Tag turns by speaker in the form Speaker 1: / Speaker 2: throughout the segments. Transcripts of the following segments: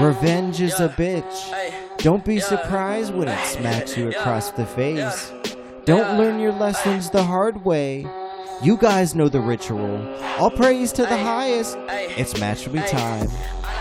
Speaker 1: Revenge is a bitch. Don't be surprised when it smacks you across the face. Don't learn your lessons the hard way. You guys know the ritual. All praise to the highest. It's match me time.
Speaker 2: My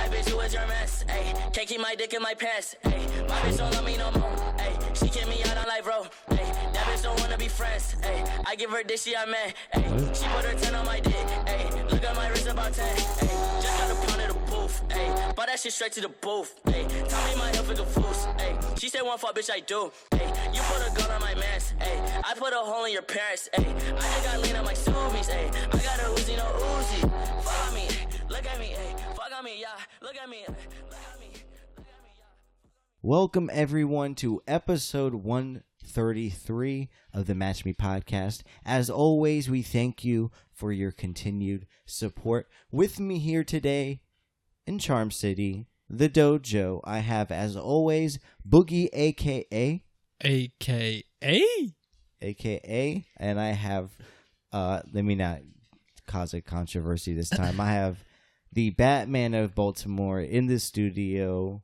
Speaker 2: life bitch, you is your mess. Ayy, can't keep my dick in my pants. Ayy, my bitch don't love me no more. Ayy, she kick me out on life, bro. Ayy, that bitch don't wanna be friends. Ayy, I give her dick, she a man. Ayy, she put her ten on my dick. Ayy, look at my wrist about ten. Ayy, just got a pound of the booth. Ayy, bought that shit straight to the booth. Ayy, tell me my health is a fools. Ayy, she said one fuck, bitch, I do. Ayy, you put a gun on my mans. Ayy, I put a hole in your parents. Ayy, I just got lean on my zoomies. Ayy, I got a Uzi, no Uzi. Fuck on me, look at me. Ayy, fuck on me, yeah. Look at me, look at me. Look at me yeah.
Speaker 1: Welcome, everyone, to episode 133 of the Match Me podcast. As always, we thank you for your continued support. With me here today in Charm City, the dojo, I have, as always, Boogie, aka,
Speaker 3: AKA?
Speaker 1: aka, and I have, uh, let me not cause a controversy this time. I have the Batman of Baltimore in the studio,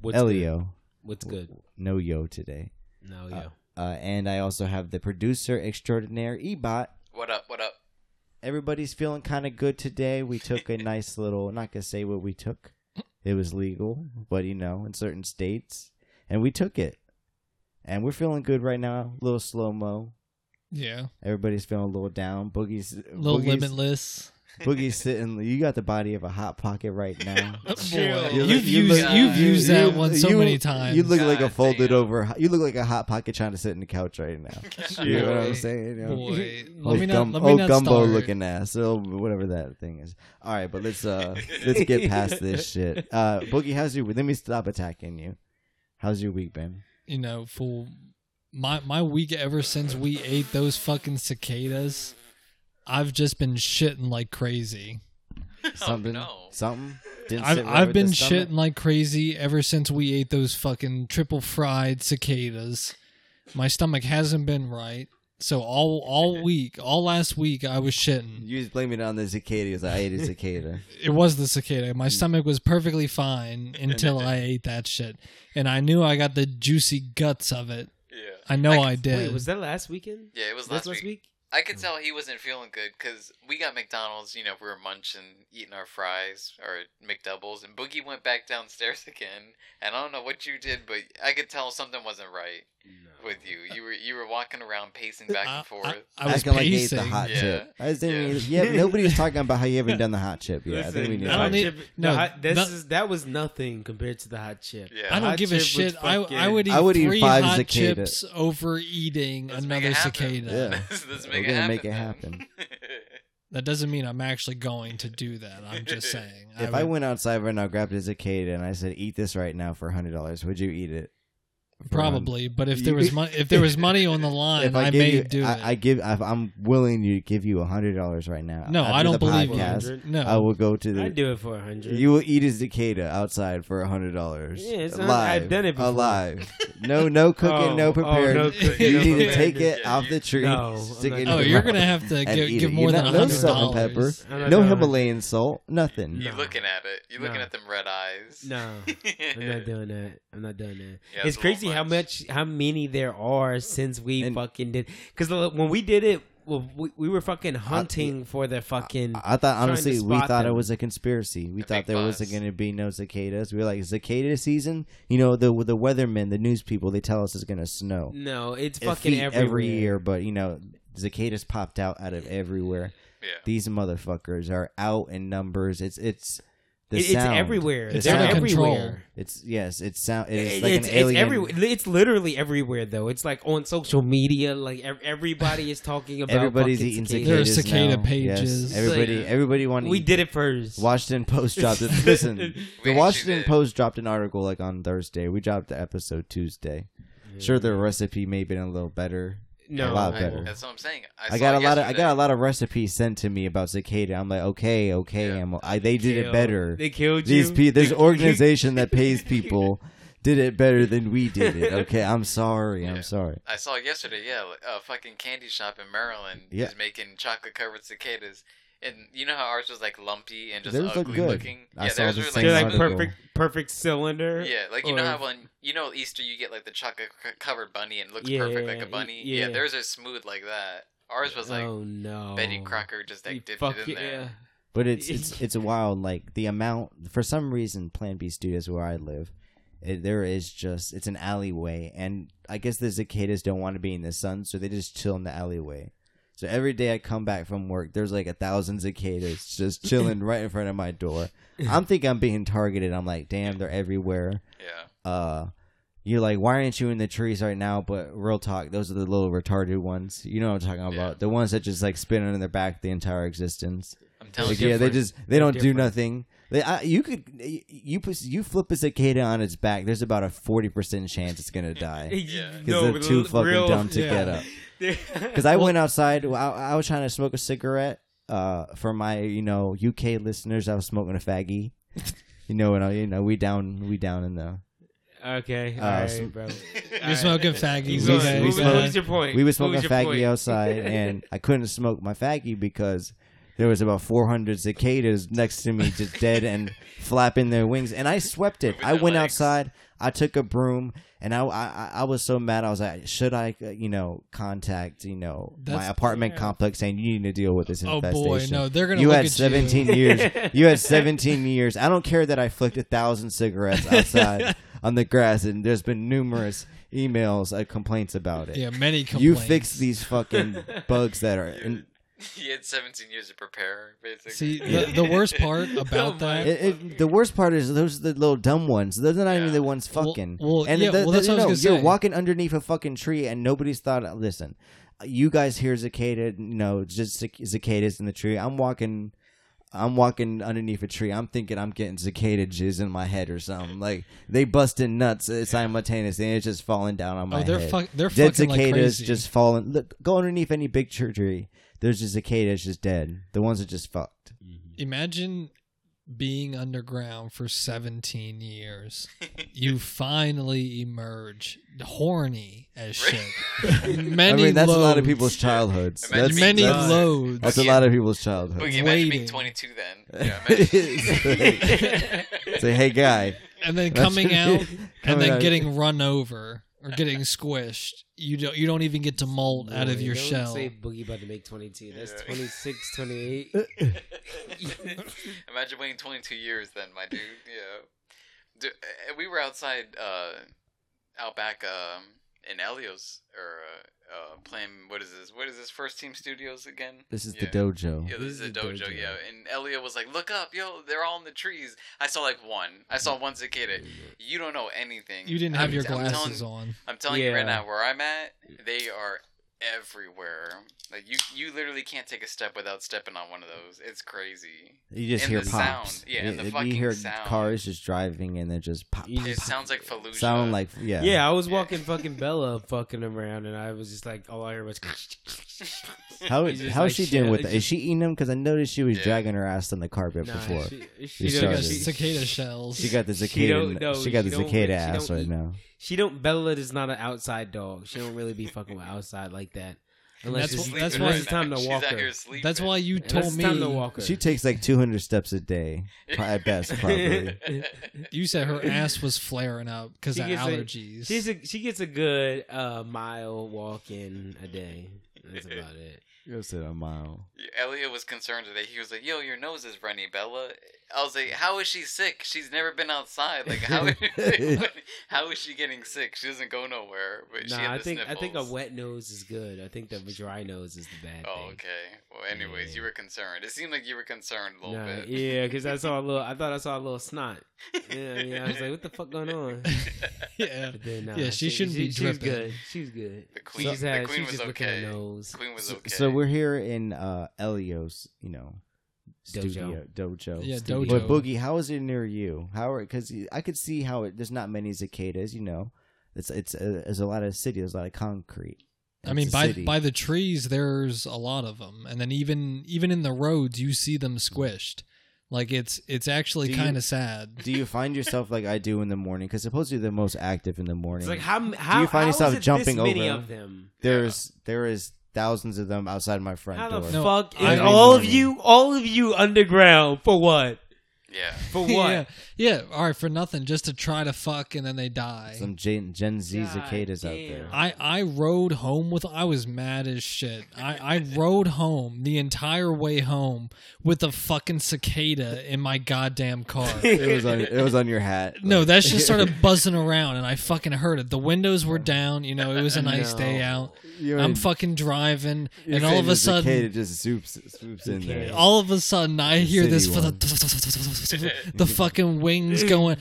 Speaker 3: What's
Speaker 1: Elio.
Speaker 3: Good? What's good?
Speaker 1: No yo today.
Speaker 3: No, yo.
Speaker 1: Uh, and I also have the producer extraordinaire, Ebot.
Speaker 4: What up? What up?
Speaker 1: Everybody's feeling kind of good today. We took a nice little, not going to say what we took. It was legal, but you know, in certain states. And we took it. And we're feeling good right now. A little slow mo.
Speaker 5: Yeah,
Speaker 1: Everybody's feeling a little down. Boogie's,
Speaker 5: little
Speaker 1: Boogie's,
Speaker 5: limitless.
Speaker 1: Boogie's sitting. You got the body of a hot pocket right now.
Speaker 4: Chill.
Speaker 5: You've
Speaker 4: You
Speaker 1: look- you
Speaker 5: used
Speaker 4: look-
Speaker 5: you've used that
Speaker 1: you-
Speaker 5: one so
Speaker 1: you-
Speaker 5: many times.
Speaker 1: You look like a
Speaker 4: God
Speaker 1: folded
Speaker 4: damn.
Speaker 1: over. You look like a hot pocket trying to sit in the couch right now. You know what I'm saying? You know?
Speaker 5: boy.
Speaker 1: Oh,
Speaker 5: Let me not.
Speaker 1: gum-
Speaker 5: Let me
Speaker 1: oh,
Speaker 5: not
Speaker 1: gumbo
Speaker 5: start.
Speaker 1: looking ass. Oh, whatever that thing is. All right, but let's uh let's get past this shit. Uh, Boogie, how's your? Let me stop attacking you. How's your week been?
Speaker 5: You know, for my my week ever since we ate those fucking cicadas, I've just been shitting like crazy.
Speaker 1: Something.
Speaker 4: no.
Speaker 1: Something. Didn't
Speaker 5: Oh, I've
Speaker 1: sit right
Speaker 5: I've
Speaker 1: with
Speaker 5: been
Speaker 1: the stomach?
Speaker 5: shitting like crazy ever since we ate those fucking triple fried cicadas. My stomach hasn't been right, so all all week, all last week, I was shitting.
Speaker 1: You was blaming it on the cicada because I ate a cicada.
Speaker 5: It was the cicada.
Speaker 3: Mm.
Speaker 5: My stomach was perfectly fine until I ate that shit, and I knew I got the juicy guts of it.
Speaker 4: Yeah.
Speaker 5: I know I,
Speaker 3: I
Speaker 5: did.
Speaker 3: Wait, was that last weekend?
Speaker 4: Yeah, it was
Speaker 3: That's
Speaker 4: last week. I could tell he wasn't feeling good because we got McDonald's. You know, we were munching, eating our fries, our McDoubles, and Boogie went back downstairs again. And I don't know what you did, but I could tell something wasn't right with you. You were you were walking around, pacing back
Speaker 5: I-
Speaker 4: and forth.
Speaker 5: I, I was
Speaker 1: Acting like he ate
Speaker 5: pacing.
Speaker 1: the hot
Speaker 4: Yeah.
Speaker 1: chip. I didn't
Speaker 4: Yeah.
Speaker 1: even, yeah, nobody's talking about how you haven't done the hot chip. Yeah, I think
Speaker 3: Listen,
Speaker 1: we need
Speaker 3: the
Speaker 1: to
Speaker 5: I
Speaker 3: hot
Speaker 1: talk-
Speaker 5: don't need-
Speaker 3: chip- the
Speaker 5: no,
Speaker 3: hot- this
Speaker 5: not-
Speaker 3: is that was nothing compared to the hot chip.
Speaker 4: yeah.
Speaker 5: I don't
Speaker 3: Hot
Speaker 5: give a
Speaker 3: chip would
Speaker 5: shit. I, I
Speaker 3: fucking-
Speaker 5: would eat
Speaker 1: I would eat
Speaker 5: three
Speaker 1: five
Speaker 5: hot
Speaker 1: cicada.
Speaker 5: chips over eating
Speaker 4: Let's make it
Speaker 5: another
Speaker 4: happen.
Speaker 5: cicada.
Speaker 1: Yeah.
Speaker 4: Let's, let's
Speaker 1: We're
Speaker 4: make, it
Speaker 1: gonna
Speaker 4: happen,
Speaker 1: make it
Speaker 4: then.
Speaker 5: That doesn't mean I'm actually going to do that. I'm just saying.
Speaker 1: If I,
Speaker 5: would-
Speaker 1: went outside right now, grabbed a cicada, and I said, "Eat this right now for hundred dollars," would you eat it? For a hundred-
Speaker 5: probably, but if
Speaker 1: You-
Speaker 5: there was mon- if there was money on the line, I,
Speaker 1: give
Speaker 5: may
Speaker 1: you,
Speaker 5: do
Speaker 1: I,
Speaker 5: it.
Speaker 1: I give. I, I'm willing to give you a hundred dollars right now.
Speaker 5: no,
Speaker 1: After
Speaker 5: I
Speaker 1: the
Speaker 5: don't believe
Speaker 1: podcast,
Speaker 5: you. No,
Speaker 1: I will go to the.
Speaker 3: I'd do it for a hundred.
Speaker 1: You will eat a cicada outside for a hundred dollars.
Speaker 3: Yeah, it's not-
Speaker 1: alive.
Speaker 3: I've done it before.
Speaker 1: Alive. No, no cooking,
Speaker 3: Oh,
Speaker 1: no
Speaker 3: oh,
Speaker 1: preparing.
Speaker 3: no cooking,
Speaker 1: you
Speaker 3: no
Speaker 1: need to
Speaker 3: preparing.
Speaker 1: take it
Speaker 4: Yeah,
Speaker 1: off
Speaker 4: you-
Speaker 1: the tree.
Speaker 3: No,
Speaker 1: stick
Speaker 3: I'm
Speaker 1: it in
Speaker 3: not-
Speaker 5: Oh,
Speaker 1: your
Speaker 5: you're
Speaker 1: mouth
Speaker 5: gonna have to
Speaker 1: and
Speaker 5: give,
Speaker 1: eat
Speaker 5: give
Speaker 1: it.
Speaker 5: more
Speaker 1: You're
Speaker 5: than
Speaker 1: not-
Speaker 5: than
Speaker 1: no
Speaker 5: hundred
Speaker 1: salt and pepper,
Speaker 5: dollars.
Speaker 3: I'm not
Speaker 1: no
Speaker 3: doing it.
Speaker 1: Himalayan salt, nothing.
Speaker 4: You're looking at it. You're looking
Speaker 3: No.
Speaker 4: at them red eyes.
Speaker 3: No, I'm not doing that. I'm not doing that.
Speaker 4: Yeah,
Speaker 3: it's
Speaker 4: a little
Speaker 3: crazy how much how many there are since we
Speaker 1: And-
Speaker 3: fucking did. Because when we did it, well, we, we were
Speaker 1: Uh,
Speaker 3: fucking hunting for the fucking.
Speaker 1: I thought
Speaker 3: trying to
Speaker 1: honestly, we
Speaker 3: spot
Speaker 1: thought it
Speaker 3: them.
Speaker 1: was a conspiracy. We
Speaker 4: A
Speaker 1: thought
Speaker 4: big
Speaker 1: there
Speaker 4: buzz.
Speaker 1: wasn't going to be no cicadas. We were like cicada season. You know the the weathermen, the news people, they tell us it's going to snow.
Speaker 3: no, it's
Speaker 1: It
Speaker 3: fucking
Speaker 1: feet
Speaker 3: everywhere.
Speaker 1: every year, but you know cicadas popped out out of everywhere.
Speaker 4: Yeah.
Speaker 1: These motherfuckers are out in numbers. It's it's the
Speaker 3: It- it's
Speaker 1: sound.
Speaker 3: everywhere.
Speaker 1: The
Speaker 3: They're
Speaker 5: out of
Speaker 1: sound.
Speaker 5: control.
Speaker 3: everywhere.
Speaker 1: It's yes. It's sound. It is
Speaker 3: It-
Speaker 1: like
Speaker 3: it's,
Speaker 1: an
Speaker 3: it's
Speaker 1: alien.
Speaker 3: everywhere. It's literally everywhere though. It's like on social media. Like ev- everybody is talking about.
Speaker 1: Everybody's
Speaker 3: fucking
Speaker 1: eating
Speaker 3: cicadas.
Speaker 5: There are
Speaker 1: cicadas.
Speaker 5: cicada
Speaker 1: now.
Speaker 5: pages.
Speaker 1: Yes. Everybody.
Speaker 3: Like,
Speaker 1: everybody wanted.
Speaker 3: We did it first.
Speaker 1: Washington Post dropped it. Listen,
Speaker 4: We
Speaker 1: the
Speaker 4: actually
Speaker 1: Washington
Speaker 4: did.
Speaker 1: Post dropped an article like on Thursday. We dropped the episode Tuesday. Sure, the recipe may have been a little better.
Speaker 3: No,
Speaker 1: a lot
Speaker 4: I-
Speaker 1: better.
Speaker 4: that's what I'm saying.
Speaker 1: I got a lot of I got a lot of recipes sent to me about cicada. I'm like, okay, okay,
Speaker 4: Yeah.
Speaker 1: I'm- I- they did it
Speaker 3: Killed-
Speaker 1: better.
Speaker 3: They killed
Speaker 1: These
Speaker 3: you.
Speaker 1: pe- there's organization that pays people did it better than we did it. Okay, I'm sorry,
Speaker 4: Yeah.
Speaker 1: I'm sorry.
Speaker 4: I saw yesterday, yeah, like, a fucking candy shop in Maryland
Speaker 1: Yeah.
Speaker 4: is making chocolate covered cicadas. And you know how ours was like lumpy and just
Speaker 1: Theirs look
Speaker 4: ugly
Speaker 1: good.
Speaker 4: looking.
Speaker 1: I
Speaker 4: yeah,
Speaker 1: saw
Speaker 4: theirs
Speaker 1: the
Speaker 4: were
Speaker 1: same
Speaker 4: like
Speaker 3: They're like
Speaker 1: article.
Speaker 4: perfect.
Speaker 3: perfect, perfect cylinder.
Speaker 4: Yeah, like you know
Speaker 3: or-
Speaker 4: how on you know Easter you get like the chocolate c- covered bunny and it looks
Speaker 3: Yeah,
Speaker 4: perfect like
Speaker 3: y-
Speaker 4: a bunny. Yeah.
Speaker 3: yeah.
Speaker 4: theirs are smooth like that. Ours was like
Speaker 3: oh no,
Speaker 4: Betty Crocker just like
Speaker 3: You
Speaker 4: dipped
Speaker 3: fuck
Speaker 4: it in
Speaker 3: yeah.
Speaker 4: there.
Speaker 1: But it's it's it's wild. Like the amount for some reason, Plan B Studios where I live, it, there is just it's an alleyway, and I guess the cicadas don't want to be in the sun, so they just chill in the alleyway. So every day I come back from work, there's like a thousand cicadas just chilling right in front of my door. I'm thinking I'm being targeted. I'm like, damn, they're everywhere.
Speaker 4: Yeah,
Speaker 1: Uh, you're like, why aren't you in the trees right now? But real talk, those are the little retarded ones. You know what I'm talking about?
Speaker 4: Yeah.
Speaker 1: The ones that just like spin on their back the entire existence.
Speaker 4: I'm telling
Speaker 1: Like,
Speaker 4: you.
Speaker 1: yeah, they
Speaker 3: different.
Speaker 1: just they don't do
Speaker 3: different.
Speaker 1: nothing. They, I, you could you you, put, you flip a cicada on its back. There's about a forty percent chance it's gonna die
Speaker 4: Yeah.
Speaker 1: because they're too fucking dumb to
Speaker 5: yeah.
Speaker 1: get up. Because I went outside. I, I was trying to smoke a cigarette. Uh, for my you know UK listeners, I was smoking a faggy. you know, and I, you know we down we down in the
Speaker 3: okay,
Speaker 1: Uh,
Speaker 3: all right,
Speaker 1: some-
Speaker 3: bro.
Speaker 5: We're smoking faggies.
Speaker 1: We- we
Speaker 5: We, okay?
Speaker 1: smoke-
Speaker 5: Bye.
Speaker 1: we
Speaker 3: your point?
Speaker 1: we were
Speaker 3: What
Speaker 1: smoking
Speaker 3: was
Speaker 1: a
Speaker 3: your
Speaker 1: faggy
Speaker 3: point?
Speaker 1: outside, and I couldn't smoke my faggy because there was about 400 cicadas next to me, just dead and flapping their wings. And I swept it.
Speaker 4: Moving
Speaker 1: I
Speaker 4: their
Speaker 1: went
Speaker 4: legs.
Speaker 1: outside. I took a broom, and I, I I- I was so mad. I was like, should I, uh, you know, contact you know my
Speaker 5: That's-
Speaker 1: apartment
Speaker 3: yeah.
Speaker 1: complex saying you need to deal with this
Speaker 5: Oh
Speaker 1: infestation?
Speaker 5: boy, no, they're gonna.
Speaker 1: You
Speaker 5: look
Speaker 1: had
Speaker 5: at
Speaker 1: 17 years. You had 17 years. I don't care that I flicked a thousand cigarettes outside on the grass, and there's been numerous emails, uh, complaints about it.
Speaker 5: Yeah, many complaints.
Speaker 1: You fix these fucking bugs that are. In,
Speaker 4: he had 17 years to prepare, basically.
Speaker 5: See, the, the worst part about that.
Speaker 1: it, it, the worst part is those are the little dumb ones. Those are not even
Speaker 4: Yeah.
Speaker 1: the ones
Speaker 5: Well-
Speaker 1: fucking.
Speaker 5: well,
Speaker 1: and
Speaker 5: yeah,
Speaker 1: the,
Speaker 5: well,
Speaker 1: the-
Speaker 5: that's what I was
Speaker 1: you know,
Speaker 5: gonna
Speaker 1: You're
Speaker 5: say.
Speaker 1: walking underneath a fucking tree, and nobody's thought. Listen, you guys hear cicada, you know, just cic- cicadas in the tree. I'm walking. I'm walking underneath a tree. I'm thinking I'm getting cicada jizz in my head or something. Like they busting nuts uh, simultaneously, and it's just falling down on my
Speaker 5: Oh, they're
Speaker 1: head.
Speaker 5: fuck, they're
Speaker 1: dead
Speaker 5: fucking like
Speaker 1: cicadas
Speaker 5: crazy.
Speaker 1: just falling. Look, go underneath any big tr- tree. There's just cicadas just dead. The ones that just fucked.
Speaker 5: Imagine being underground for 17 years. you finally emerge horny as shit. many
Speaker 1: I mean, that's
Speaker 5: loads,
Speaker 1: a lot of people's childhoods.
Speaker 4: Imagine
Speaker 1: That's,
Speaker 4: being
Speaker 5: many
Speaker 1: that's,
Speaker 4: low-
Speaker 5: loads.
Speaker 1: that's a lot of people's childhoods.
Speaker 4: Boogie, imagine being
Speaker 5: waiting.
Speaker 4: 22 then. Yeah,
Speaker 1: It's
Speaker 4: imagine.
Speaker 1: like- Say, hey, guy.
Speaker 5: and then
Speaker 1: That's-
Speaker 5: coming out
Speaker 1: coming
Speaker 5: and then
Speaker 1: out.
Speaker 5: getting run over or getting squished. You don't you don't even get to molt out of
Speaker 3: Boy,
Speaker 5: your
Speaker 3: don't
Speaker 5: shell.
Speaker 3: Say Boogie about to make 22. That's
Speaker 4: Yeah.
Speaker 3: 26, 28.
Speaker 4: Imagine waiting 22 years then, my dude. Yeah. Du- uh, we were outside, uh, out back, um, in Elio's, or, uh, uh, playing, what is this? What is this? First Team Studios again?
Speaker 1: This is
Speaker 4: yeah.
Speaker 1: the dojo.
Speaker 4: Yeah, this is a dojo, yeah. And Elio was like, look up, yo, they're all in the trees. I saw like one. I saw one cicada. You don't know anything.
Speaker 5: You didn't have
Speaker 4: I'm-
Speaker 5: your
Speaker 4: I'm telling-
Speaker 5: glasses on.
Speaker 4: I'm telling you
Speaker 3: Yeah.
Speaker 4: right now, where I'm at, they are everywhere. Like you, you literally can't take a step without stepping on one of those. It's crazy.
Speaker 1: You just
Speaker 4: And
Speaker 1: hear
Speaker 4: the
Speaker 1: pops.
Speaker 4: sound. Yeah, and the
Speaker 1: you,
Speaker 4: fucking
Speaker 1: you hear
Speaker 4: sound.
Speaker 1: cars just driving and they're just pop,
Speaker 3: You
Speaker 1: pop,
Speaker 4: It
Speaker 3: just-
Speaker 1: pop.
Speaker 4: sounds like Fallujah.
Speaker 1: Sound like, yeah.
Speaker 3: Yeah, I was
Speaker 4: Yeah.
Speaker 3: walking fucking Bella fucking around, and I was just like, all I heard was.
Speaker 1: How,
Speaker 3: It's just
Speaker 1: how is
Speaker 3: like
Speaker 1: she
Speaker 3: shit.
Speaker 1: doing with
Speaker 3: It's
Speaker 1: that? Is she eating them? Because I noticed she was
Speaker 4: Yeah.
Speaker 1: dragging her ass on the carpet
Speaker 3: Nah,
Speaker 1: before.
Speaker 3: she-
Speaker 1: You
Speaker 3: she
Speaker 5: You
Speaker 3: don't-
Speaker 5: got
Speaker 1: started.
Speaker 3: she-
Speaker 5: cicada shells.
Speaker 1: She got the
Speaker 3: She
Speaker 1: cicada.
Speaker 3: don't- no,
Speaker 1: she got the
Speaker 3: she don't-
Speaker 1: cicada
Speaker 3: she
Speaker 1: ass
Speaker 3: don't
Speaker 1: right
Speaker 3: eat.
Speaker 1: now.
Speaker 3: She don't. Bella is not an outside dog. She don't really be fucking with outside like that. Unless
Speaker 5: that's
Speaker 3: it's,
Speaker 5: wh- that's
Speaker 3: unless
Speaker 5: why-
Speaker 3: it's time to
Speaker 4: She's
Speaker 3: walk
Speaker 4: out
Speaker 3: her.
Speaker 4: here sleeping.
Speaker 5: That's why you
Speaker 3: Unless
Speaker 5: told
Speaker 3: it's
Speaker 5: me
Speaker 3: time to walk her.
Speaker 1: She takes like 200 steps a day, pro- at best, probably.
Speaker 5: you said her ass was flaring up because
Speaker 3: She
Speaker 5: of
Speaker 3: gets a-
Speaker 5: allergies.
Speaker 3: She's a, she gets a good uh, mile walk in a day. That's about it.
Speaker 1: Go sit a mile.
Speaker 4: Elliot was concerned today. He was like, "Yo, your nose is runny, Bella." I was like, "How is she sick? She's never been outside. Like, how? how is she getting sick? She doesn't go nowhere." But she
Speaker 3: Nah,
Speaker 4: had
Speaker 3: I
Speaker 4: the
Speaker 3: think I think a
Speaker 4: sniffles.
Speaker 3: wet nose is good. I think the dry nose is the bad
Speaker 4: Oh,
Speaker 3: thing.
Speaker 4: okay. Well, anyways,
Speaker 3: Yeah.
Speaker 4: you were concerned. It seemed like you were concerned a little
Speaker 3: Nah,
Speaker 4: bit.
Speaker 3: yeah, because I saw a little. I thought I saw a little snot. Yeah, I, mean, I was like, "What the fuck going on?"
Speaker 5: yeah.
Speaker 3: But then, nah,
Speaker 5: Yeah, she shouldn't be
Speaker 3: She's
Speaker 5: dripping.
Speaker 3: good. She's good.
Speaker 4: The
Speaker 3: she
Speaker 4: queen,
Speaker 3: just
Speaker 4: the
Speaker 3: had,
Speaker 4: queen
Speaker 3: she's
Speaker 4: was
Speaker 3: just looking at her
Speaker 4: okay.
Speaker 3: nose.
Speaker 4: Queen was
Speaker 1: So,
Speaker 4: okay.
Speaker 1: so we're here in uh, Elio's, you know,
Speaker 3: Dojo.
Speaker 1: studio dojo.
Speaker 5: Yeah,
Speaker 1: Studio.
Speaker 5: dojo.
Speaker 1: But Boogie, how is it near you? How are because I could see how it, there's not many cicadas. You know, it's it's uh, there's a lot of city. There's a lot of concrete.
Speaker 5: I mean,
Speaker 1: It's a
Speaker 5: by
Speaker 1: city.
Speaker 5: by the trees, there's a lot of them, and then even even in the roads, you see them squished. Like it's it's actually
Speaker 1: Do you-
Speaker 5: kind of sad.
Speaker 1: do you find yourself like I do in the morning? Because supposedly they're most active in the morning.
Speaker 3: It's like how m- how
Speaker 1: you find
Speaker 3: how
Speaker 1: yourself
Speaker 3: is it
Speaker 1: jumping
Speaker 3: this many
Speaker 1: over?
Speaker 3: of them?
Speaker 1: there's there is thousands of them outside my front
Speaker 3: How
Speaker 1: door.
Speaker 3: the
Speaker 5: No,
Speaker 3: fuck
Speaker 5: I
Speaker 3: is
Speaker 5: don't
Speaker 3: all of
Speaker 1: know.
Speaker 3: you, all of you underground for what?
Speaker 4: Yeah.
Speaker 3: For what?
Speaker 5: yeah, yeah. All right, for nothing, just to try to fuck, and then they die.
Speaker 1: Some Gen, Gen Z
Speaker 3: God
Speaker 1: cicadas out
Speaker 3: damn.
Speaker 1: there.
Speaker 5: I, I rode home with I was mad as shit. I, I rode home the entire way home with a fucking cicada in my goddamn car.
Speaker 1: It was on, it was on your hat.
Speaker 5: No,
Speaker 1: Like,
Speaker 5: that shit started buzzing around and I fucking heard it. The windows were down, you know, it was a nice day out.
Speaker 1: you
Speaker 5: I'm fucking driving
Speaker 1: you're
Speaker 5: and all of
Speaker 1: saying the cicada
Speaker 5: a sudden
Speaker 1: just swoops, swoops in there.
Speaker 5: all of a sudden I hear this
Speaker 1: City
Speaker 5: for the the fucking wings going.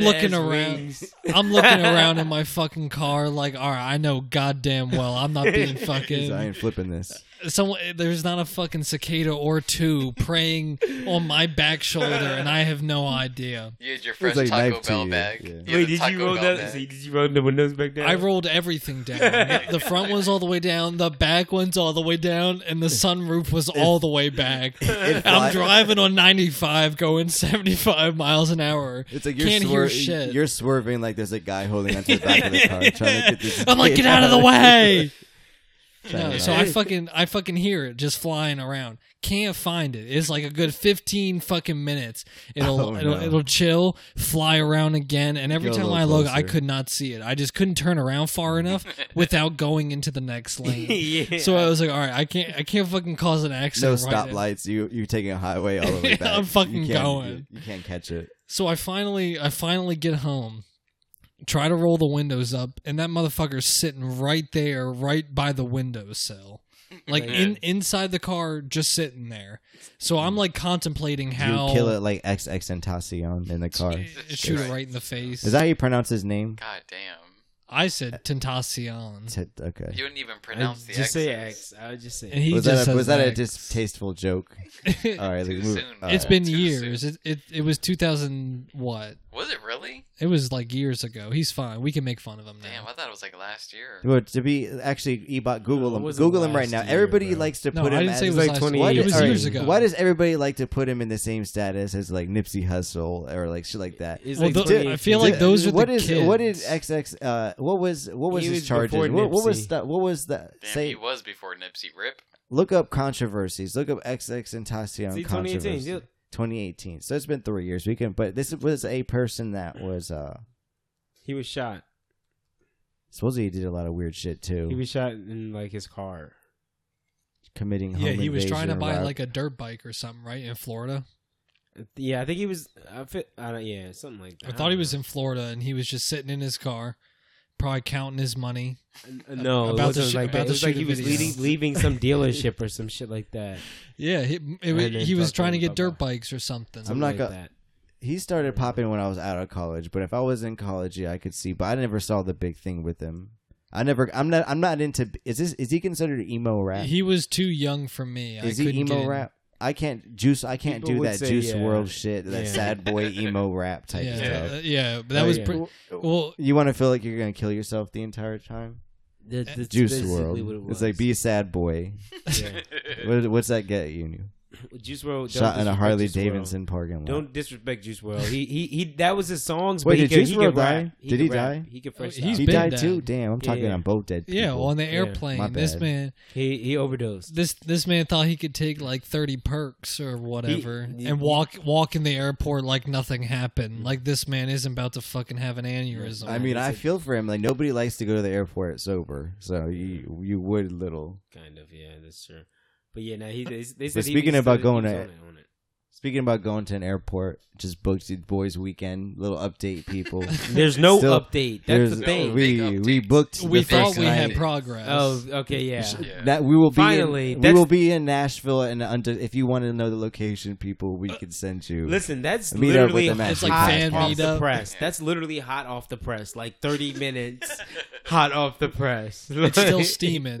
Speaker 3: Fat
Speaker 5: looking
Speaker 3: ass
Speaker 5: around.
Speaker 3: wings.
Speaker 5: I'm looking around in my fucking car like, "All right, I know goddamn well I'm not being
Speaker 1: Jeez, I
Speaker 5: fucking
Speaker 1: ain't flipping this.
Speaker 5: someone there's not a fucking cicada or two preying on my back shoulder and I have no idea.
Speaker 4: You had your fresh
Speaker 1: like
Speaker 4: Taco
Speaker 1: knife to
Speaker 4: Bell
Speaker 1: you,
Speaker 4: bag.
Speaker 1: yeah.
Speaker 4: You had
Speaker 3: Wait,
Speaker 4: a
Speaker 3: did
Speaker 4: Taco
Speaker 3: you roll
Speaker 4: Bell
Speaker 3: down?
Speaker 4: bag.
Speaker 3: See, did you roll the windows back down?
Speaker 5: I rolled everything down. the front one's all the way down, the back one's all the way down, and the sunroof was all the way back. I'm
Speaker 1: fly-
Speaker 5: driving on 95 going 75 miles an hour.
Speaker 1: It's like you're,
Speaker 5: Can't
Speaker 1: swerving.
Speaker 5: hear shit.
Speaker 1: you're swerving like there's a guy holding onto the back of the car trying to get this.
Speaker 5: I'm like,
Speaker 1: cicada
Speaker 5: get out of the way.
Speaker 1: Trying
Speaker 5: No,
Speaker 1: to-
Speaker 5: Uh, so I fucking I fucking hear it just flying around. Can't find it. It's like a good fifteen fucking minutes. It'll
Speaker 1: Oh,
Speaker 5: it'll,
Speaker 1: no.
Speaker 5: it'll chill, fly around again, and every
Speaker 1: Go a
Speaker 5: time
Speaker 1: little
Speaker 5: I look, I
Speaker 1: closer.
Speaker 5: could not see it. I just couldn't turn around far enough without going into the next lane.
Speaker 3: yeah.
Speaker 5: So I was like, all right, I can't I can't fucking cause an
Speaker 1: no
Speaker 5: accident. right now.
Speaker 1: stoplights. You you're taking a highway all the way
Speaker 5: Yeah,
Speaker 1: back.
Speaker 5: I'm fucking
Speaker 1: You can't-
Speaker 5: going.
Speaker 1: You, you can't catch it.
Speaker 5: So I finally I finally get home, try to roll the windows up, and that motherfucker's sitting right there, right by the windowsill. Like in inside the car, just sitting there. So I'm like contemplating how
Speaker 1: You kill it like XXXTentacion in the car.
Speaker 5: shoot it right in the face.
Speaker 1: Is that how you pronounce his name?
Speaker 4: God damn.
Speaker 5: I said Tentacion.
Speaker 1: T- okay.
Speaker 4: You wouldn't even
Speaker 3: I
Speaker 4: pronounce the
Speaker 3: just say
Speaker 4: accents.
Speaker 3: X. I would just say.
Speaker 5: And he
Speaker 1: was
Speaker 5: just
Speaker 1: that a,
Speaker 5: says
Speaker 1: was that a uh,
Speaker 5: X.
Speaker 1: distasteful joke? All right, like,
Speaker 4: Too
Speaker 1: move-
Speaker 4: soon.
Speaker 1: all
Speaker 5: It's
Speaker 1: right.
Speaker 5: been
Speaker 4: Too
Speaker 5: years.
Speaker 4: soon.
Speaker 5: It, it it was 2000 what?
Speaker 4: Was it really?
Speaker 5: It was like years ago. He's fine. We can make fun of him now.
Speaker 4: Damn, I thought it was like last year.
Speaker 1: Well, to be actually, Ebot, Google
Speaker 3: No, it
Speaker 1: him.
Speaker 3: wasn't
Speaker 1: Google him right
Speaker 3: last
Speaker 1: now.
Speaker 3: year,
Speaker 1: Everybody
Speaker 3: bro.
Speaker 1: likes to
Speaker 5: No,
Speaker 1: put
Speaker 5: I
Speaker 1: him.
Speaker 5: didn't
Speaker 1: as,
Speaker 5: say it was
Speaker 1: like,
Speaker 3: like
Speaker 5: last-
Speaker 3: 28.
Speaker 1: why
Speaker 5: It
Speaker 1: do-
Speaker 5: was
Speaker 1: all right,
Speaker 5: years ago.
Speaker 1: Why does everybody like to put him in the same status as like Nipsey Hussle or like shit like that?
Speaker 3: It's
Speaker 5: Well,
Speaker 3: like
Speaker 5: the-
Speaker 3: 28.
Speaker 5: I feel like those are
Speaker 1: what
Speaker 5: the
Speaker 1: is what did
Speaker 5: kids.
Speaker 1: XX uh what was what was
Speaker 3: He
Speaker 1: his
Speaker 3: was
Speaker 1: charges?
Speaker 3: before
Speaker 1: What, what was
Speaker 3: Nipsey.
Speaker 1: that? What was that?
Speaker 4: Damn,
Speaker 1: Say
Speaker 4: he was before Nipsey Rip.
Speaker 1: look up controversies. Look up XX and Tacion
Speaker 3: See, 2018,
Speaker 1: controversy.
Speaker 3: yeah.
Speaker 1: 2018. So it's been three years. We can, but this was a person that was uh
Speaker 3: he was shot.
Speaker 1: supposedly he did a lot of weird shit too,
Speaker 3: He was shot in like his car.
Speaker 1: committing home
Speaker 5: yeah, he was
Speaker 1: invasion
Speaker 5: trying to
Speaker 1: and
Speaker 5: buy
Speaker 1: rob-
Speaker 5: like a dirt bike or something, right? In Florida.
Speaker 3: Yeah, I think he was. uh, I fit. I don't, yeah, something like that.
Speaker 5: I thought he
Speaker 1: Ah.
Speaker 5: was in Florida and he was just sitting in his car, probably counting his money.
Speaker 3: No,
Speaker 5: about
Speaker 3: it wasn't
Speaker 5: the sh-
Speaker 3: like
Speaker 5: about
Speaker 3: that.
Speaker 5: the
Speaker 3: It was like he
Speaker 5: shooting
Speaker 3: was
Speaker 5: video.
Speaker 3: leading, leaving some dealership or some shit like that.
Speaker 5: Yeah, he, it,
Speaker 3: And
Speaker 5: wa-
Speaker 3: then
Speaker 5: he was
Speaker 3: fucking
Speaker 5: trying to get dirt
Speaker 3: Bubba.
Speaker 5: bikes or something.
Speaker 1: I'm
Speaker 3: Something
Speaker 1: not
Speaker 3: like
Speaker 1: gonna-
Speaker 3: that.
Speaker 1: He started popping when I was out of college, but if I was in college, yeah, I could see. But I never saw the big thing with him. I never. I'm not. I'm not into. Is this? Is he considered emo rap?
Speaker 5: He was too young for me.
Speaker 1: is
Speaker 5: I
Speaker 1: he
Speaker 5: couldn't get
Speaker 1: emo
Speaker 5: in.
Speaker 1: rap? I can't juice. I can't
Speaker 3: People
Speaker 1: do
Speaker 3: would
Speaker 1: that
Speaker 3: say,
Speaker 1: Juice
Speaker 3: yeah.
Speaker 1: World shit. That
Speaker 3: Yeah.
Speaker 1: sad boy emo rap type
Speaker 5: Yeah,
Speaker 1: stuff.
Speaker 5: uh, yeah, but that
Speaker 3: Oh,
Speaker 5: was
Speaker 3: yeah.
Speaker 5: pretty. Well,
Speaker 1: You want to feel like you're gonna kill yourself the entire time?
Speaker 3: That- that's
Speaker 1: Juice
Speaker 3: basically
Speaker 1: World.
Speaker 3: what it
Speaker 1: It's like
Speaker 3: was.
Speaker 1: be a sad boy.
Speaker 3: Yeah.
Speaker 1: what, what's that get you?
Speaker 3: Juice World don't
Speaker 1: Shot in a
Speaker 3: disrespect
Speaker 1: Harley
Speaker 3: Juice WRLD.
Speaker 1: Davidson parking lot.
Speaker 3: Don't disrespect Juice World. He he he. That was his songs.
Speaker 1: Wait,
Speaker 3: but he
Speaker 1: did
Speaker 3: could,
Speaker 1: Juice
Speaker 3: he
Speaker 1: WRLD
Speaker 3: could rap.
Speaker 1: die? Did he
Speaker 3: could rap.
Speaker 1: die?
Speaker 3: He could freestyle.
Speaker 5: he's
Speaker 1: he
Speaker 5: been
Speaker 1: died
Speaker 5: dead.
Speaker 1: too. Damn, I'm talking
Speaker 3: Yeah.
Speaker 1: on both dead.
Speaker 5: yeah,
Speaker 1: people.
Speaker 5: on the
Speaker 3: Yeah,
Speaker 5: airplane,
Speaker 1: my
Speaker 5: this
Speaker 1: bad.
Speaker 5: man,
Speaker 3: He he overdosed.
Speaker 5: this this man thought he could take like thirty perks or whatever
Speaker 3: he-
Speaker 5: and walk walk in the airport like nothing happened. Like this man isn't about to fucking have an aneurysm.
Speaker 1: I mean, I feel for him. Like nobody likes to go to the airport sober, so you you would little.
Speaker 3: Kind of, yeah, that's true. But yeah, now he they, they said
Speaker 1: But
Speaker 3: he-
Speaker 1: speaking
Speaker 3: he
Speaker 1: about
Speaker 3: started-
Speaker 1: going
Speaker 3: he
Speaker 1: to-
Speaker 3: was on it, on it.
Speaker 1: Speaking about going to an airport, just booked the boys' weekend. Little update, people.
Speaker 3: There's no
Speaker 1: Still,
Speaker 3: update.
Speaker 1: There's-
Speaker 3: That's the thing.
Speaker 4: big
Speaker 1: We
Speaker 4: update.
Speaker 1: we booked.
Speaker 5: we
Speaker 1: the
Speaker 5: thought
Speaker 1: first
Speaker 5: we
Speaker 1: night.
Speaker 5: had progress.
Speaker 3: oh, okay, yeah.
Speaker 4: Yeah.
Speaker 1: That we will be
Speaker 3: Finally,
Speaker 1: In, we
Speaker 3: that's-
Speaker 1: will be in Nashville, and under, if you want to know the location, people, we can send you.
Speaker 3: Listen, that's
Speaker 1: Meet up with
Speaker 3: literally
Speaker 1: the Magic
Speaker 5: It's like
Speaker 3: hot
Speaker 5: fan
Speaker 3: off the
Speaker 5: meetup.
Speaker 3: press. That's literally hot off the press. Like 30 minutes hot off the press.
Speaker 5: It's still steaming.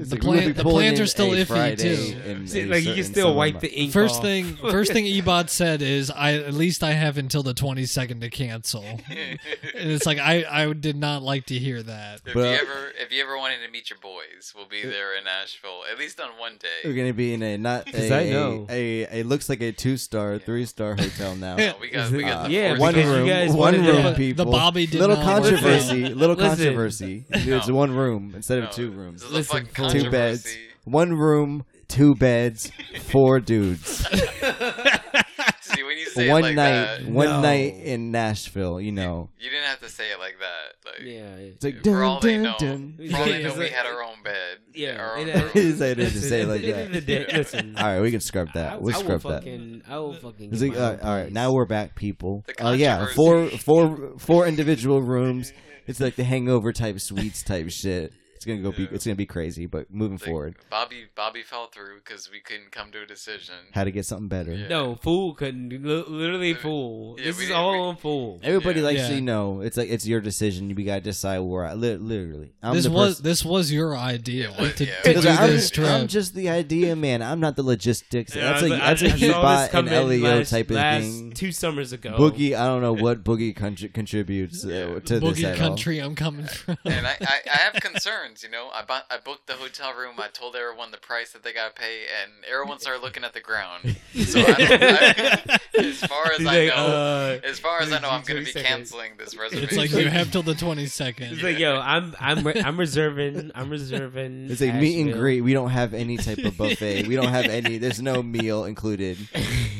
Speaker 1: It's
Speaker 5: the
Speaker 1: like we'll be
Speaker 5: plant, the
Speaker 1: pulling
Speaker 5: plants
Speaker 1: in
Speaker 5: are still
Speaker 1: a
Speaker 5: iffy
Speaker 1: Friday
Speaker 5: too.
Speaker 1: in
Speaker 3: See,
Speaker 1: a
Speaker 3: like you
Speaker 1: certain
Speaker 3: can still
Speaker 1: summer
Speaker 3: wipe
Speaker 1: month.
Speaker 3: the ink
Speaker 5: First
Speaker 3: off.
Speaker 5: thing, first thing Ebot said is, "I at least I have until the twenty second to cancel." and it's like I, I did not like to hear that.
Speaker 4: If
Speaker 1: Well-
Speaker 4: you ever if you ever wanted to meet your boys, we'll be there in Nashville at least on one
Speaker 1: We're
Speaker 4: day.
Speaker 1: gonna be in a not
Speaker 3: 'Cause
Speaker 1: a,
Speaker 3: I know.
Speaker 1: a, a, a looks like a two star, three star hotel now.
Speaker 4: No, Oh, we got we got the
Speaker 3: Yeah,
Speaker 4: fourth
Speaker 1: one
Speaker 3: because
Speaker 4: guy.
Speaker 3: you
Speaker 1: room,
Speaker 3: guys
Speaker 1: one
Speaker 3: wanted
Speaker 1: room,
Speaker 3: to- The-
Speaker 1: people.
Speaker 5: the Bobby did
Speaker 1: little
Speaker 5: not work
Speaker 1: controversy, little
Speaker 3: Listen.
Speaker 1: controversy. It's one room instead of two
Speaker 4: This
Speaker 1: rooms,
Speaker 4: is a
Speaker 3: Listen,
Speaker 4: fucking
Speaker 3: fool.
Speaker 1: two beds,
Speaker 4: controversy.
Speaker 1: one room, two beds, four dudes.
Speaker 4: See, when you say it
Speaker 1: one
Speaker 4: like
Speaker 1: night,
Speaker 4: that,
Speaker 1: one
Speaker 3: No.
Speaker 1: night in Nashville. You know,
Speaker 4: you didn't have to say it like that. Like,
Speaker 3: Yeah.
Speaker 1: it's like
Speaker 4: For all
Speaker 1: dun
Speaker 4: they
Speaker 1: dun
Speaker 4: know,
Speaker 1: dun.
Speaker 4: for all they
Speaker 3: Yeah,
Speaker 4: know, we
Speaker 3: it's
Speaker 4: had
Speaker 3: like-
Speaker 4: our own bed.
Speaker 3: Yeah,
Speaker 4: our
Speaker 3: it
Speaker 4: own
Speaker 3: is.
Speaker 4: room.
Speaker 1: It's like, they just say it like
Speaker 3: At the end
Speaker 1: that.
Speaker 3: of the day, Listen.
Speaker 1: All right, we can scrub that. We'll
Speaker 3: I, I
Speaker 1: scrub
Speaker 3: will
Speaker 1: that.
Speaker 3: fucking, I will fucking.
Speaker 1: It's
Speaker 3: get
Speaker 1: like,
Speaker 3: my
Speaker 1: uh,
Speaker 3: own
Speaker 1: all right,
Speaker 3: place.
Speaker 1: now we're back, people.
Speaker 4: The
Speaker 1: Oh yeah, four,
Speaker 4: controversy.
Speaker 1: four, four individual rooms. It's like the Hangover type suites type shit. It's gonna go be,
Speaker 4: Yeah.
Speaker 1: it's gonna be crazy. But moving
Speaker 4: Like,
Speaker 1: forward,
Speaker 4: Bobby Bobby fell through because we couldn't come to a decision.
Speaker 1: how to get something better.
Speaker 4: Yeah.
Speaker 3: No, fool couldn't. Li- Literally, fool.
Speaker 4: Yeah,
Speaker 3: this
Speaker 4: we
Speaker 3: is
Speaker 4: didn't-
Speaker 3: all
Speaker 4: we-
Speaker 3: on fool.
Speaker 1: Everybody
Speaker 4: Yeah.
Speaker 1: likes
Speaker 5: Yeah.
Speaker 1: to know. It's like it's your decision. We gotta decide where. I, li- literally, I'm
Speaker 5: this
Speaker 1: the
Speaker 5: was
Speaker 1: person-
Speaker 5: this was your idea
Speaker 4: It was,
Speaker 5: to,
Speaker 4: yeah.
Speaker 5: to do
Speaker 1: Because I'm,
Speaker 5: this trip.
Speaker 1: I'm just the idea man. I'm not the logistics.
Speaker 3: Yeah,
Speaker 1: that's a
Speaker 3: I-
Speaker 1: that's a
Speaker 3: I- I saw this
Speaker 1: Hubot
Speaker 3: come
Speaker 1: and
Speaker 3: in
Speaker 1: Leo
Speaker 3: last-
Speaker 1: type of
Speaker 3: last
Speaker 1: thing.
Speaker 3: Two summers ago,
Speaker 1: Boogie, I don't know what Boogie contri- contributes uh, to this
Speaker 5: Boogie
Speaker 1: at
Speaker 5: country I'm coming from.
Speaker 4: And I, I, I have concerns, you know. I bought, I booked the hotel room. I told everyone the price that they gotta pay, and everyone started looking at the ground. So I, don't- I, as far as
Speaker 3: He's
Speaker 4: I
Speaker 3: like,
Speaker 4: know,
Speaker 3: uh,
Speaker 4: as far as I know, I'm
Speaker 3: 30
Speaker 4: gonna be
Speaker 3: seconds.
Speaker 4: canceling this reservation.
Speaker 5: it's like you have till the 22nd.
Speaker 3: he's like, yo, I'm, I'm, re- I'm reserving, I'm reserving.
Speaker 1: all. It's a meet and
Speaker 3: Asheville.
Speaker 1: greet. We don't have any type of buffet. we don't have any. There's no meal included.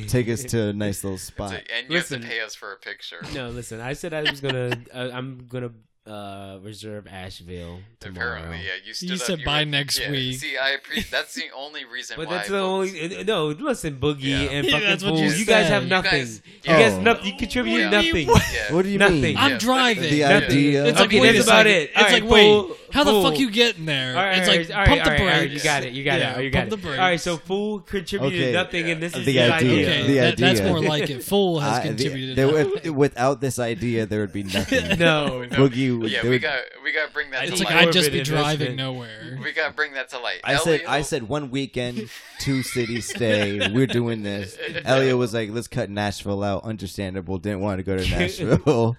Speaker 1: Take us to a nice little
Speaker 4: It's
Speaker 1: spot.
Speaker 4: like, and you
Speaker 3: Listen.
Speaker 4: have to pay us for a picture.
Speaker 3: No, listen, I said I was gonna, uh, I'm gonna uh, reserve Asheville tomorrow.
Speaker 4: Apparently, yeah. You, stood
Speaker 5: You
Speaker 4: up,
Speaker 5: said
Speaker 4: you
Speaker 5: by
Speaker 4: were-
Speaker 5: next
Speaker 4: yeah,
Speaker 5: week.
Speaker 4: See, I appreciate. That's the only reason.
Speaker 3: But
Speaker 4: why
Speaker 3: that's
Speaker 4: I
Speaker 3: the
Speaker 4: booked.
Speaker 3: only. No, listen, Boogie
Speaker 4: Yeah.
Speaker 3: and
Speaker 5: Yeah,
Speaker 3: fucking
Speaker 5: that's what
Speaker 3: fool.
Speaker 5: you
Speaker 3: You, guys
Speaker 5: said.
Speaker 3: have
Speaker 5: You
Speaker 3: nothing. You
Speaker 4: guys-
Speaker 3: guys,
Speaker 4: yeah.
Speaker 1: Oh.
Speaker 3: nothing. You contribute
Speaker 4: Yeah.
Speaker 3: nothing.
Speaker 4: Yeah.
Speaker 1: What do you
Speaker 3: Nothing.
Speaker 1: mean?
Speaker 5: I'm
Speaker 4: Yeah.
Speaker 5: driving.
Speaker 1: The
Speaker 4: Nothing.
Speaker 1: idea.
Speaker 5: It's like,
Speaker 3: Okay,
Speaker 5: wait
Speaker 3: that's
Speaker 5: a second.
Speaker 3: about it.
Speaker 5: It's
Speaker 3: All
Speaker 5: like,
Speaker 3: right,
Speaker 5: wait,
Speaker 3: fool,
Speaker 5: how the
Speaker 3: fool.
Speaker 5: fuck you getting there?
Speaker 3: All right,
Speaker 5: it's
Speaker 3: all
Speaker 5: like,
Speaker 3: right, all
Speaker 5: pump
Speaker 3: right,
Speaker 5: the
Speaker 3: all
Speaker 5: brakes.
Speaker 3: right, all right, you got it. You got
Speaker 5: Yeah,
Speaker 3: it. Oh, you got
Speaker 5: pump the
Speaker 3: it. All
Speaker 5: brakes.
Speaker 3: right, so fool contributed
Speaker 1: Okay,
Speaker 3: nothing, and this
Speaker 1: uh,
Speaker 3: is
Speaker 1: the
Speaker 3: the his idea.
Speaker 1: idea.
Speaker 5: Okay,
Speaker 1: The
Speaker 5: that, that's
Speaker 1: idea.
Speaker 5: more like it. Fool has
Speaker 1: I- the-
Speaker 5: contributed.
Speaker 1: there-
Speaker 5: nothing.
Speaker 1: if- without this idea, there would be nothing.
Speaker 3: No,
Speaker 4: No,
Speaker 1: Boogie would-
Speaker 4: Yeah,
Speaker 1: they
Speaker 4: we
Speaker 1: would-
Speaker 4: got we got to bring that.
Speaker 3: It's
Speaker 4: to
Speaker 5: it's like
Speaker 4: light.
Speaker 5: I'd just be
Speaker 3: Morbid
Speaker 5: driving
Speaker 3: investment.
Speaker 5: nowhere.
Speaker 4: we got to bring that to light.
Speaker 1: I said
Speaker 4: Elio-
Speaker 1: I said one weekend, two city stay. We're doing this. Elliot was like, "Let's cut Nashville out." Understandable. Didn't want to go to Nashville.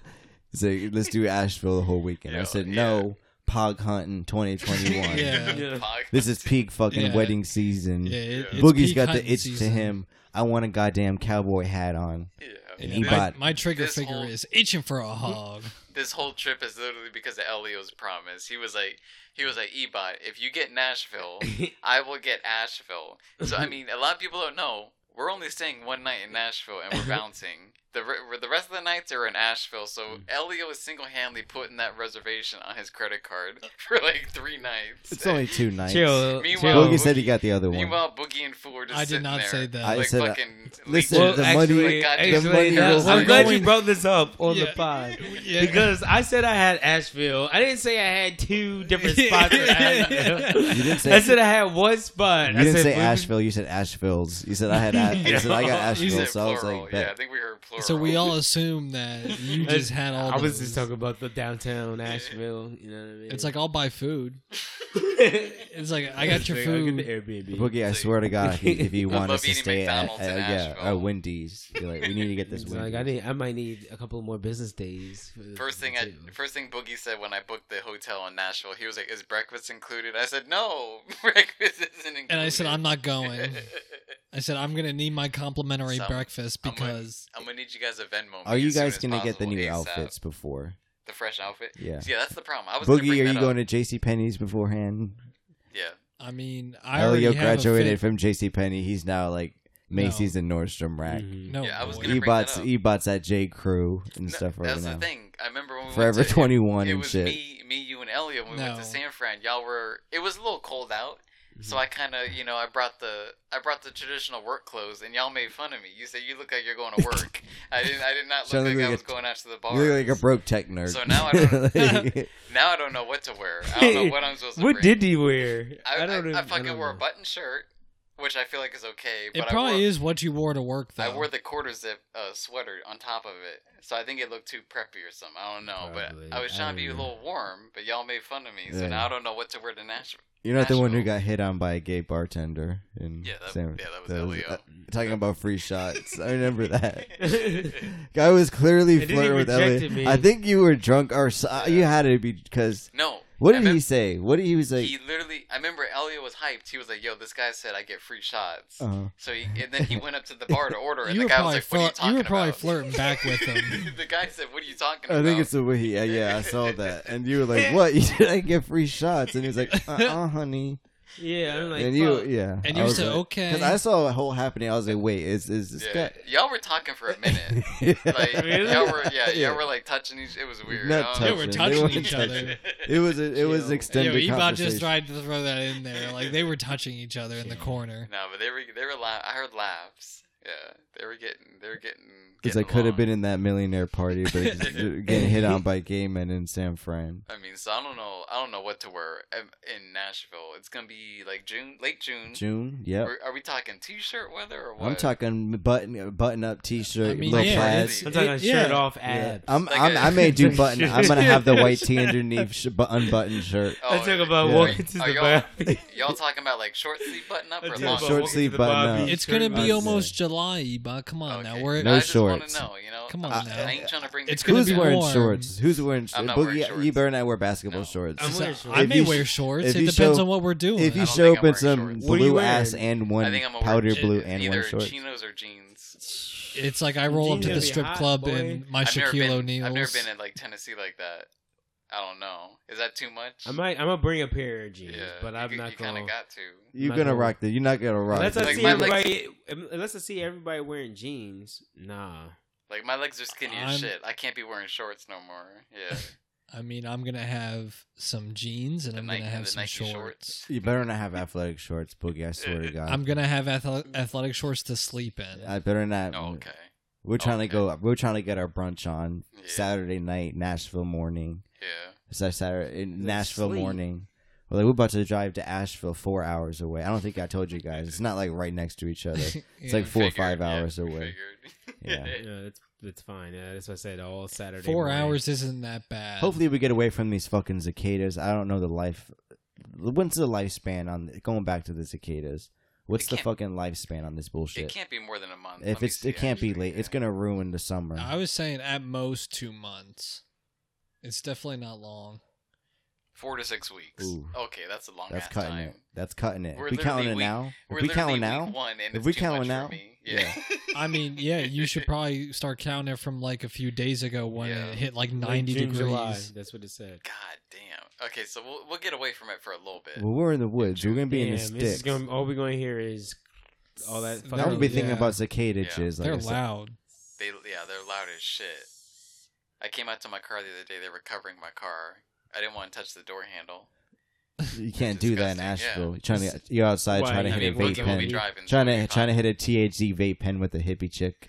Speaker 1: He's like, "Let's do Asheville the whole weekend." I
Speaker 4: Yeah,
Speaker 1: said,
Speaker 4: yeah.
Speaker 1: "No, pog hunting 2021.
Speaker 5: Yeah.
Speaker 3: Yeah.
Speaker 4: Fuck.
Speaker 1: This is peak fucking
Speaker 5: Yeah.
Speaker 1: wedding season.
Speaker 5: Yeah, it, it's
Speaker 1: Boogie's
Speaker 5: peak
Speaker 1: got the
Speaker 5: hunting
Speaker 1: itch
Speaker 5: season.
Speaker 1: to him. I want a goddamn cowboy hat on.
Speaker 4: Yeah.
Speaker 1: And he
Speaker 4: This-
Speaker 1: bought-
Speaker 5: My, my trigger
Speaker 4: This
Speaker 5: finger
Speaker 4: whole-
Speaker 5: is itching for a hog.
Speaker 4: this whole trip is literally because of Elio's promise. He was like, he was like, Ebot, if you get Nashville, I will get Asheville. So I mean, a lot of people don't know we're only staying one night in Nashville and we're bouncing. The re- the rest of the nights are in Asheville. So
Speaker 1: Mm.
Speaker 4: Elio is single handedly putting that reservation on his credit card for like three nights.
Speaker 1: It's only two nights.
Speaker 3: Chill,
Speaker 4: Meanwhile-
Speaker 1: Boogie
Speaker 3: chill.
Speaker 1: said he got the other one.
Speaker 4: Meanwhile, Boogie and Fool are just
Speaker 5: I did
Speaker 4: sitting
Speaker 5: not
Speaker 4: there,
Speaker 5: say that.
Speaker 1: I
Speaker 4: like
Speaker 1: said- uh,
Speaker 4: fucking
Speaker 1: listen,
Speaker 4: leaking-
Speaker 1: Well, the money-
Speaker 3: actually,
Speaker 4: like, goddamn
Speaker 3: actually,
Speaker 1: money
Speaker 3: no,
Speaker 1: goes
Speaker 3: I'm
Speaker 1: like-
Speaker 3: glad you
Speaker 5: Going-
Speaker 3: brought this up on
Speaker 5: Yeah.
Speaker 3: the pod
Speaker 5: Yeah.
Speaker 3: because I said I had Asheville. I didn't say I had two different spots. in Asheville.
Speaker 1: You didn't say-
Speaker 3: I said I had one spot.
Speaker 1: you
Speaker 3: I
Speaker 1: didn't
Speaker 3: said,
Speaker 1: say
Speaker 3: we-
Speaker 1: Asheville. You said Asheville's. You said I had. A- you said I got
Speaker 4: He
Speaker 1: Asheville.
Speaker 4: said
Speaker 1: So I was
Speaker 4: plural.
Speaker 1: like,
Speaker 4: yeah, I
Speaker 1: bet.
Speaker 4: think we heard plural.
Speaker 5: So we all assume that you just had all.
Speaker 3: I was
Speaker 5: those.
Speaker 3: just talking about the downtown Asheville. You know what I mean?
Speaker 5: It's like I'll buy food.
Speaker 3: I
Speaker 5: It's like I got your
Speaker 3: get the
Speaker 5: food.
Speaker 3: Airbnb.
Speaker 1: Boogie, I swear to God, if you, if you
Speaker 4: I
Speaker 1: want
Speaker 4: love
Speaker 1: us to
Speaker 4: eating
Speaker 1: stay at, at,
Speaker 4: McDonald's in
Speaker 1: yeah,
Speaker 4: Asheville.
Speaker 1: at Wendy's, you're like, we need to get this
Speaker 3: It's like I
Speaker 1: Wendy's.
Speaker 3: need, I might need a couple more business days. for-
Speaker 4: First thing I,
Speaker 3: too.
Speaker 4: first thing Boogie said when I booked the hotel in Nashville, he was like, "Is breakfast included?" I said, "No, breakfast isn't included."
Speaker 5: And I said I'm not going. I said I'm gonna need my complimentary
Speaker 4: So,
Speaker 5: breakfast
Speaker 4: I'm with-
Speaker 5: because
Speaker 4: I'm gonna need you guys a Venmo. me
Speaker 1: Are you
Speaker 4: as soon
Speaker 1: guys
Speaker 4: as
Speaker 1: gonna get the
Speaker 4: possible,
Speaker 1: new
Speaker 4: ASAP.
Speaker 1: outfits before?
Speaker 4: The fresh outfit.
Speaker 1: Yeah.
Speaker 4: See, yeah, that's the problem. I was Gonna
Speaker 1: Boogie,
Speaker 4: bring
Speaker 1: are
Speaker 4: that
Speaker 1: you
Speaker 4: up.
Speaker 1: going to J.C. Penney's beforehand?
Speaker 4: Yeah.
Speaker 5: I mean I already
Speaker 1: Elio
Speaker 5: have a
Speaker 1: graduated
Speaker 5: fit.
Speaker 1: from J.C. Penney. He's now like Macy's and Nordstrom Rack.
Speaker 3: Mhm.
Speaker 5: No,
Speaker 4: Yeah, I was
Speaker 5: boy.
Speaker 4: gonna
Speaker 1: He
Speaker 4: bring that
Speaker 1: bots,
Speaker 4: up.
Speaker 1: he bots at J. Crew and
Speaker 4: No,
Speaker 1: stuff right
Speaker 4: that's
Speaker 1: now.
Speaker 4: the thing. I remember when we
Speaker 1: Forever
Speaker 4: went to,
Speaker 1: 21
Speaker 4: it
Speaker 1: and
Speaker 4: was
Speaker 1: shit.
Speaker 4: me, me, you, and Elliot. When we went to
Speaker 5: No.
Speaker 4: San Fran, y'all were. It was a little cold out,
Speaker 1: Mm-hmm.
Speaker 4: so I kind of, you know, I brought the, I brought the traditional work clothes, and y'all made fun of me. You said you look like you're going to work. I didn't. I did not
Speaker 1: So
Speaker 4: look like,
Speaker 1: look
Speaker 4: I
Speaker 1: like
Speaker 4: was
Speaker 1: a-
Speaker 4: going out to the
Speaker 1: You
Speaker 4: bar.
Speaker 1: look like a broke tech nerd.
Speaker 4: So now I don't-
Speaker 1: Like,
Speaker 4: now I don't know what to wear. I don't know what I'm supposed to.
Speaker 3: What
Speaker 4: bring.
Speaker 3: did he wear?
Speaker 4: I,
Speaker 3: don't.
Speaker 4: I,
Speaker 3: know.
Speaker 4: I fucking
Speaker 3: don't
Speaker 4: wore a
Speaker 3: know.
Speaker 4: button shirt, which I feel like is okay.
Speaker 5: It
Speaker 4: but
Speaker 5: probably
Speaker 4: I wore,
Speaker 5: is what you wore to work though.
Speaker 4: I wore the quarter zip uh, sweater on top of it, so I think it looked too preppy or something. I don't know,
Speaker 3: Probably.
Speaker 4: but I was
Speaker 3: I
Speaker 4: trying to be a
Speaker 3: don't
Speaker 4: little warm, but y'all made fun of me, so
Speaker 1: Yeah.
Speaker 4: now I don't know what to wear to Nashville.
Speaker 1: You're not the one who
Speaker 4: Nashville.
Speaker 1: got hit on by a gay bartender in
Speaker 4: Yeah, that-
Speaker 1: San uh,
Speaker 4: yeah, that was Elio.
Speaker 1: talking about free shots. I remember that. Guy was clearly
Speaker 3: And then he
Speaker 1: flirting with Elliot.
Speaker 3: rejected me.
Speaker 1: I think you were drunk or so, you had to be because
Speaker 4: No,
Speaker 1: what
Speaker 4: I
Speaker 1: did he
Speaker 4: remem-
Speaker 1: say? What did he was like?
Speaker 4: He literally, I remember Elliot was hyped. He was like, "Yo, this guy said I get free shots."
Speaker 1: Uh-huh.
Speaker 4: So he, and then he went up to the bar to order, and
Speaker 5: you
Speaker 4: the
Speaker 5: were
Speaker 4: guy was
Speaker 5: probably
Speaker 4: like, "What are
Speaker 5: flir-
Speaker 4: you talking
Speaker 5: you were probably
Speaker 4: about?"
Speaker 5: flirting back with him.
Speaker 4: the guy said, "What are you talking
Speaker 1: I
Speaker 4: about?"
Speaker 1: think it's the way he. Yeah, yeah, I saw that, and you were like, "What? You didn't get free shots?" And he's like, "Uh, uh honey."
Speaker 3: Yeah, I'm like,
Speaker 1: and you,
Speaker 3: fuck.
Speaker 1: yeah,
Speaker 5: And you said, okay.
Speaker 1: because I saw a whole happening. I was like, wait, is is this
Speaker 4: Yeah. Y'all were talking for a minute.
Speaker 1: guy?
Speaker 4: Like
Speaker 3: Really?
Speaker 4: y'all were yeah,
Speaker 1: Yeah.
Speaker 4: y'all were like touching each it was weird.
Speaker 1: Not
Speaker 4: I don't
Speaker 5: They
Speaker 4: know.
Speaker 5: were
Speaker 1: Touching.
Speaker 5: touching
Speaker 1: They were
Speaker 5: each other.
Speaker 1: it was a, it was
Speaker 3: Chill.
Speaker 5: Yeah,
Speaker 1: extended.
Speaker 5: Ebot
Speaker 1: conversation.
Speaker 5: just tried to throw that in there. Like they were touching each other in the corner.
Speaker 4: No, but they were they were la- I heard laughs. Yeah. They were getting they were getting
Speaker 1: Because I
Speaker 4: getting
Speaker 1: could have
Speaker 4: along.
Speaker 1: been in that millionaire party, but it just- it getting hit on by gay men in San Fran.
Speaker 4: I mean, so I don't know. I don't know what to wear um, in Nashville. It's gonna be like June, late June.
Speaker 1: June, yep.
Speaker 4: Are, are we talking t-shirt weather or what?
Speaker 1: I'm talking button button up
Speaker 5: I
Speaker 1: T-shirt,
Speaker 5: mean,
Speaker 1: little
Speaker 5: yeah,
Speaker 1: plaids.
Speaker 4: it's-
Speaker 3: I'm talking
Speaker 5: it-
Speaker 3: shirt
Speaker 5: yeah.
Speaker 3: off
Speaker 1: Yeah.
Speaker 3: abs.
Speaker 1: I'm,
Speaker 4: Like
Speaker 1: I'm,
Speaker 4: a-
Speaker 1: I may do button. I'm gonna have the white tee underneath, sh- bu- unbuttoned shirt.
Speaker 4: Oh,
Speaker 3: I talk about
Speaker 1: yeah.
Speaker 3: walking to
Speaker 4: Are
Speaker 3: the
Speaker 4: y'all-
Speaker 3: bathroom.
Speaker 4: Y'all talking about like short sleeve button up
Speaker 3: I
Speaker 4: or
Speaker 3: talk
Speaker 4: long?
Speaker 3: about
Speaker 1: Short
Speaker 3: walking to
Speaker 1: sleeve
Speaker 3: the
Speaker 1: button
Speaker 3: barbie
Speaker 1: up.
Speaker 5: It's gonna
Speaker 3: shirt.
Speaker 5: be
Speaker 1: I'd
Speaker 5: almost July, Ebot. Come on now.
Speaker 4: Okay.
Speaker 5: We're
Speaker 1: No
Speaker 4: I just wanna
Speaker 1: shorts.
Speaker 4: know, you know.
Speaker 5: Come on
Speaker 4: I,
Speaker 5: now.
Speaker 4: I ain't trying to bring.
Speaker 5: It's
Speaker 4: the
Speaker 5: gonna
Speaker 4: kids
Speaker 1: Who's
Speaker 5: be
Speaker 4: down.
Speaker 1: wearing
Speaker 5: warm.
Speaker 1: shorts? Who's wearing shorts?
Speaker 4: I'm not
Speaker 1: Boogie,
Speaker 4: wearing shorts.
Speaker 1: Eber and I wear basketball
Speaker 4: No.
Speaker 1: shorts.
Speaker 3: I'm wearing
Speaker 5: So,
Speaker 3: shorts.
Speaker 5: I
Speaker 1: If
Speaker 5: may
Speaker 1: you sh-
Speaker 5: wear shorts.
Speaker 1: if
Speaker 5: It
Speaker 1: you
Speaker 5: depends
Speaker 1: show-
Speaker 5: on what we're doing.
Speaker 1: if you
Speaker 4: don't
Speaker 1: show up
Speaker 4: think I'm
Speaker 1: in
Speaker 4: wearing
Speaker 1: some
Speaker 4: shorts.
Speaker 3: What are you
Speaker 1: blue ass
Speaker 3: wearing?
Speaker 1: and
Speaker 4: I
Speaker 1: one
Speaker 4: think I'm gonna wear
Speaker 1: powder
Speaker 4: je-
Speaker 1: blue and one
Speaker 4: either
Speaker 1: short.
Speaker 4: chinos or jeans.
Speaker 5: It's like I roll up to
Speaker 1: Jeans gotta be
Speaker 5: the strip
Speaker 3: hot,
Speaker 5: club
Speaker 3: boy.
Speaker 5: in my
Speaker 4: I've never
Speaker 5: Shaquille
Speaker 4: been.
Speaker 5: O'Neal.
Speaker 4: I've never been in like Tennessee like that. I don't know. Is that too much?
Speaker 3: I might. I'm gonna bring a pair of jeans,
Speaker 4: yeah,
Speaker 3: but
Speaker 4: you,
Speaker 3: I'm
Speaker 4: g-
Speaker 3: not
Speaker 4: you
Speaker 3: gonna.
Speaker 4: kind of got to.
Speaker 1: You're
Speaker 3: Not
Speaker 1: gonna
Speaker 3: gonna-
Speaker 1: rock that. You're not gonna rock.
Speaker 3: Unless I
Speaker 4: Like,
Speaker 3: see
Speaker 4: my
Speaker 3: everybody, unless I see everybody wearing jeans, nah.
Speaker 4: Like my legs are skinny
Speaker 5: I'm-
Speaker 4: as shit. I can't be wearing shorts no more. Yeah.
Speaker 5: I mean, I'm gonna have some jeans and
Speaker 4: The
Speaker 5: I'm
Speaker 4: Nike-
Speaker 5: gonna have
Speaker 4: the
Speaker 5: some
Speaker 4: Nike
Speaker 5: shorts.
Speaker 4: shorts.
Speaker 1: You better not have athletic shorts, Boogie. I swear to God.
Speaker 5: I'm gonna have athle- athletic shorts to sleep in.
Speaker 1: I better not.
Speaker 4: Oh, okay.
Speaker 1: We're trying to
Speaker 4: Okay.
Speaker 1: go. We're trying to get our brunch on
Speaker 4: Yeah.
Speaker 1: Saturday night, Nashville morning.
Speaker 4: Yeah.
Speaker 1: It's like Saturday in
Speaker 3: Like
Speaker 1: Nashville
Speaker 3: sleep.
Speaker 1: morning. Well, like, we're about to drive to Asheville, four hours away. I don't think I told you guys. It's not like right next to each other.
Speaker 5: Yeah.
Speaker 1: like
Speaker 4: We
Speaker 1: four or
Speaker 4: figured,
Speaker 1: five
Speaker 4: yeah,
Speaker 1: hours
Speaker 4: we
Speaker 1: away.
Speaker 4: figured.
Speaker 1: Yeah.
Speaker 3: Yeah, it's it's fine. Yeah, that's what I said all Saturday.
Speaker 5: four
Speaker 3: morning.
Speaker 5: hours isn't that bad.
Speaker 1: Hopefully, we get away from these fucking cicadas. I don't know the life. When's the lifespan on going back to the cicadas? What's
Speaker 4: It
Speaker 1: the
Speaker 4: can't-
Speaker 1: fucking lifespan on this
Speaker 4: It
Speaker 1: bullshit?
Speaker 4: can't be more than a month. Let
Speaker 1: If
Speaker 4: me
Speaker 1: it's
Speaker 4: see,
Speaker 1: it can't be
Speaker 4: actually,
Speaker 1: late.
Speaker 4: yeah.
Speaker 1: It's gonna ruin the summer.
Speaker 5: I was saying at most two months. It's definitely not long.
Speaker 4: four to six weeks.
Speaker 1: Ooh.
Speaker 4: Okay, that's a long
Speaker 1: That's
Speaker 4: ass
Speaker 1: cutting
Speaker 4: time.
Speaker 1: it. That's cutting it.
Speaker 4: We're
Speaker 1: we counting it
Speaker 4: literally
Speaker 1: now.
Speaker 4: We're
Speaker 1: If we
Speaker 4: literally
Speaker 1: counting
Speaker 4: week
Speaker 1: now.
Speaker 4: One, and
Speaker 1: If
Speaker 4: it's
Speaker 1: we
Speaker 4: too
Speaker 1: counting
Speaker 4: much for
Speaker 1: now-
Speaker 4: me. Yeah.
Speaker 5: I mean, yeah, you should probably start counting it from like a few days ago when
Speaker 4: Yeah.
Speaker 5: it hit like
Speaker 3: Like
Speaker 5: 90
Speaker 3: June,
Speaker 5: degrees.
Speaker 3: July, that's what it said.
Speaker 4: God damn. Okay, so we'll we'll get away from it for a little bit.
Speaker 1: Well, we're in the woods. We're gonna be in
Speaker 3: Damn,
Speaker 1: the
Speaker 3: this is
Speaker 1: sticks.
Speaker 3: gonna, all we're gonna hear is all that.
Speaker 5: That
Speaker 1: Now
Speaker 3: fucking-
Speaker 1: we'll be
Speaker 5: Yeah.
Speaker 1: thinking about cicada
Speaker 4: Yeah.
Speaker 1: jizz. Like I
Speaker 5: They're
Speaker 1: said.
Speaker 5: loud.
Speaker 4: They yeah, they're loud as shit. I came out to my car the other day. They were covering my car. I didn't want to touch the door handle.
Speaker 1: You can't do that in
Speaker 4: disgusting, yeah.
Speaker 1: Asheville. You're Trying to you're outside
Speaker 3: Why?
Speaker 1: trying to
Speaker 3: I
Speaker 1: hit
Speaker 4: mean,
Speaker 1: a
Speaker 4: we'll
Speaker 1: vape
Speaker 4: get- we'll be
Speaker 1: pen.
Speaker 4: driving.
Speaker 1: Trying to trying to hit a THC vape pen with a hippie chick.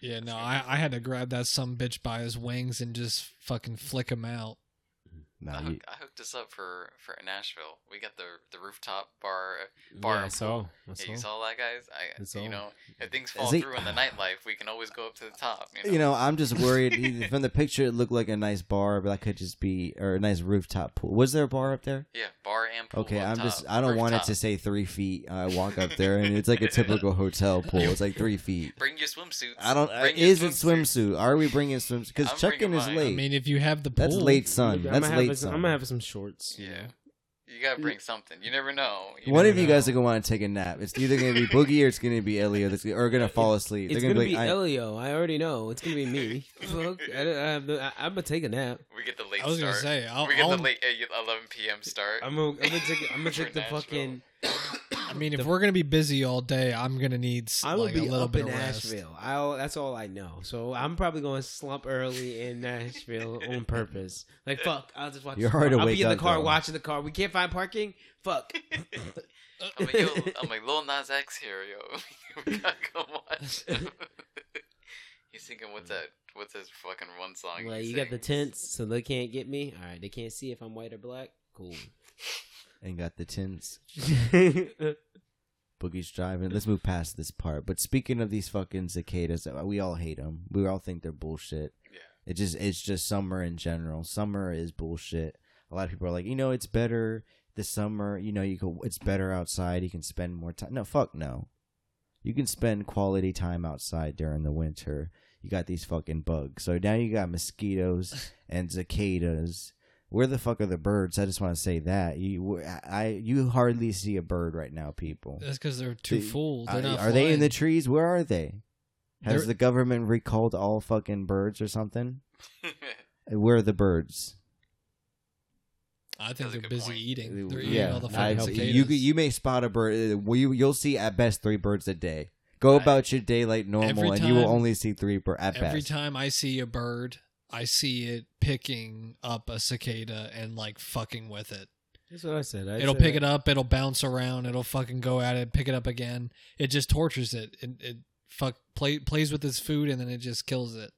Speaker 5: Yeah, no, I, I had to grab that some bitch by his wings and just fucking flick him out.
Speaker 4: I,
Speaker 1: Nah, you-
Speaker 4: hooked, I hooked us up for for Nashville. We got the the rooftop bar. Bar
Speaker 3: Yeah, I saw. I
Speaker 4: Yeah, you
Speaker 3: saw.
Speaker 4: saw that, guys. I
Speaker 3: It's all-
Speaker 4: you know if things fall
Speaker 1: it-
Speaker 4: through in the nightlife, we can always go up to the top. You know,
Speaker 1: you know, I'm just worried. From the picture, it looked like a nice bar, but that could just be or a nice rooftop pool. Was there a bar up there?
Speaker 4: yeah, bar and pool.
Speaker 1: Okay,
Speaker 4: up
Speaker 1: I'm
Speaker 4: top,
Speaker 1: just. I don't want it to
Speaker 4: rooftop.
Speaker 1: say three feet. I walk up there and it's like a typical hotel pool. It's like three feet.
Speaker 4: Bring your swimsuits.
Speaker 1: I don't. uh,
Speaker 4: Bring your
Speaker 1: is it
Speaker 4: swimsuits.
Speaker 1: swimsuit? Are we bringing swimsuit? Because
Speaker 4: I'm
Speaker 1: check-in
Speaker 4: bringing
Speaker 1: is
Speaker 4: mine.
Speaker 1: late.
Speaker 5: I mean, if you have the pool,
Speaker 1: That's late,
Speaker 3: I'm
Speaker 1: son. That's
Speaker 3: gonna
Speaker 1: late,
Speaker 3: have some,
Speaker 1: son.
Speaker 3: I'm gonna have some shorts. you
Speaker 4: Yeah,
Speaker 3: know.
Speaker 4: you gotta bring something. You never know. You
Speaker 1: One
Speaker 4: never
Speaker 1: of you
Speaker 4: know.
Speaker 1: guys are gonna want to take a nap. It's either gonna be Boogie or it's gonna be Elio. That's or gonna fall asleep.
Speaker 3: It's
Speaker 1: They're
Speaker 3: gonna,
Speaker 1: gonna,
Speaker 3: be
Speaker 1: like, I-
Speaker 3: Elio. I already know. It's gonna be me. Fuck. I, am gonna take a nap.
Speaker 4: We get the late
Speaker 5: I was gonna
Speaker 4: start.
Speaker 5: say, I'll,
Speaker 4: we get
Speaker 5: I'll-
Speaker 4: the late 8, 11 p.m. start.
Speaker 3: I'm gonna, I'm gonna take. I'm gonna
Speaker 4: For
Speaker 3: take the
Speaker 4: Nashville.
Speaker 3: fucking.
Speaker 5: I mean, if we're gonna be busy all day, I'm gonna need s-
Speaker 3: I'm
Speaker 5: like
Speaker 3: gonna
Speaker 5: a
Speaker 3: be
Speaker 5: little
Speaker 3: up
Speaker 5: bit
Speaker 3: in
Speaker 5: of rest.
Speaker 3: Nashville. I'll, that's all I know. So I'm probably gonna slump early in Nashville on purpose. Like fuck, I'll just watch.
Speaker 1: You're
Speaker 3: the
Speaker 1: hard
Speaker 3: car.
Speaker 1: to
Speaker 3: I'll
Speaker 1: wake
Speaker 3: be in the
Speaker 1: up,
Speaker 3: car
Speaker 1: though.
Speaker 3: watching the car. We can't find parking. Fuck.
Speaker 4: I'm like, yo, I'm like, Lil Nas X here, yo. we gotta go watch him. He's thinking, what's that? What's his fucking one song? he
Speaker 3: Well, you got the
Speaker 4: sings?
Speaker 3: tents, so they can't get me. All right, they can't see if I'm white or black. Cool.
Speaker 1: and got the tins. Boogie's driving. Let's move past this part. But speaking of these fucking cicadas, we all hate them. We all think they're bullshit.
Speaker 4: Yeah.
Speaker 1: It just it's just summer in general. Summer is bullshit. A lot of people are like, you know, it's better this summer. You know, you go. It's better outside. You can spend more time. No, fuck no. You can spend quality time outside during the winter. You got these fucking bugs. So now you got mosquitoes and cicadas. Where the fuck are the birds? I just want to say that you I you hardly see a bird right now, people.
Speaker 5: That's because they're too
Speaker 1: They-
Speaker 5: full. They're
Speaker 1: Are,
Speaker 5: not
Speaker 1: Uh, are they in the
Speaker 5: flying.
Speaker 1: trees? Where are they? Has
Speaker 5: They're-
Speaker 1: the government recalled all Uh, fucking birds or something? Where are the birds?
Speaker 5: I think
Speaker 4: That's a
Speaker 5: they're
Speaker 4: good
Speaker 5: busy
Speaker 4: point.
Speaker 5: eating. They're eating
Speaker 1: yeah,
Speaker 5: all the
Speaker 1: I'd
Speaker 5: fucking
Speaker 1: say
Speaker 5: potatoes.
Speaker 1: you could- you may spot a bird. uh, well, You you'll see at best three birds a day. Go
Speaker 3: Right.
Speaker 1: about your day like normal, and you will
Speaker 5: time-
Speaker 1: only see three birds at
Speaker 5: Every
Speaker 1: best.
Speaker 5: time I see a bird, I see it picking up a cicada and like fucking with it.
Speaker 3: That's what I said. I
Speaker 5: it'll
Speaker 3: said-
Speaker 5: pick it up. It'll bounce around. It'll fucking go at it. Pick it up again. It just tortures it. It, it fuck play, plays with its food and then it just kills it.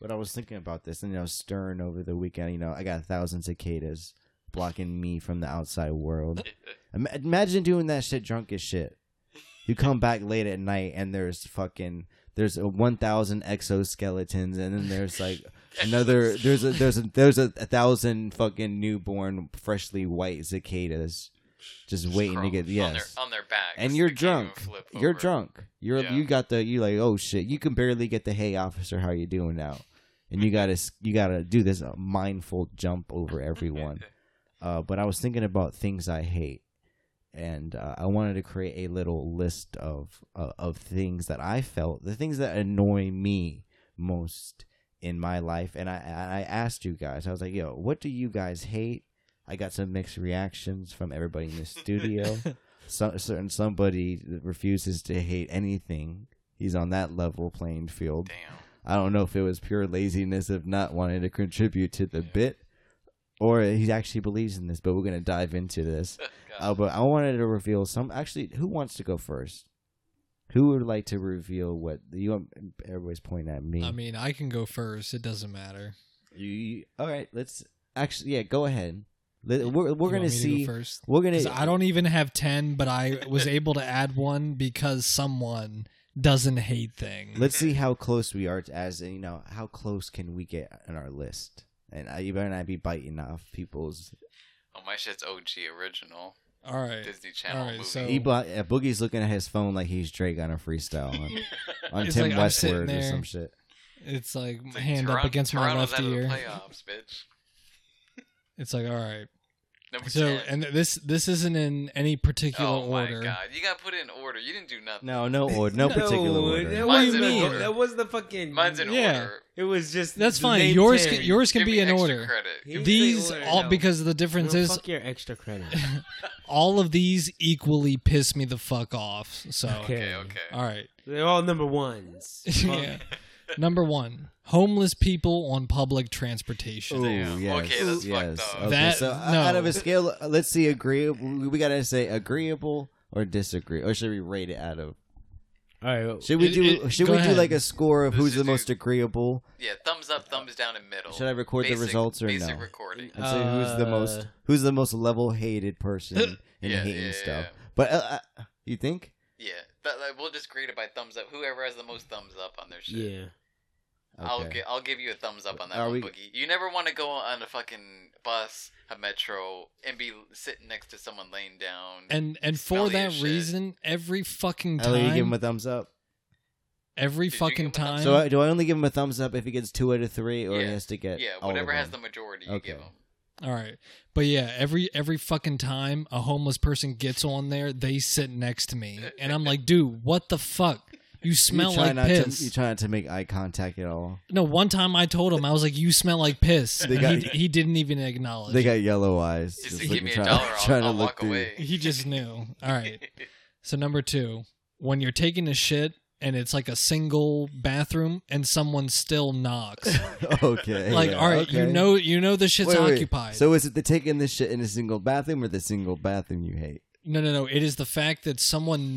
Speaker 1: But I was thinking about this, and I was stirring over the weekend. You know, I got thousands of cicadas blocking me from the outside world. Ima- Imagine doing that shit drunk as shit. You come back late at night, and there's fucking there's a one thousand exoskeletons, and then there's like another there's a there's a there's a, thousand fucking newborn freshly white cicadas just, waiting to
Speaker 4: Crumbs
Speaker 1: get yes
Speaker 4: on their, on their back,
Speaker 1: and you're
Speaker 4: They can't even
Speaker 1: drunk.
Speaker 4: flip
Speaker 1: You're
Speaker 4: over.
Speaker 1: drunk. You're
Speaker 4: Yeah.
Speaker 1: you got the you like oh shit. You can barely get the hey officer. How you doing now? And
Speaker 4: Mm-hmm.
Speaker 1: you gotta s- you gotta do this uh, mindful jump over everyone. uh, but I was thinking about things I hate, and uh, I wanted to create a little list of uh, of things that I felt the things that annoy me most in my life. And I I I asked you guys. I was like, yo, what do you guys hate? I got some mixed reactions from everybody in the studio some certain somebody that refuses to hate anything. He's on that level playing field.
Speaker 4: Damn.
Speaker 1: I don't know if it was pure laziness of not wanting to contribute to the bit, or he actually believes in this. But we're gonna dive into this. Uh, but I wanted to reveal some. Actually, who wants to go first? Who would like to reveal what you? want- Everybody's pointing at me.
Speaker 5: I mean, I can go first. It doesn't matter.
Speaker 1: You- you- all right, let's actually. Yeah, go ahead. Let- We're we're
Speaker 5: You want
Speaker 1: gonna
Speaker 5: me to go
Speaker 1: see.
Speaker 5: first.
Speaker 1: We're gonna.
Speaker 5: 'Cause I don't even have ten, but I was able to add one because someone doesn't hate things.
Speaker 1: Let's see how close we are. To, as in, you know, how close can we get on our list? And I, you better not be biting off people's.
Speaker 4: Oh, my shit's OG original
Speaker 5: All right.
Speaker 4: Disney Channel
Speaker 5: Alright,
Speaker 4: movie.
Speaker 5: so-
Speaker 1: He bought, uh, Boogie's looking at his phone like he's Drake on a freestyle on, on
Speaker 5: It's
Speaker 1: Tim
Speaker 5: like I'm sitting
Speaker 1: Westward or
Speaker 5: there.
Speaker 1: some shit.
Speaker 5: It's like
Speaker 4: It's like
Speaker 5: hand up
Speaker 4: Toron-
Speaker 5: against
Speaker 4: Toronto's
Speaker 5: my left
Speaker 4: out of the
Speaker 5: ear.
Speaker 4: playoffs, bitch.
Speaker 5: It's like all right.
Speaker 4: Number
Speaker 5: So
Speaker 4: 10.
Speaker 5: and this this isn't in any particular
Speaker 4: oh
Speaker 5: order.
Speaker 4: my god, you got to put it in order. You didn't do nothing.
Speaker 1: No, no order, no particular order.
Speaker 3: That
Speaker 4: Mine's
Speaker 3: was,
Speaker 4: in
Speaker 3: the,
Speaker 4: order.
Speaker 3: that was the fucking.
Speaker 4: Mine's in
Speaker 5: Yeah.
Speaker 4: order.
Speaker 3: It was just.
Speaker 5: That's
Speaker 3: the
Speaker 5: fine.
Speaker 3: name
Speaker 5: Yours
Speaker 3: Terry.
Speaker 5: can yours can
Speaker 4: Give
Speaker 5: be
Speaker 4: me
Speaker 5: in
Speaker 4: extra
Speaker 5: order.
Speaker 4: Credit.
Speaker 3: He-
Speaker 4: Give me-
Speaker 5: These
Speaker 3: order,
Speaker 5: all
Speaker 3: no.
Speaker 5: because the difference
Speaker 3: No,
Speaker 5: is
Speaker 3: fuck your extra credit.
Speaker 5: all of these equally piss me the fuck off. So
Speaker 4: okay, okay.
Speaker 5: all right.
Speaker 3: They're all number ones.
Speaker 5: yeah. Number one, homeless people on public transportation.
Speaker 4: Damn. Okay, that's fucked up.
Speaker 1: Okay,
Speaker 5: That-
Speaker 1: so
Speaker 5: no.
Speaker 1: out of a scale, uh, let's see, agreeable. We gotta say agreeable or disagree, or should we rate it out of?
Speaker 3: All right. well,
Speaker 1: Should we
Speaker 5: It-
Speaker 1: do?
Speaker 5: it-
Speaker 1: should
Speaker 5: go
Speaker 1: we do
Speaker 5: ahead.
Speaker 1: like a score of
Speaker 4: Let's
Speaker 1: who's the
Speaker 4: just do-
Speaker 1: most agreeable?
Speaker 4: Yeah, thumbs up, thumbs down, and middle.
Speaker 1: Should I record the
Speaker 4: Basic-
Speaker 1: results or
Speaker 4: basic
Speaker 1: no?
Speaker 4: recording.
Speaker 1: and say who's the most
Speaker 3: Uh,
Speaker 1: who's the most level hated person in
Speaker 4: Yeah,
Speaker 1: hating
Speaker 4: yeah,
Speaker 1: stuff.
Speaker 4: yeah.
Speaker 1: But uh, uh, you think?
Speaker 4: Yeah, Th- like, we'll just grade it by thumbs up. Whoever has the most thumbs up on their shit.
Speaker 3: Yeah.
Speaker 4: I'll
Speaker 1: Okay.
Speaker 4: gi- I'll give you a thumbs up on that
Speaker 1: Are
Speaker 4: one,
Speaker 1: we-
Speaker 4: Boogie. You never want to go on a fucking bus, a metro, and be sitting next to someone laying down.
Speaker 5: And and for
Speaker 4: Smelly
Speaker 5: that
Speaker 4: as shit.
Speaker 5: reason, every fucking
Speaker 1: Ellie, you give him
Speaker 5: time,
Speaker 1: a thumbs up.
Speaker 5: every
Speaker 4: Did you give
Speaker 5: fucking
Speaker 4: him a thumbs
Speaker 5: time,
Speaker 1: So I, do I only give him a thumbs up if he gets two out of three, or he
Speaker 4: Yeah.
Speaker 1: has to get
Speaker 4: yeah,
Speaker 1: all
Speaker 4: whatever
Speaker 1: of
Speaker 4: has the
Speaker 1: them?
Speaker 4: majority, you
Speaker 1: Okay.
Speaker 4: give them.
Speaker 5: All right. But yeah, every every fucking time a homeless person gets on there, they sit next to me. And I'm like, dude, what the fuck? You smell
Speaker 1: you try
Speaker 5: like
Speaker 1: not
Speaker 5: piss.
Speaker 1: To, you try not to make eye contact at all.
Speaker 5: no, one time I told him, I was like, you smell like piss.
Speaker 1: They
Speaker 5: And
Speaker 1: got-
Speaker 5: he, he didn't even acknowledge.
Speaker 1: They got yellow eyes.
Speaker 4: Just, to
Speaker 1: looking-
Speaker 4: give me a
Speaker 1: trying-
Speaker 4: dollar, I'll,
Speaker 1: trying to
Speaker 4: I'll
Speaker 1: look
Speaker 4: walk
Speaker 1: through-
Speaker 5: it.
Speaker 4: away.
Speaker 5: He just knew. All right. So number two, when you're taking a shit and it's like a single bathroom and someone still knocks.
Speaker 1: okay.
Speaker 5: Like,
Speaker 1: yeah,
Speaker 5: all right, you
Speaker 1: okay.
Speaker 5: know you know the shit's
Speaker 1: Wait, wait.
Speaker 5: occupied.
Speaker 1: So is it the taking this shit in a single bathroom or the single bathroom you hate?
Speaker 5: No, no, no. It is the fact that someone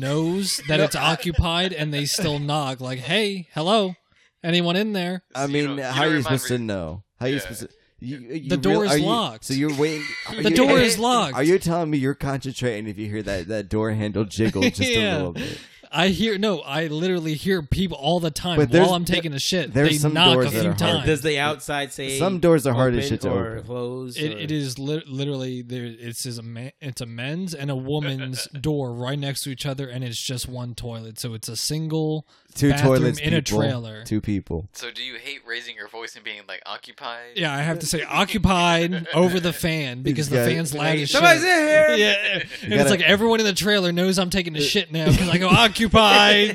Speaker 5: knows that it's occupied and they still knock, like, hey, hello, anyone in there?
Speaker 1: I
Speaker 4: You
Speaker 1: mean,
Speaker 4: don't- you
Speaker 1: how
Speaker 4: don't
Speaker 1: are you
Speaker 4: remind
Speaker 1: supposed to
Speaker 4: me-
Speaker 1: know? How are you
Speaker 4: Yeah.
Speaker 1: supposed to? You, you
Speaker 5: The door
Speaker 1: real-
Speaker 5: is
Speaker 1: are you-
Speaker 5: locked.
Speaker 1: so you're waiting. are
Speaker 5: The
Speaker 1: you-
Speaker 5: door is locked.
Speaker 1: Are you telling me you're concentrating if you hear that, that door handle jiggle just a
Speaker 5: Yeah.
Speaker 1: little bit?
Speaker 5: I hear, no, I literally hear people all the time
Speaker 1: But there's-
Speaker 5: while I'm taking a shit.
Speaker 1: there's
Speaker 5: They
Speaker 1: some
Speaker 5: knock
Speaker 1: doors
Speaker 5: a
Speaker 1: that
Speaker 5: few
Speaker 1: are hard.
Speaker 5: times.
Speaker 3: Does the outside say
Speaker 1: Some doors are hard as
Speaker 3: open
Speaker 1: shit to
Speaker 3: or
Speaker 1: open.
Speaker 3: close?
Speaker 5: It,
Speaker 3: or-
Speaker 5: it is lit literally there. It's is a man, it's a men's and a woman's door right next to each other, and it's just one toilet. So it's a single
Speaker 1: Two
Speaker 5: bathroom
Speaker 1: toilets
Speaker 5: in a
Speaker 1: people,
Speaker 5: trailer.
Speaker 1: Two people.
Speaker 4: So, do you hate raising your voice and being like occupied?
Speaker 5: Yeah, I have to say occupied over the fan because the
Speaker 1: These guys-
Speaker 5: fan's loud as shit.
Speaker 3: Somebody's in here.
Speaker 5: Yeah, and
Speaker 1: gotta- Uh,
Speaker 5: it's like everyone in the trailer knows I'm taking a shit now because I go "Oh, occupied.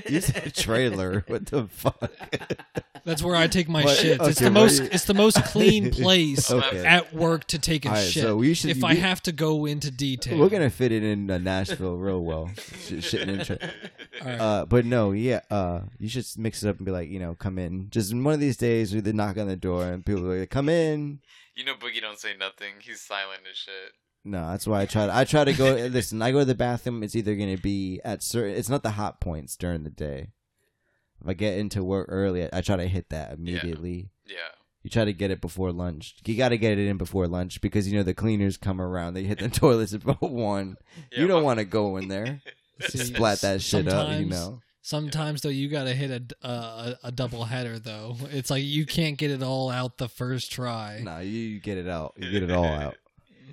Speaker 1: You said trailer. What the fuck?
Speaker 5: That's where I take my
Speaker 1: But-
Speaker 5: shits. it's
Speaker 1: okay,
Speaker 5: the
Speaker 1: but-
Speaker 5: most. It's the most clean place
Speaker 1: Okay.
Speaker 5: at work to take a
Speaker 1: All right,
Speaker 5: shit.
Speaker 1: so we should-
Speaker 5: if
Speaker 1: we-
Speaker 5: I have to go into detail,
Speaker 1: We're gonna fit it in uh, Nashville real well. Shit, shit in tra-
Speaker 5: All right.
Speaker 1: uh, but no, yeah, uh, you should mix it up and be like, you know, come in. Just one of these days, we they knock on the door and people are like, come in.
Speaker 4: You know, Boogie don't say nothing. He's silent as shit.
Speaker 1: No, that's why I try. To, I try to go. listen, I go to the bathroom. It's either gonna be at certain. It's not the hot points during the day. If I get into work early, I, I try to hit that immediately.
Speaker 4: Yeah.
Speaker 1: You try to get it before lunch. You got to get it in before lunch because you know the cleaners come around. They hit the toilets about one.
Speaker 4: yeah
Speaker 1: you don't
Speaker 4: well,
Speaker 1: want to go in there.
Speaker 5: See,
Speaker 1: Splat that shit up. You
Speaker 5: sometimes-
Speaker 1: know.
Speaker 5: Sometimes though, you gotta hit a, a a double header though. It's like you can't get it all out the first try.
Speaker 1: No, you, you get it out. You get it all out.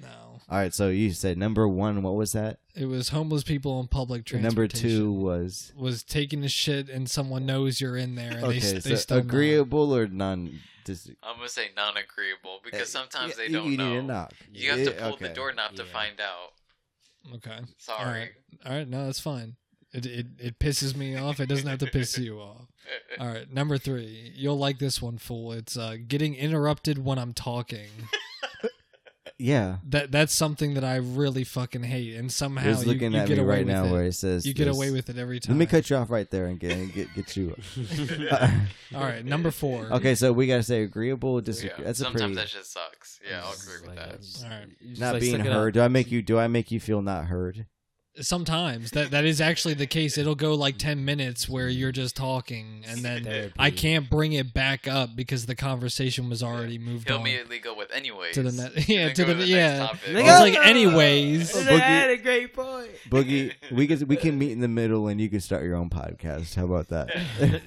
Speaker 5: No.
Speaker 1: All right. So you said number one. What was that?
Speaker 5: it was homeless people on public
Speaker 1: And Number
Speaker 5: transportation.
Speaker 1: two was
Speaker 5: was taking a shit and someone knows you're in there and
Speaker 1: okay.
Speaker 5: they, they
Speaker 1: so
Speaker 5: still knock.
Speaker 1: agreeable or non? Dis-
Speaker 4: I'm gonna say non-agreeable because sometimes
Speaker 1: Eh, Yeah,
Speaker 4: they
Speaker 1: you-
Speaker 4: don't
Speaker 1: you
Speaker 4: know.
Speaker 1: Need to knock.
Speaker 4: You have to
Speaker 1: Yeah,
Speaker 4: pull
Speaker 1: okay.
Speaker 4: the doorknob to
Speaker 3: Yeah.
Speaker 4: find out.
Speaker 5: Okay.
Speaker 4: Sorry.
Speaker 5: Alright. All right. No, that's fine. It, it it pisses me off. It doesn't have to piss you off. All right. Number three. You'll like this one, fool. It's uh, getting interrupted when I'm talking.
Speaker 1: Yeah.
Speaker 5: That that's something that I really fucking hate. And somehow
Speaker 1: He's
Speaker 5: you,
Speaker 1: looking
Speaker 5: you
Speaker 1: at
Speaker 5: get
Speaker 1: me
Speaker 5: away
Speaker 1: right
Speaker 5: with
Speaker 1: now
Speaker 5: it.
Speaker 1: where it says
Speaker 5: you get
Speaker 1: this.
Speaker 5: away with it every time.
Speaker 1: Let me cut you off right there and get and get, get you.
Speaker 5: All right. Number four.
Speaker 1: okay, so we gotta say agreeable,
Speaker 4: Yeah.
Speaker 1: disagree. That's a
Speaker 4: Sometimes
Speaker 1: pretty
Speaker 4: that shit sucks. Yeah, I'll agree with that.
Speaker 5: All right.
Speaker 1: not being heard. Do I make you? Do I make you feel not heard?
Speaker 5: Sometimes that that is actually the case. It'll go like ten minutes where you're just talking, and then I can't bring it back up because the conversation was already moved
Speaker 4: He'll
Speaker 5: on
Speaker 4: immediately go with anyways.
Speaker 5: to the
Speaker 4: and
Speaker 5: next. Yeah,
Speaker 4: then
Speaker 5: to
Speaker 4: go
Speaker 5: the, yeah.
Speaker 4: Next
Speaker 5: It's
Speaker 4: topic.
Speaker 3: Nigga!
Speaker 5: like, anyways,
Speaker 1: Boogie-
Speaker 3: I had a great point.
Speaker 1: Boogie, we can we can meet in the middle, and you can start your own podcast. How about that?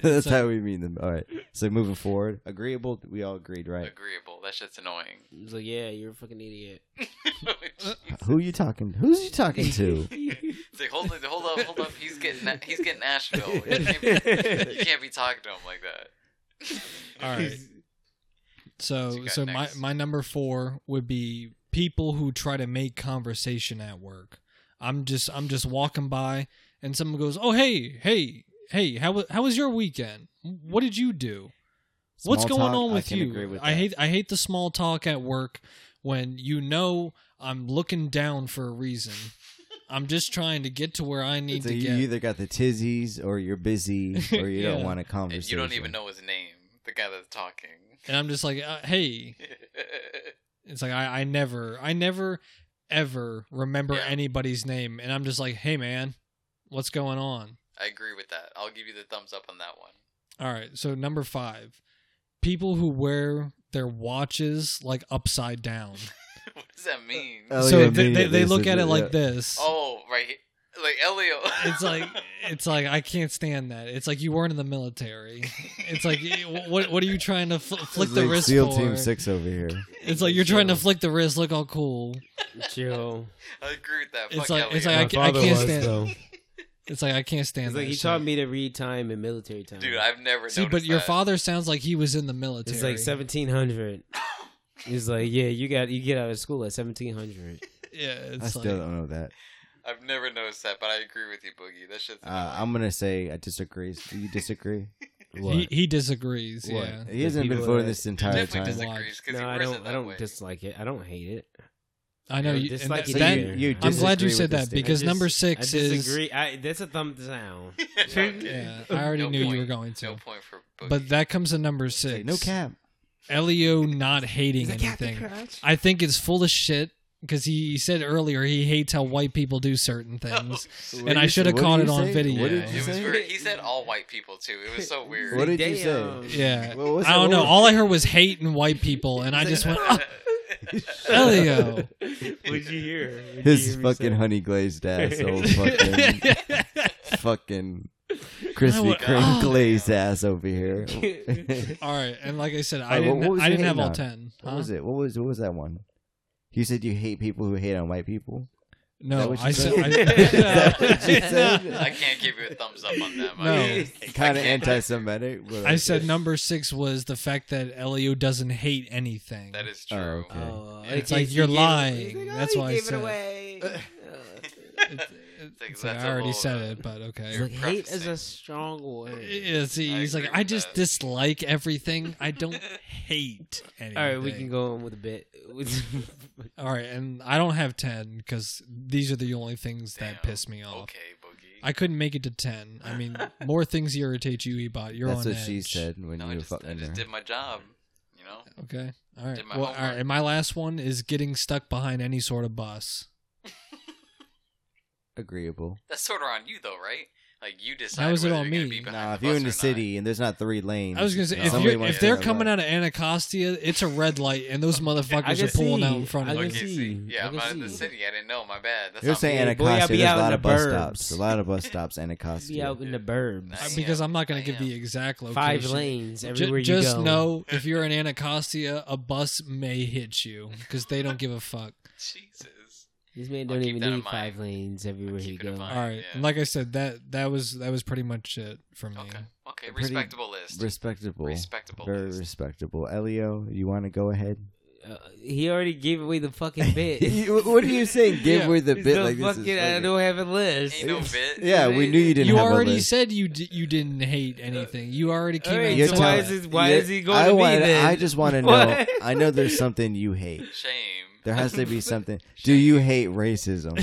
Speaker 1: That's how we meet in the All right. So moving forward, agreeable. We all agreed, right?
Speaker 4: Agreeable. That shit's annoying.
Speaker 3: He was like, "Yeah, you're a fucking idiot."
Speaker 1: Who you talking? Who's you talking to?
Speaker 4: It's like hold, hold up, hold up. He's getting he's getting Nashville. You can't, be, you
Speaker 3: All
Speaker 4: can't be talking to him like that.
Speaker 5: all right.
Speaker 4: So you
Speaker 5: So so
Speaker 4: got
Speaker 5: my
Speaker 4: next.
Speaker 5: my number four would be people who try to make conversation at work. I'm just I'm just walking by, and someone goes, "Oh hey hey hey, how wa- how was your weekend? What did you do?" What's
Speaker 1: Small
Speaker 5: going
Speaker 1: talk,
Speaker 5: on with
Speaker 1: I can
Speaker 5: you?
Speaker 1: Agree with
Speaker 5: I
Speaker 1: that.
Speaker 5: hate I hate the small talk at work when you know I'm looking down for a reason. I'm just trying to get to where I need
Speaker 1: So
Speaker 5: to
Speaker 1: you
Speaker 5: get.
Speaker 1: either got the tizzies, or you're busy, or you don't
Speaker 5: Yeah.
Speaker 1: want a
Speaker 4: And
Speaker 1: conversation.
Speaker 4: you don't even know his name. The guy that's talking.
Speaker 5: And I'm just like, uh, hey, it's like I, I never I never ever remember
Speaker 4: Yeah.
Speaker 5: anybody's name, and I'm just like, hey man, what's going on?
Speaker 4: I agree with that. I'll give you the thumbs up on that one.
Speaker 5: All right, so number five, people who wear their watches like upside down.
Speaker 4: What does that mean?
Speaker 1: Oh,
Speaker 5: so
Speaker 1: yeah,
Speaker 5: they,
Speaker 1: me
Speaker 5: they,
Speaker 1: at
Speaker 5: they
Speaker 1: least,
Speaker 5: look at
Speaker 1: yeah.
Speaker 5: it like this.
Speaker 4: oh, right. he- Like Elio.
Speaker 5: it's like it's like I can't stand that. It's like you weren't in the military. It's like wh- what what are you trying to fl- flick the
Speaker 1: Like
Speaker 5: wrist
Speaker 1: SEAL
Speaker 5: for?
Speaker 1: Team Six over here.
Speaker 5: It's like you're trying to flick the wrist, look all cool.
Speaker 3: Chill.
Speaker 4: I agree with that.
Speaker 5: It's
Speaker 4: Fuck
Speaker 5: like- it's
Speaker 4: Elio.
Speaker 5: I-
Speaker 6: My
Speaker 5: I
Speaker 6: father
Speaker 5: can't
Speaker 6: was,
Speaker 5: stand-
Speaker 6: though.
Speaker 5: It's like I can't stand
Speaker 3: It's
Speaker 5: that.
Speaker 3: like he
Speaker 5: shit.
Speaker 3: taught me to read time in military time.
Speaker 4: Dude, I've never
Speaker 5: See,
Speaker 4: noticed
Speaker 5: but your
Speaker 4: that.
Speaker 5: father sounds like he was in the military.
Speaker 3: It's like seventeen hundred. He's like, yeah, you got you get out of school at seventeen hundred.
Speaker 5: Yeah, it's
Speaker 1: I still
Speaker 5: like
Speaker 1: don't know that.
Speaker 4: I've never noticed that, but I agree with you, Boogie. That shit's
Speaker 1: Uh, I'm gonna say I disagree. Do you disagree?
Speaker 5: he, he disagrees.
Speaker 1: What?
Speaker 5: Yeah,
Speaker 1: He hasn't been
Speaker 3: people
Speaker 1: voting
Speaker 3: that-
Speaker 1: this
Speaker 4: He
Speaker 1: entire
Speaker 4: definitely
Speaker 1: time.
Speaker 5: disagree.
Speaker 4: disagrees
Speaker 3: No,
Speaker 4: because he
Speaker 3: I
Speaker 4: wears it
Speaker 3: don't.
Speaker 4: that
Speaker 3: I don't
Speaker 4: way.
Speaker 3: dislike it. I don't hate it.
Speaker 5: I know.
Speaker 3: Yeah,
Speaker 5: You,
Speaker 3: just
Speaker 5: and
Speaker 3: like
Speaker 5: that-
Speaker 3: it
Speaker 5: that-
Speaker 3: here.
Speaker 1: you
Speaker 5: I'm glad you
Speaker 1: disagree
Speaker 5: said
Speaker 1: with
Speaker 5: that
Speaker 1: this
Speaker 5: because
Speaker 3: I
Speaker 5: number
Speaker 3: just-
Speaker 5: six
Speaker 3: I
Speaker 5: is.
Speaker 3: disagree. I, that's a thumbs down.
Speaker 5: Yeah, I already
Speaker 4: No
Speaker 5: knew you
Speaker 4: point.
Speaker 5: were going to,
Speaker 4: No point for Boogie.
Speaker 5: but that comes in number six.
Speaker 1: No cap.
Speaker 5: Elio not hating anything. I think it's full of shit because he said earlier he hates how white people do certain things.
Speaker 1: What
Speaker 5: And
Speaker 1: did
Speaker 5: I
Speaker 1: you
Speaker 5: shoulda
Speaker 1: say? What
Speaker 5: caught
Speaker 1: did
Speaker 5: it
Speaker 1: you
Speaker 5: on
Speaker 1: say?
Speaker 5: video.
Speaker 1: What did
Speaker 5: Yeah.
Speaker 1: you
Speaker 4: it was
Speaker 1: say?
Speaker 4: weird. He said all white people too. It was so weird.
Speaker 1: What did you
Speaker 3: Damn.
Speaker 1: say?
Speaker 5: yeah.
Speaker 1: Well, what's
Speaker 5: I
Speaker 1: that-
Speaker 5: don't know.
Speaker 1: what-
Speaker 5: All I heard was hate and white people, and I just went, "Ah, Elio.
Speaker 3: What'd you hear? What'd you
Speaker 1: His
Speaker 3: hear me
Speaker 1: fucking
Speaker 3: say?
Speaker 1: honey glazed ass, old
Speaker 5: "Oh,
Speaker 1: fucking fucking
Speaker 5: I
Speaker 1: crispy
Speaker 5: would-
Speaker 1: cream
Speaker 5: oh.
Speaker 1: glazed ass over here.
Speaker 5: All right. And like I said,
Speaker 1: right,
Speaker 5: I
Speaker 1: what-
Speaker 5: didn't,
Speaker 1: what was
Speaker 5: I
Speaker 1: your
Speaker 5: didn't have
Speaker 1: hate
Speaker 5: all
Speaker 1: on?
Speaker 5: 10.
Speaker 1: What
Speaker 5: Huh?
Speaker 1: was it? What was what was that one? You said you hate people who hate on white people. that
Speaker 5: No,
Speaker 1: what you
Speaker 5: I said.
Speaker 1: said?
Speaker 5: I,
Speaker 1: Is that what you
Speaker 4: I
Speaker 1: said?
Speaker 4: can't give you a thumbs up on that.
Speaker 3: Oh,
Speaker 5: No.
Speaker 4: Mike.
Speaker 1: Kind of anti-Semitic. but-
Speaker 5: I said number six was the fact that Elio doesn't hate anything.
Speaker 4: that is
Speaker 1: Oh,
Speaker 4: true.
Speaker 1: okay.
Speaker 3: Oh,
Speaker 5: It's
Speaker 3: okay,
Speaker 5: like
Speaker 3: so
Speaker 5: you're
Speaker 3: he gave it-
Speaker 5: lying.
Speaker 3: he's like, oh,
Speaker 5: That's
Speaker 3: he
Speaker 5: why I
Speaker 3: gave
Speaker 5: said-
Speaker 3: it away.
Speaker 5: It-
Speaker 4: Like,
Speaker 5: It's like,
Speaker 4: that's
Speaker 5: I
Speaker 4: a
Speaker 5: already
Speaker 4: whole,
Speaker 5: said
Speaker 4: uh,
Speaker 5: it, but okay.
Speaker 3: He's like, hate is
Speaker 4: prefacing.
Speaker 3: a strong word.
Speaker 5: Yeah, see,
Speaker 4: I
Speaker 5: he's like,
Speaker 4: agree
Speaker 5: I
Speaker 4: with
Speaker 5: just
Speaker 4: that.
Speaker 5: dislike everything. I don't hate anything.
Speaker 3: All right, we can go on with a bit.
Speaker 5: All right, and I don't have ten because these are the only things that
Speaker 4: Damn.
Speaker 5: piss me off.
Speaker 4: Okay, Boogie.
Speaker 5: I couldn't make it to ten. I mean, more things irritate you, Ebot. You're
Speaker 1: That's
Speaker 5: on
Speaker 1: what she
Speaker 5: edge.
Speaker 1: said when
Speaker 4: no,
Speaker 1: you
Speaker 4: I
Speaker 1: were
Speaker 4: just, I
Speaker 1: fucking
Speaker 4: just
Speaker 1: her.
Speaker 4: did my job. You know.
Speaker 5: Okay. All right.
Speaker 4: Did my
Speaker 5: well, all right.
Speaker 4: homework.
Speaker 5: And my last one is getting stuck behind any sort of bus.
Speaker 1: Agreeable.
Speaker 4: That's sort of on you, though, right? Like you decide.
Speaker 5: How is it
Speaker 4: whether
Speaker 5: on
Speaker 4: you're gonna
Speaker 5: me?
Speaker 4: Be behind
Speaker 1: Nah, if
Speaker 4: the
Speaker 1: you're
Speaker 4: bus
Speaker 1: in
Speaker 4: or
Speaker 1: the
Speaker 4: not.
Speaker 1: city and there's not three lanes,
Speaker 5: I was gonna say if,
Speaker 1: somebody
Speaker 5: you're,
Speaker 1: wants
Speaker 5: if
Speaker 1: to
Speaker 5: they're
Speaker 1: get
Speaker 5: coming
Speaker 1: right.
Speaker 5: out of Anacostia, it's a red light, and those
Speaker 3: I
Speaker 5: motherfuckers
Speaker 3: can
Speaker 5: are pulling out
Speaker 3: see.
Speaker 5: in front of
Speaker 3: I
Speaker 5: you.
Speaker 3: can
Speaker 4: Okay,
Speaker 3: see.
Speaker 4: see, yeah,
Speaker 3: I
Speaker 4: I'm
Speaker 3: can
Speaker 4: out in the
Speaker 3: see.
Speaker 4: city. I didn't know. My bad. That's
Speaker 1: You're
Speaker 4: on
Speaker 1: saying
Speaker 4: me.
Speaker 3: Yeah, boy, I'll
Speaker 1: Anacostia.
Speaker 3: be
Speaker 1: There's a
Speaker 3: out in
Speaker 1: lot
Speaker 3: the
Speaker 1: of bus
Speaker 3: burbs.
Speaker 1: stops. A lot of bus stops. Anacostia.
Speaker 3: Be out in the burbs.
Speaker 5: Uh,
Speaker 4: I am.
Speaker 5: Because I'm not gonna
Speaker 4: I
Speaker 5: give
Speaker 4: am.
Speaker 5: the exact location.
Speaker 3: Five lanes
Speaker 5: Ju-
Speaker 3: everywhere you
Speaker 5: just
Speaker 3: go.
Speaker 5: know if you're in Anacostia, a bus may hit you because they don't give a fuck.
Speaker 4: Jesus.
Speaker 3: This man
Speaker 4: I'll
Speaker 3: don't
Speaker 4: keep
Speaker 3: even
Speaker 4: that in
Speaker 3: need
Speaker 4: mind.
Speaker 3: five lanes everywhere he
Speaker 4: keep it in
Speaker 3: goes.
Speaker 5: All
Speaker 4: mind.
Speaker 5: right,
Speaker 4: yeah.
Speaker 5: and like I said, that that was that was pretty much it for me.
Speaker 4: Okay. Okay.
Speaker 1: Pretty
Speaker 4: Respectable list.
Speaker 1: Respectable.
Speaker 4: Respectable
Speaker 1: Very
Speaker 4: list.
Speaker 1: respectable. Elio, you want to go ahead?
Speaker 3: Uh, he already gave away the fucking bit.
Speaker 1: You- what are you saying? Give
Speaker 5: Yeah.
Speaker 1: her the
Speaker 3: He's
Speaker 1: bit
Speaker 3: no
Speaker 1: like this.
Speaker 3: fucking,
Speaker 1: Is
Speaker 3: I
Speaker 1: funny.
Speaker 3: don't have a list.
Speaker 4: Ain't no bit.
Speaker 1: yeah, we knew you didn't.
Speaker 5: You
Speaker 1: have a
Speaker 5: already
Speaker 1: list.
Speaker 5: said you d- you didn't hate anything. You already came
Speaker 3: All
Speaker 5: out
Speaker 3: right,
Speaker 5: and
Speaker 3: so
Speaker 5: said
Speaker 3: why
Speaker 5: that.
Speaker 3: is it- why
Speaker 1: Yeah,
Speaker 3: is he going
Speaker 1: I
Speaker 3: to me
Speaker 1: wanna-
Speaker 3: then?
Speaker 1: I just want to know.
Speaker 3: What?
Speaker 1: I know there's something you hate.
Speaker 4: Shame.
Speaker 1: There has to be something. Do you hate racism?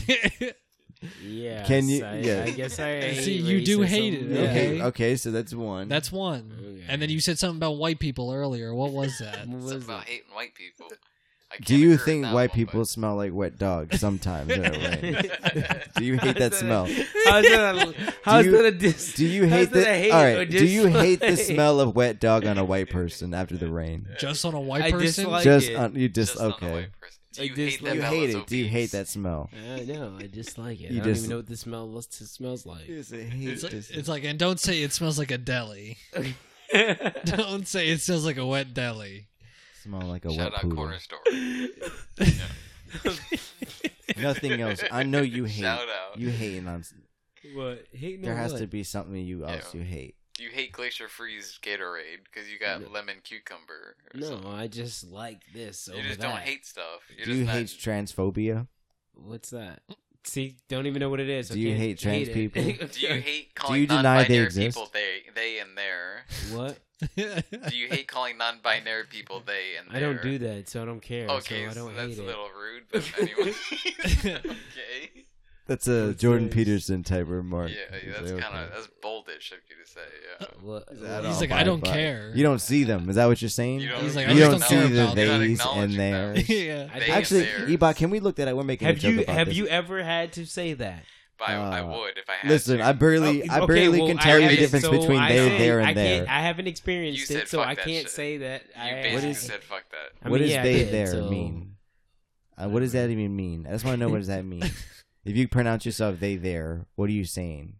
Speaker 3: Yeah.
Speaker 1: Can you-
Speaker 3: I,
Speaker 1: yeah.
Speaker 3: I guess I. hate
Speaker 5: See, you do
Speaker 3: racism.
Speaker 5: hate it,
Speaker 3: Yeah.
Speaker 1: Okay,
Speaker 5: Okay.
Speaker 1: okay, so that's one.
Speaker 5: That's one.
Speaker 3: Okay.
Speaker 5: And then you said something about white people earlier. What was that?
Speaker 3: What was
Speaker 4: Something about
Speaker 3: it?
Speaker 4: hating white people. I can't
Speaker 1: Do you
Speaker 4: agree with
Speaker 1: think
Speaker 4: that
Speaker 1: white
Speaker 4: one,
Speaker 1: people
Speaker 4: but-
Speaker 1: smell like wet dogs sometimes? in a way? Do you hate that smell?
Speaker 3: How's that? A, how's
Speaker 1: you-
Speaker 3: that a dis?
Speaker 1: Do you
Speaker 3: how's
Speaker 1: hate the
Speaker 3: that a hate
Speaker 1: all right?
Speaker 3: or
Speaker 1: Do you hate the
Speaker 3: dislike?
Speaker 1: smell of wet dog on a white person after the rain?
Speaker 5: Just on a white
Speaker 3: I
Speaker 5: person?
Speaker 3: dislike-
Speaker 1: just
Speaker 3: it.
Speaker 1: on, you just,
Speaker 4: Just on the
Speaker 1: okay.
Speaker 4: white person.
Speaker 3: I
Speaker 4: Do you hate
Speaker 3: dislike-
Speaker 4: that
Speaker 1: You
Speaker 4: Bella's
Speaker 1: hate it. Do you hate
Speaker 4: obese?
Speaker 1: that smell?
Speaker 3: Uh, no, I dislike it.
Speaker 1: You
Speaker 3: I don't
Speaker 1: dis-
Speaker 3: even know what the smell what it smells like.
Speaker 5: It's, like- it's like, and don't say it smells like a deli. Don't say it smells like a wet deli.
Speaker 1: smell like a
Speaker 4: Shout
Speaker 1: wet
Speaker 4: out
Speaker 1: poodle.
Speaker 4: corner store.
Speaker 1: Nothing else. I know you hate.
Speaker 4: Shout out.
Speaker 1: You hating on. s-
Speaker 3: what? Hating
Speaker 1: There
Speaker 3: on
Speaker 1: has
Speaker 3: what?
Speaker 1: to be something you
Speaker 4: Yeah.
Speaker 1: else you hate.
Speaker 4: You hate Glacier Freeze Gatorade because you got lemon cucumber. Or
Speaker 3: No,
Speaker 4: something.
Speaker 3: I just like this.
Speaker 4: you
Speaker 3: over
Speaker 4: just
Speaker 3: that.
Speaker 4: don't hate stuff. You're
Speaker 1: Do you
Speaker 4: just not-
Speaker 1: hate transphobia?
Speaker 3: What's that? See, don't even know what it is. so
Speaker 1: Do you
Speaker 3: can't
Speaker 1: hate trans
Speaker 3: it.
Speaker 1: people?
Speaker 4: Do you hate calling
Speaker 1: you deny
Speaker 4: non-binary
Speaker 1: they exist?
Speaker 4: people they they and their?
Speaker 3: what?
Speaker 4: Do you hate calling non-binary people they and
Speaker 3: I
Speaker 4: their?
Speaker 3: don't do that, so I don't care.
Speaker 4: Okay,
Speaker 3: so I don't
Speaker 4: that's
Speaker 3: hate
Speaker 4: a
Speaker 3: it.
Speaker 4: little rude, but anyway. okay.
Speaker 1: That's a
Speaker 3: That's
Speaker 1: Jordan
Speaker 3: nice.
Speaker 1: Peterson type
Speaker 4: Yeah,
Speaker 1: remark.
Speaker 4: yeah,
Speaker 1: He's
Speaker 4: that's
Speaker 1: like,
Speaker 4: kind of
Speaker 1: okay.
Speaker 4: that's boldish of you to say.
Speaker 1: Uh,
Speaker 4: Yeah.
Speaker 3: What?
Speaker 1: He's like,
Speaker 5: He's like,
Speaker 1: buy
Speaker 5: I don't
Speaker 1: it, buy it."
Speaker 5: care.
Speaker 1: You don't see them. Is that what you're saying?
Speaker 4: You
Speaker 5: He's like,
Speaker 4: you
Speaker 5: I just
Speaker 1: don't
Speaker 5: don't
Speaker 1: see
Speaker 5: care
Speaker 1: the
Speaker 5: about them.
Speaker 4: You're not
Speaker 1: theys and
Speaker 4: acknowledging them.
Speaker 1: theirs.
Speaker 5: yeah.
Speaker 3: I
Speaker 4: They
Speaker 3: don't-
Speaker 4: and
Speaker 1: Actually,
Speaker 4: theirs.
Speaker 1: Ebot, can we look that up? We're making a
Speaker 3: have
Speaker 1: joke
Speaker 3: you
Speaker 1: about
Speaker 3: have
Speaker 1: this.
Speaker 3: you ever had to say that?
Speaker 4: But I, I
Speaker 1: Uh,
Speaker 4: would if I had.
Speaker 1: Listen,
Speaker 4: to.
Speaker 1: I barely,
Speaker 3: Oh,
Speaker 1: I
Speaker 3: okay,
Speaker 1: barely
Speaker 3: well,
Speaker 1: can
Speaker 3: I
Speaker 1: tell you the
Speaker 3: haven't-
Speaker 1: difference
Speaker 3: so
Speaker 1: between
Speaker 3: I
Speaker 1: there,
Speaker 3: say
Speaker 1: there, and
Speaker 3: I
Speaker 1: there.
Speaker 3: Can't, I haven't experienced
Speaker 4: You
Speaker 3: it,
Speaker 4: said
Speaker 3: so
Speaker 4: fuck
Speaker 3: I
Speaker 4: that
Speaker 3: can't
Speaker 4: shit.
Speaker 3: say that. I,
Speaker 4: You
Speaker 3: I
Speaker 4: basically
Speaker 1: is-
Speaker 4: said fuck that.
Speaker 3: I
Speaker 1: what
Speaker 3: mean,
Speaker 1: does
Speaker 3: yeah, I
Speaker 1: they,
Speaker 3: did,
Speaker 1: there
Speaker 3: so-
Speaker 1: mean? Uh, what does that even mean? I just want to know what does that mean. if you pronounce yourself they, there, what are you saying?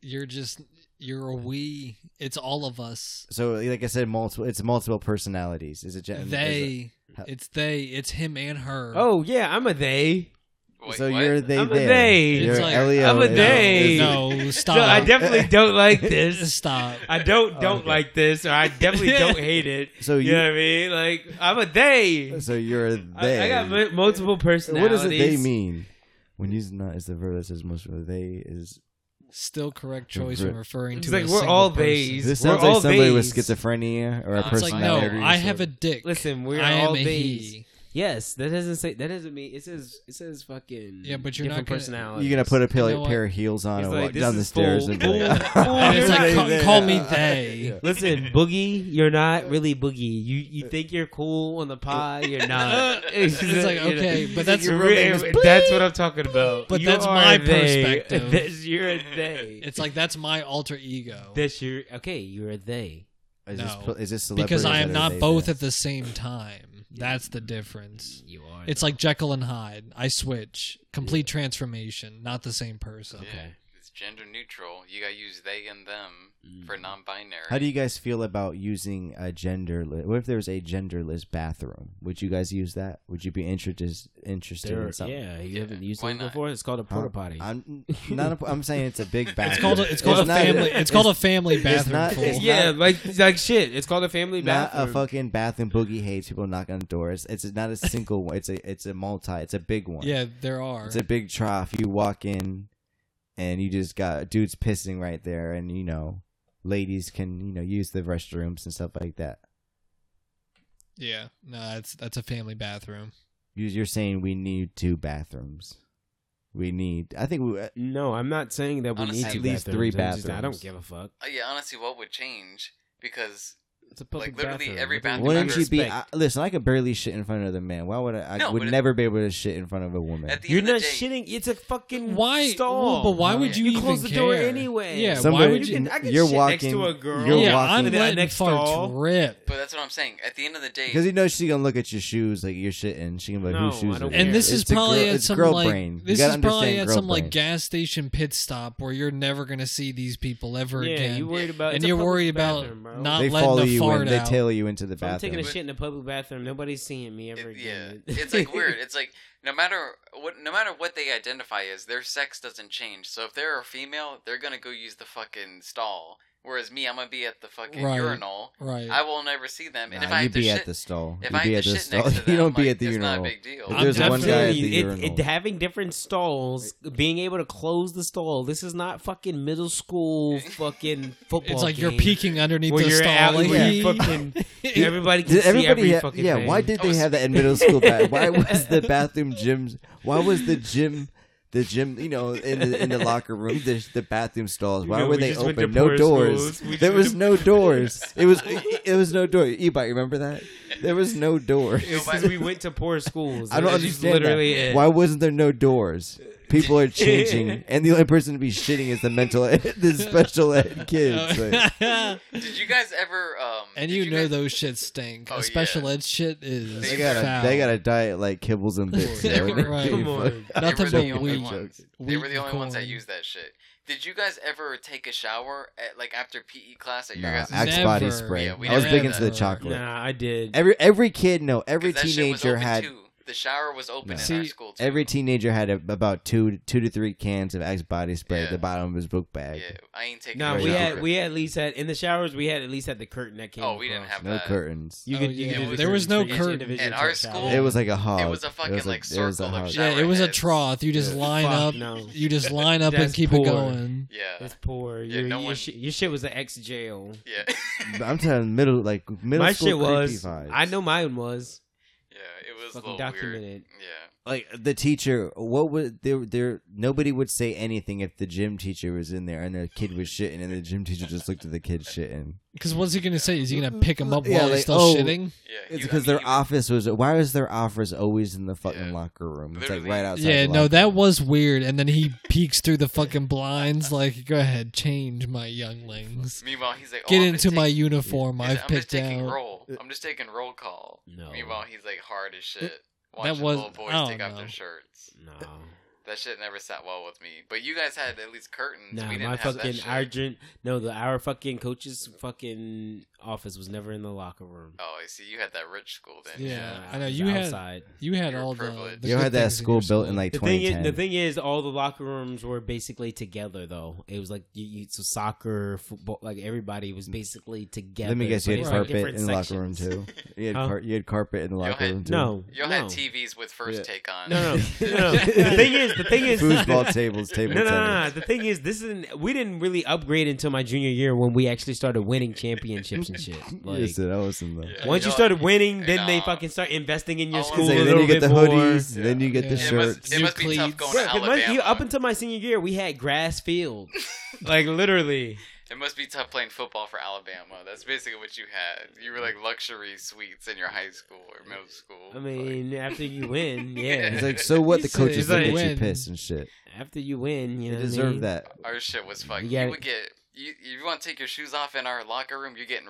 Speaker 5: You're just, you're a we. It's all of us.
Speaker 1: So, like I said, multiple. It's multiple personalities. Is it gen- is it-
Speaker 5: They.
Speaker 1: how-
Speaker 5: It's they. It's him and her.
Speaker 3: Oh yeah, I'm a they.
Speaker 4: Wait,
Speaker 1: so
Speaker 4: what?
Speaker 1: you're they,
Speaker 3: I'm a
Speaker 1: there.
Speaker 3: they.
Speaker 5: It's
Speaker 1: You're
Speaker 5: like-
Speaker 1: Elio
Speaker 3: I'm a
Speaker 1: is-
Speaker 3: they.
Speaker 1: is-
Speaker 5: No, stop.
Speaker 3: No, I definitely don't like this.
Speaker 5: Stop.
Speaker 3: I don't don't
Speaker 1: Okay.
Speaker 3: like this, or I definitely don't hate it.
Speaker 1: So
Speaker 3: Oh, you,
Speaker 1: you-
Speaker 3: know what I mean? Like I'm a they.
Speaker 1: So you're
Speaker 3: I,
Speaker 1: they.
Speaker 3: I got mu- multiple
Speaker 1: what
Speaker 3: personalities.
Speaker 1: does a they mean? When used not is the verb that says most. They is.
Speaker 5: Still correct choice when referring
Speaker 3: It's
Speaker 5: to.
Speaker 3: like,
Speaker 5: a
Speaker 3: we're
Speaker 5: single
Speaker 3: all
Speaker 5: person.
Speaker 3: they's.
Speaker 1: This
Speaker 3: We're
Speaker 1: sounds like
Speaker 3: all
Speaker 1: somebody with
Speaker 3: they's.
Speaker 1: schizophrenia or a
Speaker 4: Nah,
Speaker 5: It's like no,
Speaker 1: personality.
Speaker 5: I have a dick.
Speaker 3: Listen, we're
Speaker 5: I am
Speaker 3: all
Speaker 5: a
Speaker 3: these.
Speaker 5: he.
Speaker 3: Yes, that doesn't say that doesn't mean it says it says fucking
Speaker 5: Yeah, but
Speaker 3: different
Speaker 5: you're not gonna-
Speaker 3: personality.
Speaker 1: You're gonna put a pair,
Speaker 5: You know what?
Speaker 1: pair of heels on
Speaker 3: He's
Speaker 1: and
Speaker 3: like,
Speaker 1: walk
Speaker 3: "This
Speaker 1: down the
Speaker 3: is
Speaker 1: stairs
Speaker 3: full-
Speaker 1: and be like,
Speaker 3: full- full-
Speaker 1: "Ah."
Speaker 5: And it's
Speaker 3: You're
Speaker 5: like,
Speaker 3: not
Speaker 5: call,
Speaker 3: even-
Speaker 5: call me they.
Speaker 3: Listen, Boogie, you're not really Boogie. You you think you're cool on the pod, you're not.
Speaker 5: It's like, okay, but that's-
Speaker 3: You're
Speaker 5: Your real name
Speaker 3: really-
Speaker 5: is-
Speaker 3: that's what I'm talking about.
Speaker 5: But
Speaker 3: You
Speaker 5: that's
Speaker 3: are
Speaker 5: my
Speaker 3: they.
Speaker 5: perspective.
Speaker 3: That's- you're a they.
Speaker 5: It's like that's my alter ego
Speaker 3: That's your okay. You're a they.
Speaker 1: Is this,
Speaker 5: No.
Speaker 1: pl- is this celebrities
Speaker 5: because I
Speaker 1: that
Speaker 5: am
Speaker 1: are
Speaker 5: not
Speaker 1: they
Speaker 5: both
Speaker 1: there?
Speaker 5: at the same time. That's the difference.
Speaker 3: You are.
Speaker 5: It's like Jekyll and Hyde. I switch. Complete transformation. Not the same person.
Speaker 4: Yeah,
Speaker 3: Okay.
Speaker 4: It's gender neutral. You gotta use they and them for non-binary.
Speaker 1: Mm. How do you guys feel about using a genderless? What if there was a genderless bathroom? Would you guys use that? Would you be interested interested
Speaker 3: There-
Speaker 1: in something?
Speaker 3: yeah. You haven't used
Speaker 4: why
Speaker 3: it
Speaker 4: not?
Speaker 3: before. It's called a
Speaker 1: Huh?
Speaker 3: porta potty.
Speaker 1: I'm not. A, I'm saying it's a big bathroom.
Speaker 5: It's called a, it's called a
Speaker 1: not-
Speaker 5: family. It's, called a family bathroom.
Speaker 1: not-
Speaker 5: full.
Speaker 1: it's
Speaker 3: yeah,
Speaker 1: not-
Speaker 3: like like shit. It's called a family
Speaker 1: not
Speaker 3: bathroom.
Speaker 1: a fucking bathroom. Boogie hates people knocking on doors. It's not a single one. It's a it's a multi. It's a big one.
Speaker 5: yeah, there are.
Speaker 1: It's a big trough. You walk in. and you just got dudes pissing right there, and you know, ladies can you know use the restrooms and stuff like that.
Speaker 5: Yeah, no, that's that's a family bathroom.
Speaker 1: You- You're saying we need two bathrooms. We need. I think we.
Speaker 3: No, I'm not saying that we
Speaker 4: Honestly,
Speaker 3: need
Speaker 4: at
Speaker 3: two
Speaker 1: least
Speaker 3: bathrooms.
Speaker 1: three
Speaker 3: I'm just- I
Speaker 1: bathrooms.
Speaker 3: don't give a fuck.
Speaker 4: Uh, yeah, honestly, what would change? Because
Speaker 3: It's a
Speaker 4: public Like, literally bathroom. every What do you bathroom
Speaker 1: Wouldn't
Speaker 4: I
Speaker 1: you be? I, listen, I could barely shit in front of the man. Why would I? I
Speaker 4: No,
Speaker 1: would
Speaker 4: but it-
Speaker 1: never be able to shit in front of a woman.
Speaker 4: at the
Speaker 3: You're
Speaker 4: end
Speaker 3: not
Speaker 4: of the day,
Speaker 3: shitting. It's a fucking
Speaker 5: Why?
Speaker 3: stall.
Speaker 5: But why
Speaker 1: Huh?
Speaker 5: would you,
Speaker 3: You
Speaker 5: even
Speaker 3: close the
Speaker 5: care?
Speaker 3: door anyway.
Speaker 5: Yeah,
Speaker 1: Somebody-
Speaker 5: why would
Speaker 1: You
Speaker 5: you?
Speaker 1: can- you're
Speaker 3: next to
Speaker 1: walking-
Speaker 3: a girl.
Speaker 1: you're
Speaker 5: yeah,
Speaker 1: walking-
Speaker 5: I'm
Speaker 3: Yeah,
Speaker 5: letting
Speaker 3: next
Speaker 5: farts
Speaker 3: stall.
Speaker 5: rip.
Speaker 4: But that's what I'm saying. At the end of the day,
Speaker 1: Because you know she's gonna look at your shoes like you're shitting. She gonna be like,
Speaker 3: No,
Speaker 1: whose shoes?
Speaker 3: I don't
Speaker 1: are
Speaker 5: And
Speaker 1: these?"
Speaker 3: care.
Speaker 5: this is
Speaker 1: It's a
Speaker 5: probably
Speaker 1: girl-
Speaker 5: at
Speaker 1: it's
Speaker 5: some
Speaker 1: girl
Speaker 5: like
Speaker 1: brain. You
Speaker 5: this
Speaker 1: gotta
Speaker 5: is
Speaker 1: understand
Speaker 5: probably at
Speaker 1: girl
Speaker 5: some like
Speaker 1: brain.
Speaker 5: gas station pit stop where you're never gonna see these people ever
Speaker 3: Yeah,
Speaker 5: again.
Speaker 3: you worried about
Speaker 5: And
Speaker 3: it's a
Speaker 5: you're
Speaker 3: public
Speaker 5: worried about
Speaker 3: bathroom, bro.
Speaker 5: not
Speaker 1: They
Speaker 5: letting
Speaker 1: follow
Speaker 5: a
Speaker 1: you
Speaker 5: fart
Speaker 1: in. They
Speaker 5: out.
Speaker 1: tail you into the
Speaker 3: If I'm taking
Speaker 1: bathroom.
Speaker 3: a shit in a public bathroom. Nobody's seeing me ever
Speaker 4: it-
Speaker 3: again.
Speaker 4: yeah, it's like weird. It's like no matter what, no matter what they identify as, their sex doesn't change. So if they're a female, they're gonna go use the fucking stall. Whereas me, I'm gonna be at the fucking
Speaker 5: Right.
Speaker 4: urinal.
Speaker 5: Right.
Speaker 4: I will never see them. And if
Speaker 1: Nah,
Speaker 4: I
Speaker 1: you
Speaker 4: have to
Speaker 1: be
Speaker 4: shit,
Speaker 1: at the stall.
Speaker 4: if
Speaker 1: you
Speaker 4: I
Speaker 1: be
Speaker 4: have
Speaker 1: at
Speaker 4: to
Speaker 1: the
Speaker 4: shit
Speaker 1: stall.
Speaker 4: next to them,
Speaker 1: you don't be
Speaker 4: like,
Speaker 1: at the
Speaker 4: it's
Speaker 1: urinal.
Speaker 4: Not a big deal.
Speaker 1: If
Speaker 5: I'm
Speaker 1: there's one guy at
Speaker 5: definitely-
Speaker 1: the
Speaker 3: it-
Speaker 1: urinal.
Speaker 3: it- having different stalls, being able to close the stall. This is not fucking middle school fucking football.
Speaker 5: It's like you're
Speaker 3: game
Speaker 5: peeking underneath
Speaker 3: where
Speaker 5: the
Speaker 3: you're
Speaker 5: stall.
Speaker 3: out
Speaker 5: like,
Speaker 3: where
Speaker 5: he-
Speaker 3: fucking everybody can
Speaker 1: Did
Speaker 3: see
Speaker 1: everybody
Speaker 3: every
Speaker 1: ha-
Speaker 3: fucking
Speaker 1: yeah,
Speaker 3: thing.
Speaker 1: why did
Speaker 4: Oh,
Speaker 1: they have that in middle school? Back? Why was the bathroom gyms? Why was the gym? The gym, you know, in the in the locker room, the, the bathroom stalls. Why
Speaker 3: No,
Speaker 1: were
Speaker 3: we
Speaker 1: they
Speaker 3: just went to
Speaker 1: open? No
Speaker 3: poor
Speaker 1: doors.
Speaker 3: schools. We
Speaker 1: There
Speaker 3: just
Speaker 1: was
Speaker 3: went
Speaker 1: no doors. It was it was no door. Ebot, you remember that? There was no doors.
Speaker 3: It's just we went to poor schools.
Speaker 1: I don't
Speaker 3: That's just
Speaker 1: understand.
Speaker 3: Literally,
Speaker 1: that.
Speaker 3: it.
Speaker 1: Why wasn't there no doors? People are changing, and the only person to be shitting is the mental, ed, the special ed kids. Like,
Speaker 4: Did you guys ever? Um,
Speaker 5: and
Speaker 4: did
Speaker 5: you, know
Speaker 4: guys-
Speaker 5: those shit stink.
Speaker 4: Oh,
Speaker 5: A special
Speaker 4: yeah.
Speaker 5: ed shit is
Speaker 1: they got
Speaker 5: foul.
Speaker 1: a they got a diet like kibbles and bits.
Speaker 5: Yeah,
Speaker 1: every day.
Speaker 5: right.
Speaker 3: Come on.
Speaker 4: They
Speaker 5: nothing
Speaker 4: were
Speaker 5: but
Speaker 4: the only
Speaker 5: weed.
Speaker 4: ones. They
Speaker 5: Weed
Speaker 4: were the
Speaker 5: and
Speaker 4: only ones that
Speaker 5: corn.
Speaker 4: used that shit. Did you guys ever take a shower at like after PE class at your
Speaker 1: Nah,
Speaker 4: guys'
Speaker 1: Axe
Speaker 5: Never.
Speaker 1: body spray.
Speaker 4: Yeah, we
Speaker 1: I was
Speaker 5: never
Speaker 1: big
Speaker 5: did
Speaker 1: into
Speaker 5: that.
Speaker 1: the chocolate.
Speaker 3: Nah, I did.
Speaker 1: Every every kid, no, every
Speaker 4: 'Cause that shit was
Speaker 1: teenager
Speaker 4: open
Speaker 1: had
Speaker 4: too. The shower was open in our
Speaker 5: See,
Speaker 4: school. Too.
Speaker 1: every teenager had a, about two two to three cans of Axe body spray at
Speaker 4: Yeah.
Speaker 1: the bottom of his book bag.
Speaker 4: Yeah, I ain't taking.
Speaker 3: No,
Speaker 4: a
Speaker 3: we
Speaker 4: shower.
Speaker 3: had we at least had in the showers. We had at least had the curtain that came.
Speaker 4: Oh, we didn't
Speaker 3: across.
Speaker 4: have
Speaker 1: No
Speaker 4: that.
Speaker 1: curtains.
Speaker 3: You
Speaker 5: Oh,
Speaker 3: could, you
Speaker 5: yeah.
Speaker 3: could do the
Speaker 5: There was
Speaker 3: curtains
Speaker 5: no
Speaker 3: for each
Speaker 5: curtain.
Speaker 3: individual
Speaker 4: In our
Speaker 3: shower.
Speaker 4: school-
Speaker 1: It was like a hog.
Speaker 4: was a fucking,
Speaker 1: a-
Speaker 4: like,
Speaker 1: it was a
Speaker 4: circle of
Speaker 1: hog.
Speaker 4: shit.
Speaker 5: Yeah, it was a
Speaker 4: Showerheads.
Speaker 5: trough. You just
Speaker 1: Yeah.
Speaker 5: line
Speaker 3: Fuck
Speaker 5: up.
Speaker 3: no.
Speaker 5: You just line up and
Speaker 3: That's
Speaker 5: keep
Speaker 3: poor.
Speaker 5: it going.
Speaker 4: Yeah,
Speaker 3: It's poor.
Speaker 4: Yeah,
Speaker 3: your,
Speaker 4: no
Speaker 3: your,
Speaker 4: one-
Speaker 3: shit, your shit was an ex jail.
Speaker 4: yeah,
Speaker 1: But I'm telling middle like middle
Speaker 3: My
Speaker 1: school
Speaker 3: shit
Speaker 1: creepy
Speaker 3: was.
Speaker 1: vibes.
Speaker 3: I know mine was.
Speaker 4: yeah. It was a
Speaker 3: Fucking
Speaker 4: little weird.
Speaker 3: documented.
Speaker 4: Yeah,
Speaker 1: like the teacher what would there there nobody would say anything if the gym teacher was in there and the kid was shitting and the gym teacher just looked at the kid shitting
Speaker 5: Because what's he gonna say? Is he gonna pick him up
Speaker 1: Yeah,
Speaker 5: while
Speaker 1: like,
Speaker 5: he's still
Speaker 1: oh,
Speaker 5: shitting?
Speaker 4: yeah.
Speaker 1: it's
Speaker 4: You- I
Speaker 1: because
Speaker 4: mean,
Speaker 1: their
Speaker 4: you-
Speaker 1: office was why was their office always in the fucking
Speaker 4: Yeah.
Speaker 1: locker room it's
Speaker 4: Literally.
Speaker 1: like right outside
Speaker 5: Yeah,
Speaker 1: the
Speaker 5: no,
Speaker 1: locker
Speaker 5: that
Speaker 1: room.
Speaker 5: was weird. And then he peeks through the fucking blinds, like, "Go ahead, change my younglings.
Speaker 4: Meanwhile, he's like, oh,
Speaker 5: Get
Speaker 4: I'm
Speaker 5: into
Speaker 4: just
Speaker 5: my
Speaker 4: taking-
Speaker 5: uniform.
Speaker 4: he's like,
Speaker 5: I've
Speaker 4: I'm just
Speaker 5: picked
Speaker 4: taking
Speaker 5: out."
Speaker 4: roll. I'm just taking roll call.
Speaker 3: Uh, No.
Speaker 4: Meanwhile, he's like hard as shit. Watching
Speaker 5: was-
Speaker 4: little boys
Speaker 5: I don't
Speaker 4: take off their
Speaker 5: know.
Speaker 4: shirts.
Speaker 3: No,
Speaker 4: That shit never sat well with me. But you guys had at least curtains.
Speaker 3: nah,
Speaker 4: we didn't
Speaker 3: my
Speaker 4: have that
Speaker 3: fucking
Speaker 4: shit.
Speaker 3: our gen- no, the our fucking coach's fucking office was never in the locker room.
Speaker 4: Oh, I see. You had that rich school then.
Speaker 5: Yeah,
Speaker 3: Nah,
Speaker 5: I know,
Speaker 3: it was
Speaker 5: you had-
Speaker 3: outside.
Speaker 5: You had
Speaker 4: You're
Speaker 5: all the,
Speaker 4: privileged.
Speaker 5: the
Speaker 1: you
Speaker 5: good
Speaker 1: had that
Speaker 5: things in
Speaker 1: school
Speaker 5: your
Speaker 1: built in like
Speaker 3: The thing, is,
Speaker 1: 2010
Speaker 3: the thing is, all the locker rooms were basically together, though. It was like you, you, so soccer, football, like everybody was basically together.
Speaker 1: let me guess
Speaker 3: but
Speaker 1: you
Speaker 3: it
Speaker 1: had
Speaker 3: was,
Speaker 5: like,
Speaker 1: carpet
Speaker 3: different
Speaker 1: in the locker room
Speaker 3: sections.
Speaker 1: too you had,
Speaker 3: Huh?
Speaker 1: car- you had carpet in the
Speaker 4: Y'all
Speaker 1: locker
Speaker 4: had-
Speaker 1: room too
Speaker 3: No,
Speaker 4: Y'all
Speaker 3: no.
Speaker 4: had TVs with first
Speaker 1: Yeah.
Speaker 4: take on.
Speaker 3: No, no, no, no. the thing is, the thing is,
Speaker 1: foosball tables table
Speaker 3: No, no, no,
Speaker 1: tennis
Speaker 3: no. The thing is, this isn't. We didn't really upgrade until my junior year when we actually started winning championships and shit. Like,
Speaker 1: Listen, I was in the
Speaker 4: Yeah.
Speaker 3: once you
Speaker 4: Yo,
Speaker 3: started winning, then they
Speaker 4: nah.
Speaker 3: fucking start investing in your
Speaker 4: I wanna
Speaker 3: school
Speaker 4: say,
Speaker 3: a
Speaker 1: then
Speaker 3: little
Speaker 1: you get the
Speaker 3: bit more.
Speaker 1: hoodies, then you get
Speaker 5: Yeah.
Speaker 1: the
Speaker 4: It
Speaker 1: shirts.
Speaker 4: must, it must be
Speaker 5: Cleats.
Speaker 4: tough going
Speaker 3: Bro,
Speaker 4: to
Speaker 3: 'cause my-
Speaker 4: Alabama.
Speaker 3: you- up until my senior year, we had grass field. like literally,
Speaker 4: It must be tough playing football for Alabama. That's basically what you had. You were like luxury suites in your high school or middle school.
Speaker 3: I mean, after you win,
Speaker 1: It's
Speaker 3: yeah.
Speaker 1: like, so what?
Speaker 5: He
Speaker 1: The
Speaker 5: said
Speaker 1: coaches look
Speaker 3: they
Speaker 1: at you
Speaker 5: win.
Speaker 1: pissed and shit.
Speaker 3: After you win, you
Speaker 1: You
Speaker 3: know,
Speaker 1: deserve that.
Speaker 4: like, our shit was fucked.
Speaker 3: You
Speaker 4: You,
Speaker 3: gotta-
Speaker 4: would get you. You want to take your shoes off in our locker room? You're getting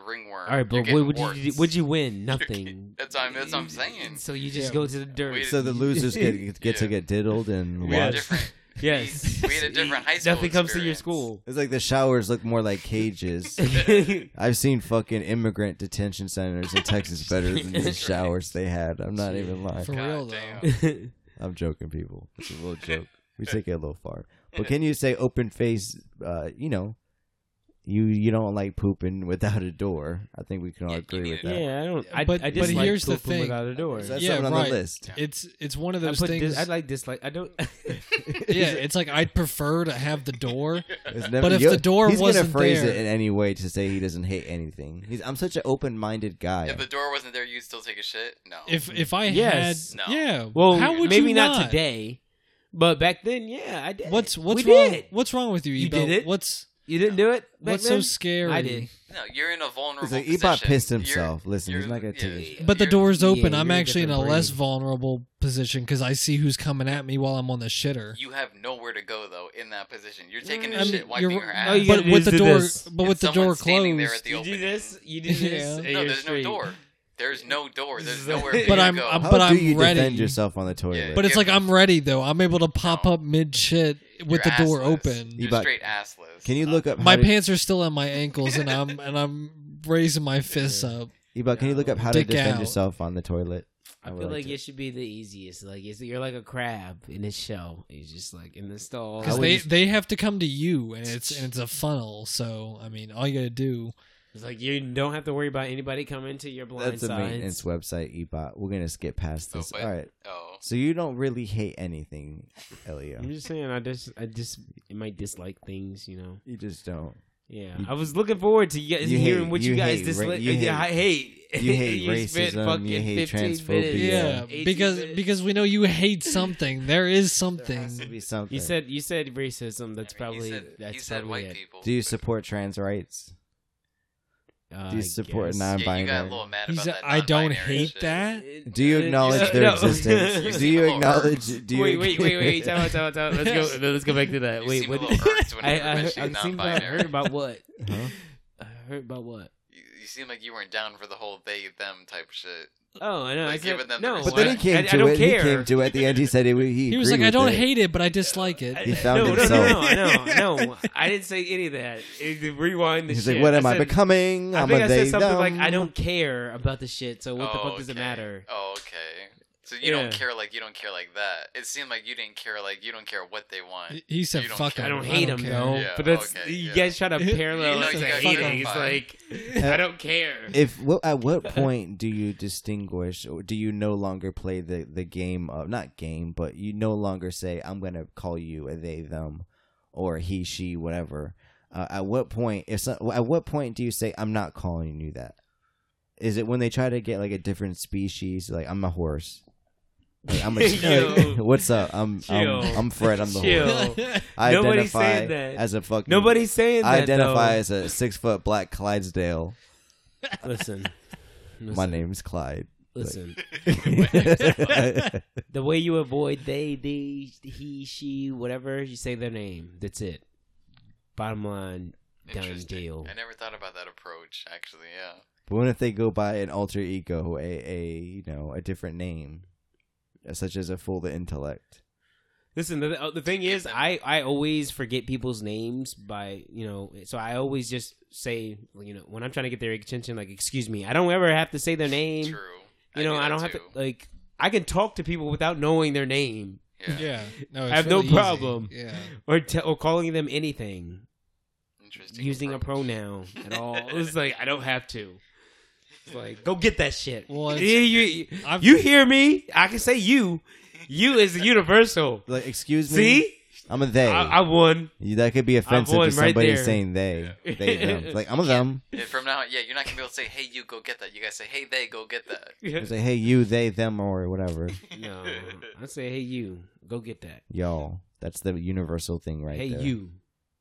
Speaker 3: All
Speaker 4: ringworm.
Speaker 3: right,
Speaker 4: You're
Speaker 3: but
Speaker 4: getting
Speaker 3: what would you
Speaker 4: warts.
Speaker 3: would you win?
Speaker 4: getting-
Speaker 3: Nothing.
Speaker 4: that's what I'm- that's what I'm saying.
Speaker 3: So you just
Speaker 5: Yeah.
Speaker 3: go to the dirt.
Speaker 4: We-
Speaker 1: So the losers get, get to
Speaker 4: Yeah.
Speaker 1: get diddled and
Speaker 4: We had a
Speaker 1: watched.
Speaker 4: different.
Speaker 3: yes,
Speaker 4: we had a different high school
Speaker 3: Nothing comes to your
Speaker 4: experience.
Speaker 3: school.
Speaker 1: It's like the showers look more like cages. I've seen fucking immigrant detention centers in Texas better than these showers they had. I'm not even
Speaker 5: For
Speaker 1: lying.
Speaker 4: God
Speaker 5: real
Speaker 4: damn.
Speaker 5: though.
Speaker 1: I'm joking, people. It's a little joke. We take it a little far. But can you say open face? Uh, you know, You you don't like pooping without a door. I think we can all
Speaker 4: Yeah, you
Speaker 1: agree
Speaker 4: need
Speaker 1: with
Speaker 4: a
Speaker 1: that.
Speaker 3: Yeah, I don't. I,
Speaker 5: But-
Speaker 3: I
Speaker 5: but
Speaker 3: dislike
Speaker 5: here's the
Speaker 3: pooping
Speaker 5: thing.
Speaker 3: without a door.
Speaker 1: Is that
Speaker 5: Yeah,
Speaker 1: something on
Speaker 5: right.
Speaker 1: the list?
Speaker 5: It's it's one of
Speaker 3: I
Speaker 5: those
Speaker 3: put
Speaker 5: things.
Speaker 3: dis- I like dislike. I don't.
Speaker 5: yeah, it's like I'd prefer to have the door.
Speaker 1: It's never-
Speaker 5: But if
Speaker 1: you-
Speaker 5: the door
Speaker 1: he's
Speaker 5: wasn't
Speaker 1: gonna phrase
Speaker 5: there-
Speaker 1: it in any way to say he doesn't hate anything. He's, I'm such an open-minded guy.
Speaker 4: If the door wasn't there, you'd still take a shit. No.
Speaker 5: If if I
Speaker 3: Yes.
Speaker 5: had
Speaker 4: No.
Speaker 5: yeah,
Speaker 3: well,
Speaker 5: how would
Speaker 3: maybe
Speaker 5: you
Speaker 3: not? today, but back then, yeah, I did.
Speaker 5: What's what's
Speaker 3: we
Speaker 5: wrong?
Speaker 3: Did it.
Speaker 5: What's wrong with you?
Speaker 3: You
Speaker 5: Ebo?
Speaker 3: did it?
Speaker 5: What's
Speaker 3: You didn't do it. Back
Speaker 5: what's
Speaker 3: then?
Speaker 5: so scary?
Speaker 3: I did.
Speaker 4: no, you're in a vulnerable.
Speaker 1: So Ebot
Speaker 4: position.
Speaker 1: pissed
Speaker 4: You're-
Speaker 1: himself. Listen, he's
Speaker 4: you're-
Speaker 1: not gonna take a
Speaker 4: yeah,
Speaker 5: But the
Speaker 4: you're-
Speaker 5: door's
Speaker 3: Yeah,
Speaker 5: open.
Speaker 3: you're
Speaker 5: I'm
Speaker 3: a
Speaker 5: actually in a
Speaker 3: different
Speaker 5: less
Speaker 3: breed.
Speaker 5: vulnerable position because I see who's coming at me while I'm on the shitter.
Speaker 4: You have nowhere to go though in that position. You're taking a
Speaker 5: I mean,
Speaker 4: shit, wiping
Speaker 5: you're-
Speaker 4: your
Speaker 1: Oh,
Speaker 3: no, you
Speaker 4: ass.
Speaker 3: gotta
Speaker 5: but
Speaker 3: do
Speaker 5: with
Speaker 3: is
Speaker 5: the
Speaker 3: do
Speaker 5: door,
Speaker 3: this.
Speaker 5: but
Speaker 4: And
Speaker 5: with the
Speaker 4: someone's
Speaker 5: door
Speaker 4: standing there at
Speaker 5: closed.
Speaker 4: the
Speaker 3: You do
Speaker 4: opening.
Speaker 3: this. You do this.
Speaker 5: Yeah.
Speaker 3: and
Speaker 4: No,
Speaker 3: you're
Speaker 4: there's
Speaker 3: straight.
Speaker 4: no door. There's no door.
Speaker 3: This
Speaker 4: There's
Speaker 3: is-
Speaker 4: nowhere. for you
Speaker 5: But
Speaker 4: to
Speaker 5: I'm-
Speaker 4: go.
Speaker 5: I'm-
Speaker 1: How
Speaker 5: but
Speaker 1: do you
Speaker 5: ready.
Speaker 1: defend yourself on the toilet?
Speaker 4: Yeah.
Speaker 5: But it's like I'm ready though. I'm able to pop
Speaker 4: No.
Speaker 5: up mid shit with
Speaker 4: You're
Speaker 5: the door
Speaker 4: assless.
Speaker 5: open.
Speaker 1: You-
Speaker 4: You're
Speaker 1: Ebot,
Speaker 4: straight assless.
Speaker 1: Can you look up?
Speaker 5: My
Speaker 1: how to-
Speaker 5: pants are still at my ankles, and I'm and I'm raising my fists up.
Speaker 1: Ebot, can you look up how to
Speaker 5: Dick
Speaker 1: defend
Speaker 5: out.
Speaker 1: yourself on the toilet?
Speaker 3: I,
Speaker 1: would
Speaker 3: feel
Speaker 1: like
Speaker 3: like
Speaker 1: to-
Speaker 3: it should be the easiest. Like it's, you're like a crab in a shell. It's just like in the stall.
Speaker 5: Because
Speaker 1: would
Speaker 5: they,
Speaker 1: just-
Speaker 5: they have to come to you, and it's and it's a funnel. So I mean, all you gotta do.
Speaker 3: It's like you don't have to worry about anybody coming to your blind
Speaker 1: That's the
Speaker 3: sides.
Speaker 1: maintenance website, Ebot. We're gonna skip past
Speaker 4: Oh,
Speaker 1: this.
Speaker 4: but-
Speaker 1: All right.
Speaker 4: Oh,
Speaker 1: So you don't really hate anything,
Speaker 3: I'm
Speaker 1: Elio.
Speaker 3: just saying, I just, I just might dislike things, you know.
Speaker 1: You just don't.
Speaker 3: Yeah,
Speaker 1: You-
Speaker 3: I was looking forward to you guys
Speaker 1: You
Speaker 3: hearing
Speaker 1: hate-
Speaker 3: what
Speaker 1: you
Speaker 3: you,
Speaker 1: hate
Speaker 3: guys
Speaker 1: ra-
Speaker 3: dislike.
Speaker 1: you hate-
Speaker 3: yeah, I hate.
Speaker 1: you hate
Speaker 3: spent
Speaker 1: racism,
Speaker 3: fucking
Speaker 1: you hate
Speaker 3: 15
Speaker 1: transphobia.
Speaker 3: minutes,
Speaker 1: Yeah.
Speaker 5: Yeah,
Speaker 3: 18
Speaker 5: because
Speaker 3: minutes.
Speaker 5: because we know you hate something. There is
Speaker 1: There has to
Speaker 5: something.
Speaker 1: be something.
Speaker 3: you said you said racism. That's
Speaker 4: I mean,
Speaker 3: probably
Speaker 4: He said,
Speaker 3: that's
Speaker 4: he said
Speaker 3: probably
Speaker 4: white
Speaker 3: it.
Speaker 4: people.
Speaker 1: Do you support trans rights?
Speaker 3: Uh,
Speaker 1: Do you
Speaker 3: I
Speaker 1: support
Speaker 3: guess.
Speaker 1: non-
Speaker 4: Yeah, you got a
Speaker 1: non-binary?
Speaker 4: little mad
Speaker 5: He's
Speaker 4: about that.
Speaker 5: a, I don't
Speaker 4: non-binary
Speaker 5: hate
Speaker 4: shit.
Speaker 5: that.
Speaker 1: Do you
Speaker 3: Uh,
Speaker 1: acknowledge
Speaker 3: uh,
Speaker 1: their
Speaker 3: no.
Speaker 1: existence? Do you
Speaker 4: You're
Speaker 1: acknowledge? Do you
Speaker 3: wait, wait, wait, wait! Time out, time out, time out. Let's go. Let's go back to that.
Speaker 4: You
Speaker 3: Wait,
Speaker 4: seem
Speaker 3: what?
Speaker 4: a little irked when
Speaker 3: I,
Speaker 4: you
Speaker 3: I,
Speaker 4: were
Speaker 3: heard,
Speaker 4: mentioning
Speaker 3: I, seem I
Speaker 4: non-binary.
Speaker 3: heard about what?
Speaker 1: Huh?
Speaker 3: I heard about what?
Speaker 4: You, you seem like you weren't down for the whole they them type shit.
Speaker 3: Oh, I know.
Speaker 4: Like
Speaker 3: I said,
Speaker 4: giving them the
Speaker 3: no,
Speaker 1: But then he
Speaker 4: What?
Speaker 1: came
Speaker 3: I,
Speaker 1: to
Speaker 3: I don't
Speaker 1: it.
Speaker 3: care.
Speaker 1: He came to it. At the end, he said he, he,
Speaker 5: He was like,
Speaker 1: agreed
Speaker 5: I
Speaker 1: with
Speaker 5: don't
Speaker 1: it.
Speaker 5: hate it, but I dislike it.
Speaker 1: He found
Speaker 3: no,
Speaker 1: himself.
Speaker 3: No, no, no, no. I didn't say any of that. It- rewind the
Speaker 1: He's
Speaker 3: shit.
Speaker 1: like, what am I,
Speaker 3: said-
Speaker 1: becoming?
Speaker 3: I
Speaker 1: I'm
Speaker 3: think
Speaker 1: a
Speaker 3: I said
Speaker 1: they,
Speaker 3: something
Speaker 1: them.
Speaker 3: like, I don't care about the shit, so what the
Speaker 4: Oh,
Speaker 3: fuck does it
Speaker 4: okay.
Speaker 3: matter?
Speaker 4: Oh, okay. So you don't
Speaker 3: Yeah.
Speaker 4: care like you don't care like that. It seemed like you didn't care like you don't care what they want.
Speaker 5: He- He said,
Speaker 4: You don't
Speaker 5: "Fuck
Speaker 4: care.
Speaker 5: it."
Speaker 3: I don't hate him
Speaker 5: care.
Speaker 3: though,
Speaker 4: Yeah,
Speaker 3: but that's
Speaker 4: okay,
Speaker 3: you
Speaker 4: yeah.
Speaker 3: guys try to parallel
Speaker 5: You know
Speaker 3: it to
Speaker 5: you got
Speaker 3: hating. It's
Speaker 4: identified.
Speaker 3: like I don't care.
Speaker 1: If what at what point do you distinguish or do you no longer play the the game of not game but you no longer say I'm gonna call you a they them or he she whatever uh, at what point if so, at what point do you say I'm not calling you that is it when they try to get like a different species like I'm a horse like, I'm a
Speaker 3: Yo.
Speaker 1: what's up I'm
Speaker 3: Chill.
Speaker 1: I'm, I'm Fred I'm the
Speaker 3: Chill.
Speaker 1: horse I
Speaker 3: Nobody's
Speaker 1: identify
Speaker 3: saying that.
Speaker 1: as a fucking
Speaker 3: Nobody's saying that.
Speaker 1: I identify
Speaker 3: though.
Speaker 1: as a six foot black Clydesdale
Speaker 3: Listen, listen,
Speaker 1: my name's Clyde.
Speaker 3: listen.
Speaker 1: That's
Speaker 3: The way you avoid they, they, he, she, whatever, you say their name. That's it. Bottom line, done
Speaker 4: Interesting.
Speaker 3: deal.
Speaker 4: I never thought about that approach. Actually, yeah.
Speaker 1: But what if they go by an alter ego, a, a you know, a different name, uh, such as a fool the intellect?
Speaker 3: Listen, the, uh, the thing is, I, I always forget people's names by, you know, so I always just say, you know, when I'm trying to get their attention, like, excuse me. I don't ever have to say their name.
Speaker 4: True.
Speaker 3: You know,
Speaker 4: do
Speaker 3: I
Speaker 4: that
Speaker 3: don't have to,
Speaker 4: too.
Speaker 3: like, I can talk to people without knowing their name
Speaker 4: Yeah.
Speaker 5: Yeah, no, it's
Speaker 3: I have no
Speaker 5: really easy.
Speaker 3: problem.
Speaker 5: Yeah,
Speaker 3: or, t- or calling them anything
Speaker 4: Interesting.
Speaker 3: using a
Speaker 4: approach.
Speaker 3: pronoun at all. It's like, I don't have to. It's like, go get that shit.
Speaker 5: Well, it's-
Speaker 3: you, you-
Speaker 5: I've-
Speaker 3: you hear me? I can say you. You is universal.
Speaker 1: Like, excuse me.
Speaker 3: See?
Speaker 1: I'm a they.
Speaker 3: I, I won.
Speaker 1: You- that could be offensive
Speaker 3: one
Speaker 1: to
Speaker 3: right
Speaker 1: somebody
Speaker 3: there.
Speaker 1: saying they.
Speaker 3: Yeah.
Speaker 1: They them. It's Like I'm a them.
Speaker 4: Yeah, from now on, yeah, you're not gonna be able to say, "Hey, you go get that." You guys say, "Hey, they go get that."
Speaker 1: It's like, hey, you, they, them, or whatever.
Speaker 3: No, I say, hey you, go get that.
Speaker 1: Y'all. That's the universal thing, right
Speaker 3: hey
Speaker 1: there.
Speaker 3: you,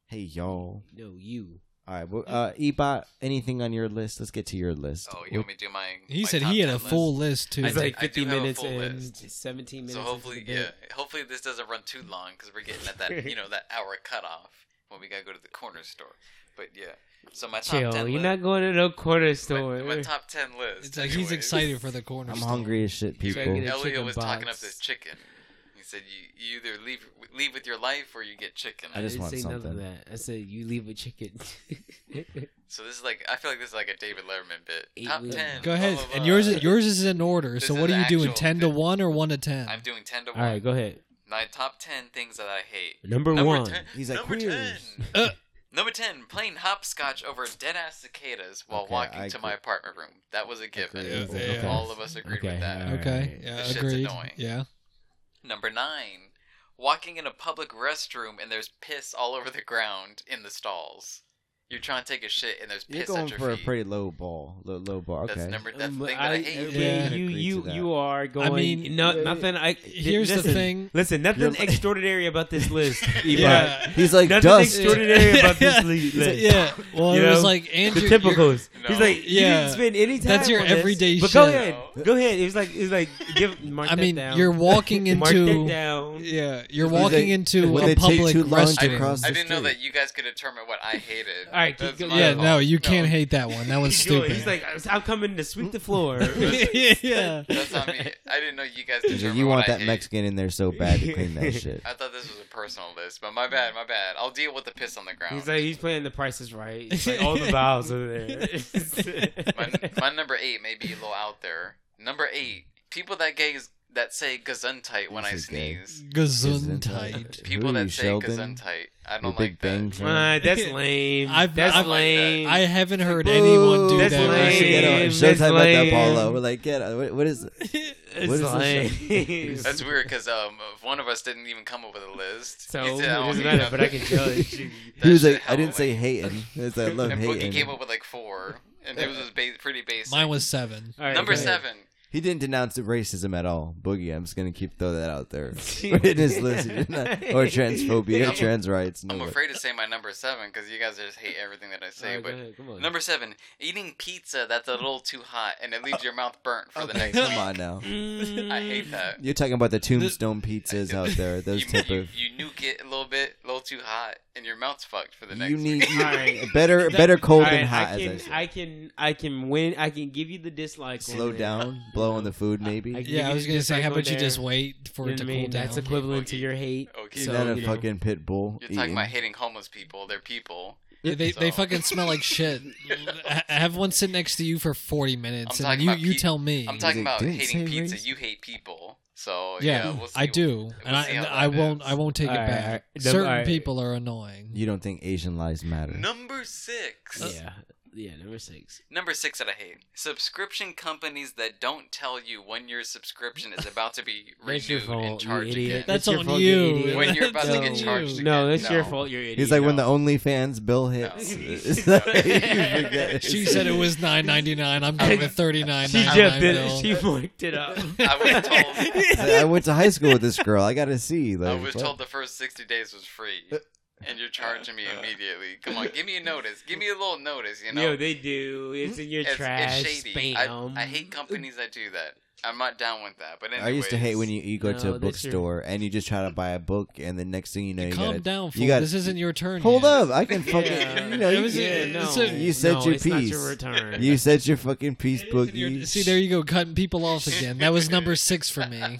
Speaker 1: Hey y'all.
Speaker 3: no you.
Speaker 1: All right. Well, uh, Ebot, anything on your list? Let's get to your list.
Speaker 4: Oh, you want me to do my?
Speaker 5: he
Speaker 4: my
Speaker 5: said
Speaker 4: top
Speaker 5: he had
Speaker 4: 10
Speaker 5: a
Speaker 4: list?
Speaker 5: full list too.
Speaker 4: I
Speaker 3: It's
Speaker 4: do-
Speaker 3: like
Speaker 4: I
Speaker 3: 50
Speaker 4: do have a
Speaker 3: minutes
Speaker 4: full
Speaker 3: and
Speaker 4: list.
Speaker 3: 17 minutes.
Speaker 4: So
Speaker 3: into
Speaker 4: hopefully,
Speaker 3: the
Speaker 4: yeah,
Speaker 3: bit.
Speaker 4: hopefully this doesn't run too long because we're getting at that you know that hour cutoff when we gotta go to the corner store. But yeah, so my top
Speaker 3: Chill,
Speaker 4: ten.
Speaker 3: you're
Speaker 4: list,
Speaker 3: not going to no corner
Speaker 4: my-
Speaker 3: store.
Speaker 4: My, top ten list.
Speaker 5: It's like he's
Speaker 4: anyways.
Speaker 5: excited for the corner.
Speaker 1: I'm
Speaker 5: store.
Speaker 1: hungry as shit,
Speaker 4: He-
Speaker 1: people.
Speaker 3: gotta get a
Speaker 4: Elio
Speaker 3: chicken
Speaker 4: was talking up
Speaker 3: box.
Speaker 4: this chicken. He said you, you either leave leave with your life or you get chicken.
Speaker 1: I just
Speaker 3: didn't
Speaker 1: want
Speaker 3: say nothing
Speaker 1: something.
Speaker 3: of that. I said you leave a chicken.
Speaker 4: So this is like I feel like this is like a David Letterman bit.
Speaker 3: Eight
Speaker 4: Top
Speaker 3: wheels.
Speaker 4: ten.
Speaker 5: Go ahead.
Speaker 4: blah, blah,
Speaker 5: And
Speaker 4: blah.
Speaker 5: yours yours is in order.
Speaker 4: This
Speaker 5: So
Speaker 4: is
Speaker 5: what are you doing?
Speaker 4: actual
Speaker 5: Ten to
Speaker 4: thing.
Speaker 5: one or one to ten?
Speaker 4: I'm doing ten to
Speaker 3: All
Speaker 4: one.
Speaker 3: right, go ahead.
Speaker 4: My top ten things that I hate.
Speaker 3: Number,
Speaker 4: Number
Speaker 3: one.
Speaker 4: ten.
Speaker 1: He's like,
Speaker 4: number
Speaker 1: queers.
Speaker 4: ten.
Speaker 5: Uh,
Speaker 4: Number 10, playing hopscotch over dead ass cicadas while
Speaker 1: Okay,
Speaker 4: walking
Speaker 1: I
Speaker 4: to
Speaker 1: agree.
Speaker 4: my apartment room. That was a given.
Speaker 1: Agreed.
Speaker 5: Yeah, yeah.
Speaker 4: All of us agreed
Speaker 3: Okay,
Speaker 4: with that.
Speaker 3: all right.
Speaker 5: Okay. Yeah.
Speaker 4: That shit's
Speaker 5: agreed.
Speaker 4: annoying.
Speaker 5: Yeah.
Speaker 4: Number 9, walking in a public restroom and there's piss all over the ground in the stalls. You're trying to take a shit and there's
Speaker 1: You're
Speaker 4: piss
Speaker 1: going
Speaker 4: at your
Speaker 1: for a
Speaker 4: feet.
Speaker 1: pretty low ball, low, low bar. Okay.
Speaker 4: That's number that's
Speaker 3: Um,
Speaker 4: the thing that I,
Speaker 3: I-
Speaker 4: hate.
Speaker 3: okay,
Speaker 5: Yeah.
Speaker 3: you
Speaker 1: Agreed
Speaker 3: you
Speaker 1: to that.
Speaker 3: you are going.
Speaker 5: mean,
Speaker 3: no,
Speaker 5: uh,
Speaker 3: nothing. I
Speaker 5: here's the
Speaker 3: listen,
Speaker 5: thing.
Speaker 3: Listen, nothing
Speaker 1: You're-
Speaker 3: extraordinary about this list. Ebron.
Speaker 5: Yeah.
Speaker 1: He's like
Speaker 3: nothing
Speaker 1: dust.
Speaker 3: extraordinary about this le- list.
Speaker 5: Yeah. Well,
Speaker 3: You
Speaker 5: it was
Speaker 3: know,
Speaker 5: like Andrew.
Speaker 3: the
Speaker 5: you're-
Speaker 3: typicals.
Speaker 4: No.
Speaker 3: He's like, you
Speaker 5: Yeah.
Speaker 3: didn't spend any time.
Speaker 5: That's your
Speaker 3: on this,
Speaker 5: everyday
Speaker 3: But go
Speaker 5: shit.
Speaker 3: ahead,
Speaker 4: No.
Speaker 3: go ahead. It was like, it's like, give. Mark
Speaker 5: I
Speaker 3: that
Speaker 5: mean,
Speaker 3: down.
Speaker 5: you're walking
Speaker 3: Mark that
Speaker 5: into.
Speaker 3: down.
Speaker 5: Yeah, you're
Speaker 1: When they-
Speaker 5: walking into
Speaker 1: when
Speaker 5: a
Speaker 1: they take
Speaker 5: public
Speaker 1: too long to
Speaker 4: I
Speaker 5: restroom.
Speaker 1: cross
Speaker 4: didn't,
Speaker 1: the
Speaker 4: I didn't know
Speaker 1: street.
Speaker 4: that you guys could determine what I hated.
Speaker 3: All right, keep
Speaker 4: That's
Speaker 3: going.
Speaker 4: my
Speaker 5: yeah,
Speaker 4: fault.
Speaker 5: no, you
Speaker 4: No,
Speaker 5: can't hate that one. That was
Speaker 3: Keep going.
Speaker 5: stupid.
Speaker 3: He's like, I'm coming to sweep the floor.
Speaker 5: yeah.
Speaker 4: That's on me. I didn't know you guys
Speaker 1: He's like,
Speaker 4: determined
Speaker 1: you
Speaker 4: what
Speaker 1: want
Speaker 4: I
Speaker 1: that
Speaker 4: hate.
Speaker 1: Mexican in there so bad to clean that shit.
Speaker 4: I thought this was a personal list, but my bad, my bad. I'll deal with the piss on the ground.
Speaker 3: He's like, he's playing The Price is Right. He's like, all the vowels are there.
Speaker 4: my, my number eight may be a little out there. Number eight, people that gaze that say "gesundheit" when I
Speaker 1: This is gay.
Speaker 4: sneeze.
Speaker 5: Gesundheit.
Speaker 4: People
Speaker 1: Who,
Speaker 4: that say
Speaker 1: Sheldon?
Speaker 4: "gesundheit," I
Speaker 1: Your
Speaker 4: don't
Speaker 1: Big
Speaker 4: like
Speaker 1: Bang
Speaker 4: that.
Speaker 1: Theory?
Speaker 3: Uh, that's lame.
Speaker 5: I've-
Speaker 3: that's
Speaker 5: I've-
Speaker 3: lame.
Speaker 5: I haven't heard anyone do
Speaker 3: That's
Speaker 5: that.
Speaker 1: We should get on.
Speaker 3: lame.
Speaker 1: Showtime
Speaker 3: That's
Speaker 1: about that
Speaker 3: lame.
Speaker 1: Paulo. We're like, get on. What, what is?
Speaker 3: it's
Speaker 1: what is this
Speaker 3: lame.
Speaker 4: That's weird because um, one of us didn't even come up with a list.
Speaker 3: so
Speaker 4: He
Speaker 3: it
Speaker 4: did all
Speaker 3: doesn't
Speaker 4: the
Speaker 3: matter,
Speaker 4: other-
Speaker 3: but I can judge.
Speaker 1: He was
Speaker 4: That
Speaker 1: like,
Speaker 4: shit
Speaker 1: I didn't say
Speaker 4: hella
Speaker 1: hating. It's I love
Speaker 4: lame. And Boogie came
Speaker 1: hating.
Speaker 4: up with like four, and it was just ba- pretty basic.
Speaker 5: Mine was seven.
Speaker 3: All right,
Speaker 4: number
Speaker 3: go ahead.
Speaker 4: seven.
Speaker 1: He didn't denounce racism at all. Boogie, I'm just gonna keep throw that out there. In his list, or transphobia, or
Speaker 4: I'm-
Speaker 1: trans rights.
Speaker 4: I'm
Speaker 1: no,
Speaker 4: afraid to say my number seven because you guys just hate everything that I
Speaker 3: All
Speaker 4: say.
Speaker 3: right, go
Speaker 4: but
Speaker 3: ahead, come on.
Speaker 4: number seven, eating pizza that's a little too hot and it leaves your mouth burnt for the
Speaker 1: Okay,
Speaker 4: next.
Speaker 1: Come on now.
Speaker 4: I hate that.
Speaker 1: You're talking about the tombstone pizzas out there. Those
Speaker 4: you,
Speaker 1: type
Speaker 4: you,
Speaker 1: of.
Speaker 4: you nuke it a little bit, a little too hot, and your mouth's fucked for the next.
Speaker 1: You need
Speaker 4: week.
Speaker 3: All right.
Speaker 1: better, better
Speaker 3: All
Speaker 1: cold
Speaker 3: right,
Speaker 1: than hot.
Speaker 3: I can,
Speaker 1: as I said.
Speaker 3: I can, I can win. I can give you the dislike. on
Speaker 1: Slow
Speaker 3: there.
Speaker 1: down, blow on the food, maybe.
Speaker 3: I-
Speaker 1: Isn't
Speaker 3: You
Speaker 5: Yeah, I
Speaker 3: can
Speaker 5: was gonna
Speaker 3: just,
Speaker 5: say,
Speaker 3: like,
Speaker 5: how
Speaker 3: go
Speaker 5: about you
Speaker 3: there.
Speaker 5: just wait for
Speaker 3: You know
Speaker 5: it
Speaker 3: what
Speaker 5: to
Speaker 3: I
Speaker 5: cool
Speaker 3: mean? That's
Speaker 5: down?
Speaker 3: equivalent to
Speaker 4: Okay.
Speaker 3: your hate.
Speaker 4: Okay.
Speaker 3: So,
Speaker 1: that a
Speaker 3: you know.
Speaker 1: fucking pit bull?
Speaker 4: You're talking
Speaker 1: eating?
Speaker 4: about hitting homeless people. They're people.
Speaker 5: Yeah, they,
Speaker 4: So-
Speaker 5: they fucking smell like shit. I I have one sit next to you for forty minutes,
Speaker 4: I'm
Speaker 5: and
Speaker 4: talking
Speaker 5: you,
Speaker 4: about
Speaker 5: you
Speaker 4: pe-
Speaker 5: tell me.
Speaker 4: I'm
Speaker 1: Music
Speaker 4: talking about
Speaker 1: didn't
Speaker 4: hating
Speaker 1: say
Speaker 4: pizza.
Speaker 1: race.
Speaker 4: You hate people. So yeah,
Speaker 5: yeah,
Speaker 4: we'll see
Speaker 5: I
Speaker 4: what-
Speaker 5: do,
Speaker 4: we'll
Speaker 5: and I
Speaker 4: see how
Speaker 5: and
Speaker 4: that
Speaker 5: I won't
Speaker 4: is.
Speaker 5: I won't take it
Speaker 3: Alright,
Speaker 5: back.
Speaker 3: alright. Num-
Speaker 5: Certain
Speaker 3: alright.
Speaker 5: people are annoying.
Speaker 1: You don't think Asian lives matter?
Speaker 4: Number six.
Speaker 3: Yeah, yeah. Number six.
Speaker 4: Number six that I hate: subscription companies that don't tell you when your subscription is about to be
Speaker 3: That's your
Speaker 4: renewed and
Speaker 3: fault, you
Speaker 4: charged
Speaker 3: idiot.
Speaker 4: again.
Speaker 5: That's,
Speaker 3: your
Speaker 5: on
Speaker 3: fault,
Speaker 5: you.
Speaker 3: you idiot.
Speaker 4: When you're about
Speaker 5: That's
Speaker 4: to get
Speaker 5: on
Speaker 4: charged
Speaker 5: you.
Speaker 4: again.
Speaker 3: No, that's your
Speaker 4: No.
Speaker 3: fault. You're idiot.
Speaker 1: He's like when the
Speaker 3: No.
Speaker 1: OnlyFans bill hits.
Speaker 4: No.
Speaker 1: It's like, you forget.
Speaker 5: She said it was nine ninety nine. I'm giving it thirty nine.
Speaker 3: she just did it. She worked it up.
Speaker 4: I was told.
Speaker 1: I went to high school with this girl. I gotta see.
Speaker 4: I
Speaker 1: Like,
Speaker 4: was
Speaker 1: what?
Speaker 4: told the first 60 days was free. And you're charging me immediately. Come on, give me a notice. Give me a little notice, you know?
Speaker 3: Yo, they do. It's in your
Speaker 4: it's,
Speaker 3: trash.
Speaker 4: it's shady. I,
Speaker 3: Spam.
Speaker 4: I hate companies that do that. I'm not down with that. But anyways,
Speaker 1: I used to hate when you, you go to
Speaker 3: No,
Speaker 1: a
Speaker 3: that's your-
Speaker 1: bookstore and you just try to buy a book, and the next thing you know, you
Speaker 5: Calm
Speaker 1: gotta,
Speaker 5: down, fool.
Speaker 1: you gotta,
Speaker 5: this isn't your turn.
Speaker 1: Hold
Speaker 5: yet.
Speaker 1: up, I can fucking.
Speaker 3: Yeah.
Speaker 1: You know,
Speaker 5: It
Speaker 1: you,
Speaker 5: was-
Speaker 3: yeah, no,
Speaker 5: it's a-
Speaker 1: you said
Speaker 3: no,
Speaker 1: your
Speaker 3: it's not
Speaker 1: piece.
Speaker 3: your return.
Speaker 1: you said your fucking piece, boogie.
Speaker 5: See, there you go, cutting people off again. That was number six for me.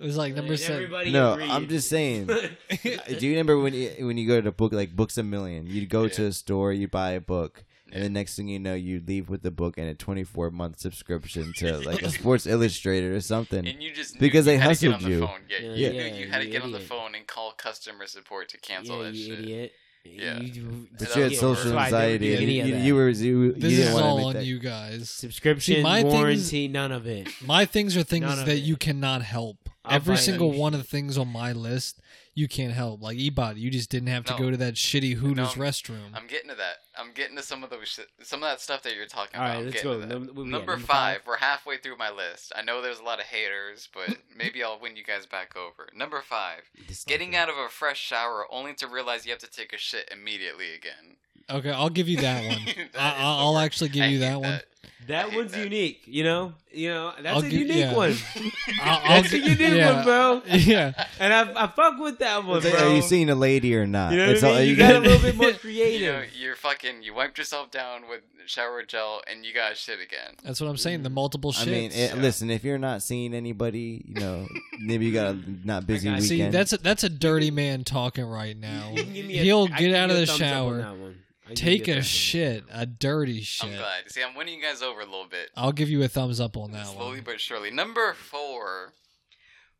Speaker 5: It was like number seven.
Speaker 3: Everybody
Speaker 1: no,
Speaker 3: agreed.
Speaker 1: I'm just saying.
Speaker 3: uh,
Speaker 1: Do you remember when you, when you go to the book like Books a Million? You'd go to a store, you buy a book, and the next thing you know, you leave with the book and a 24 month subscription to like a Sports Illustrated or something.
Speaker 4: And you just knew
Speaker 1: Because
Speaker 4: you
Speaker 1: they
Speaker 4: had to
Speaker 1: hustled
Speaker 4: get on
Speaker 1: you.
Speaker 4: The phone. Yeah,
Speaker 3: Yeah,
Speaker 4: you
Speaker 3: yeah,
Speaker 4: knew you had to
Speaker 3: you
Speaker 4: get on the
Speaker 3: idiot.
Speaker 4: phone and call customer support to cancel
Speaker 3: yeah,
Speaker 4: that
Speaker 3: you
Speaker 4: shit.
Speaker 3: idiot.
Speaker 4: Yeah.
Speaker 3: You,
Speaker 1: But you had
Speaker 4: Yeah,
Speaker 1: social
Speaker 4: that's why I don't
Speaker 1: anxiety. And
Speaker 3: Any
Speaker 1: you,
Speaker 3: of that.
Speaker 1: you were you, you
Speaker 5: This
Speaker 1: didn't
Speaker 5: is
Speaker 1: want to
Speaker 5: all
Speaker 1: make
Speaker 5: on
Speaker 1: that.
Speaker 5: you guys.
Speaker 3: subscription
Speaker 5: See, my thing is-
Speaker 3: warranty. None of it.
Speaker 5: My things are
Speaker 3: None
Speaker 5: things
Speaker 3: of
Speaker 5: that
Speaker 3: it.
Speaker 5: you cannot help.
Speaker 3: I'll
Speaker 5: Every
Speaker 3: buy
Speaker 5: single
Speaker 3: them.
Speaker 5: one of the things on my list, you can't help. Like Ebot, you just didn't have to
Speaker 4: No.
Speaker 5: go to that shitty Hooters
Speaker 4: No.
Speaker 5: restroom.
Speaker 4: I'm getting to that. I'm getting to some of those, shit- some of that stuff that you're talking
Speaker 3: All
Speaker 4: about.
Speaker 3: right,
Speaker 4: I'm
Speaker 3: let's
Speaker 4: getting
Speaker 3: go.
Speaker 4: to that.
Speaker 3: Num- what we at,
Speaker 4: number
Speaker 3: number
Speaker 4: five.
Speaker 3: five?
Speaker 4: We're halfway through my list. I know there's a lot of haters, but maybe I'll win you guys back over. Number five. Getting out of a fresh shower only to realize you have to take a shit immediately again.
Speaker 5: Okay, I'll give you that one.
Speaker 4: That is the
Speaker 5: I, I'll I'll
Speaker 4: worst.
Speaker 5: actually give
Speaker 4: I
Speaker 5: you
Speaker 4: hate
Speaker 5: that one.
Speaker 4: I
Speaker 3: That
Speaker 4: hate
Speaker 3: one's
Speaker 4: that.
Speaker 3: unique. You know. You know. That's
Speaker 5: I'll
Speaker 3: a
Speaker 5: gi-
Speaker 3: unique
Speaker 5: yeah.
Speaker 3: one.
Speaker 5: I'll, I'll
Speaker 3: That's a
Speaker 5: gi-
Speaker 3: unique
Speaker 5: yeah.
Speaker 3: one, bro.
Speaker 5: Yeah,
Speaker 3: And I, I fuck with that one,
Speaker 1: It's like,
Speaker 3: bro.
Speaker 1: are you seeing a lady or not?
Speaker 3: You know
Speaker 1: It's
Speaker 3: what I
Speaker 1: all-
Speaker 3: mean? You
Speaker 1: you
Speaker 3: got a
Speaker 1: gotta-
Speaker 3: little bit more
Speaker 4: You know,
Speaker 3: creative.
Speaker 4: you're fucking. You wiped yourself down with shower gel, and you got shit again.
Speaker 5: that's what I'm saying. The multiple
Speaker 1: I
Speaker 5: shits.
Speaker 1: mean, it, listen, if you're not seeing anybody, you know, maybe you got a not busy
Speaker 3: got
Speaker 1: weekend.
Speaker 3: you.
Speaker 5: See, that's a, that's a dirty man talking right now.
Speaker 3: You can give me a-
Speaker 5: He'll
Speaker 3: I can
Speaker 5: get out
Speaker 3: give
Speaker 5: of
Speaker 3: you
Speaker 5: the
Speaker 3: a thumbs up on
Speaker 5: shower,
Speaker 3: that one. I can give
Speaker 5: take
Speaker 3: you
Speaker 5: a
Speaker 3: thumbs up.
Speaker 5: shit, a dirty shit.
Speaker 4: I'm glad. See, I'm winning you guys over a little bit,
Speaker 5: I'll give you a thumbs up on that
Speaker 4: slowly
Speaker 5: one.
Speaker 4: but surely. Number four.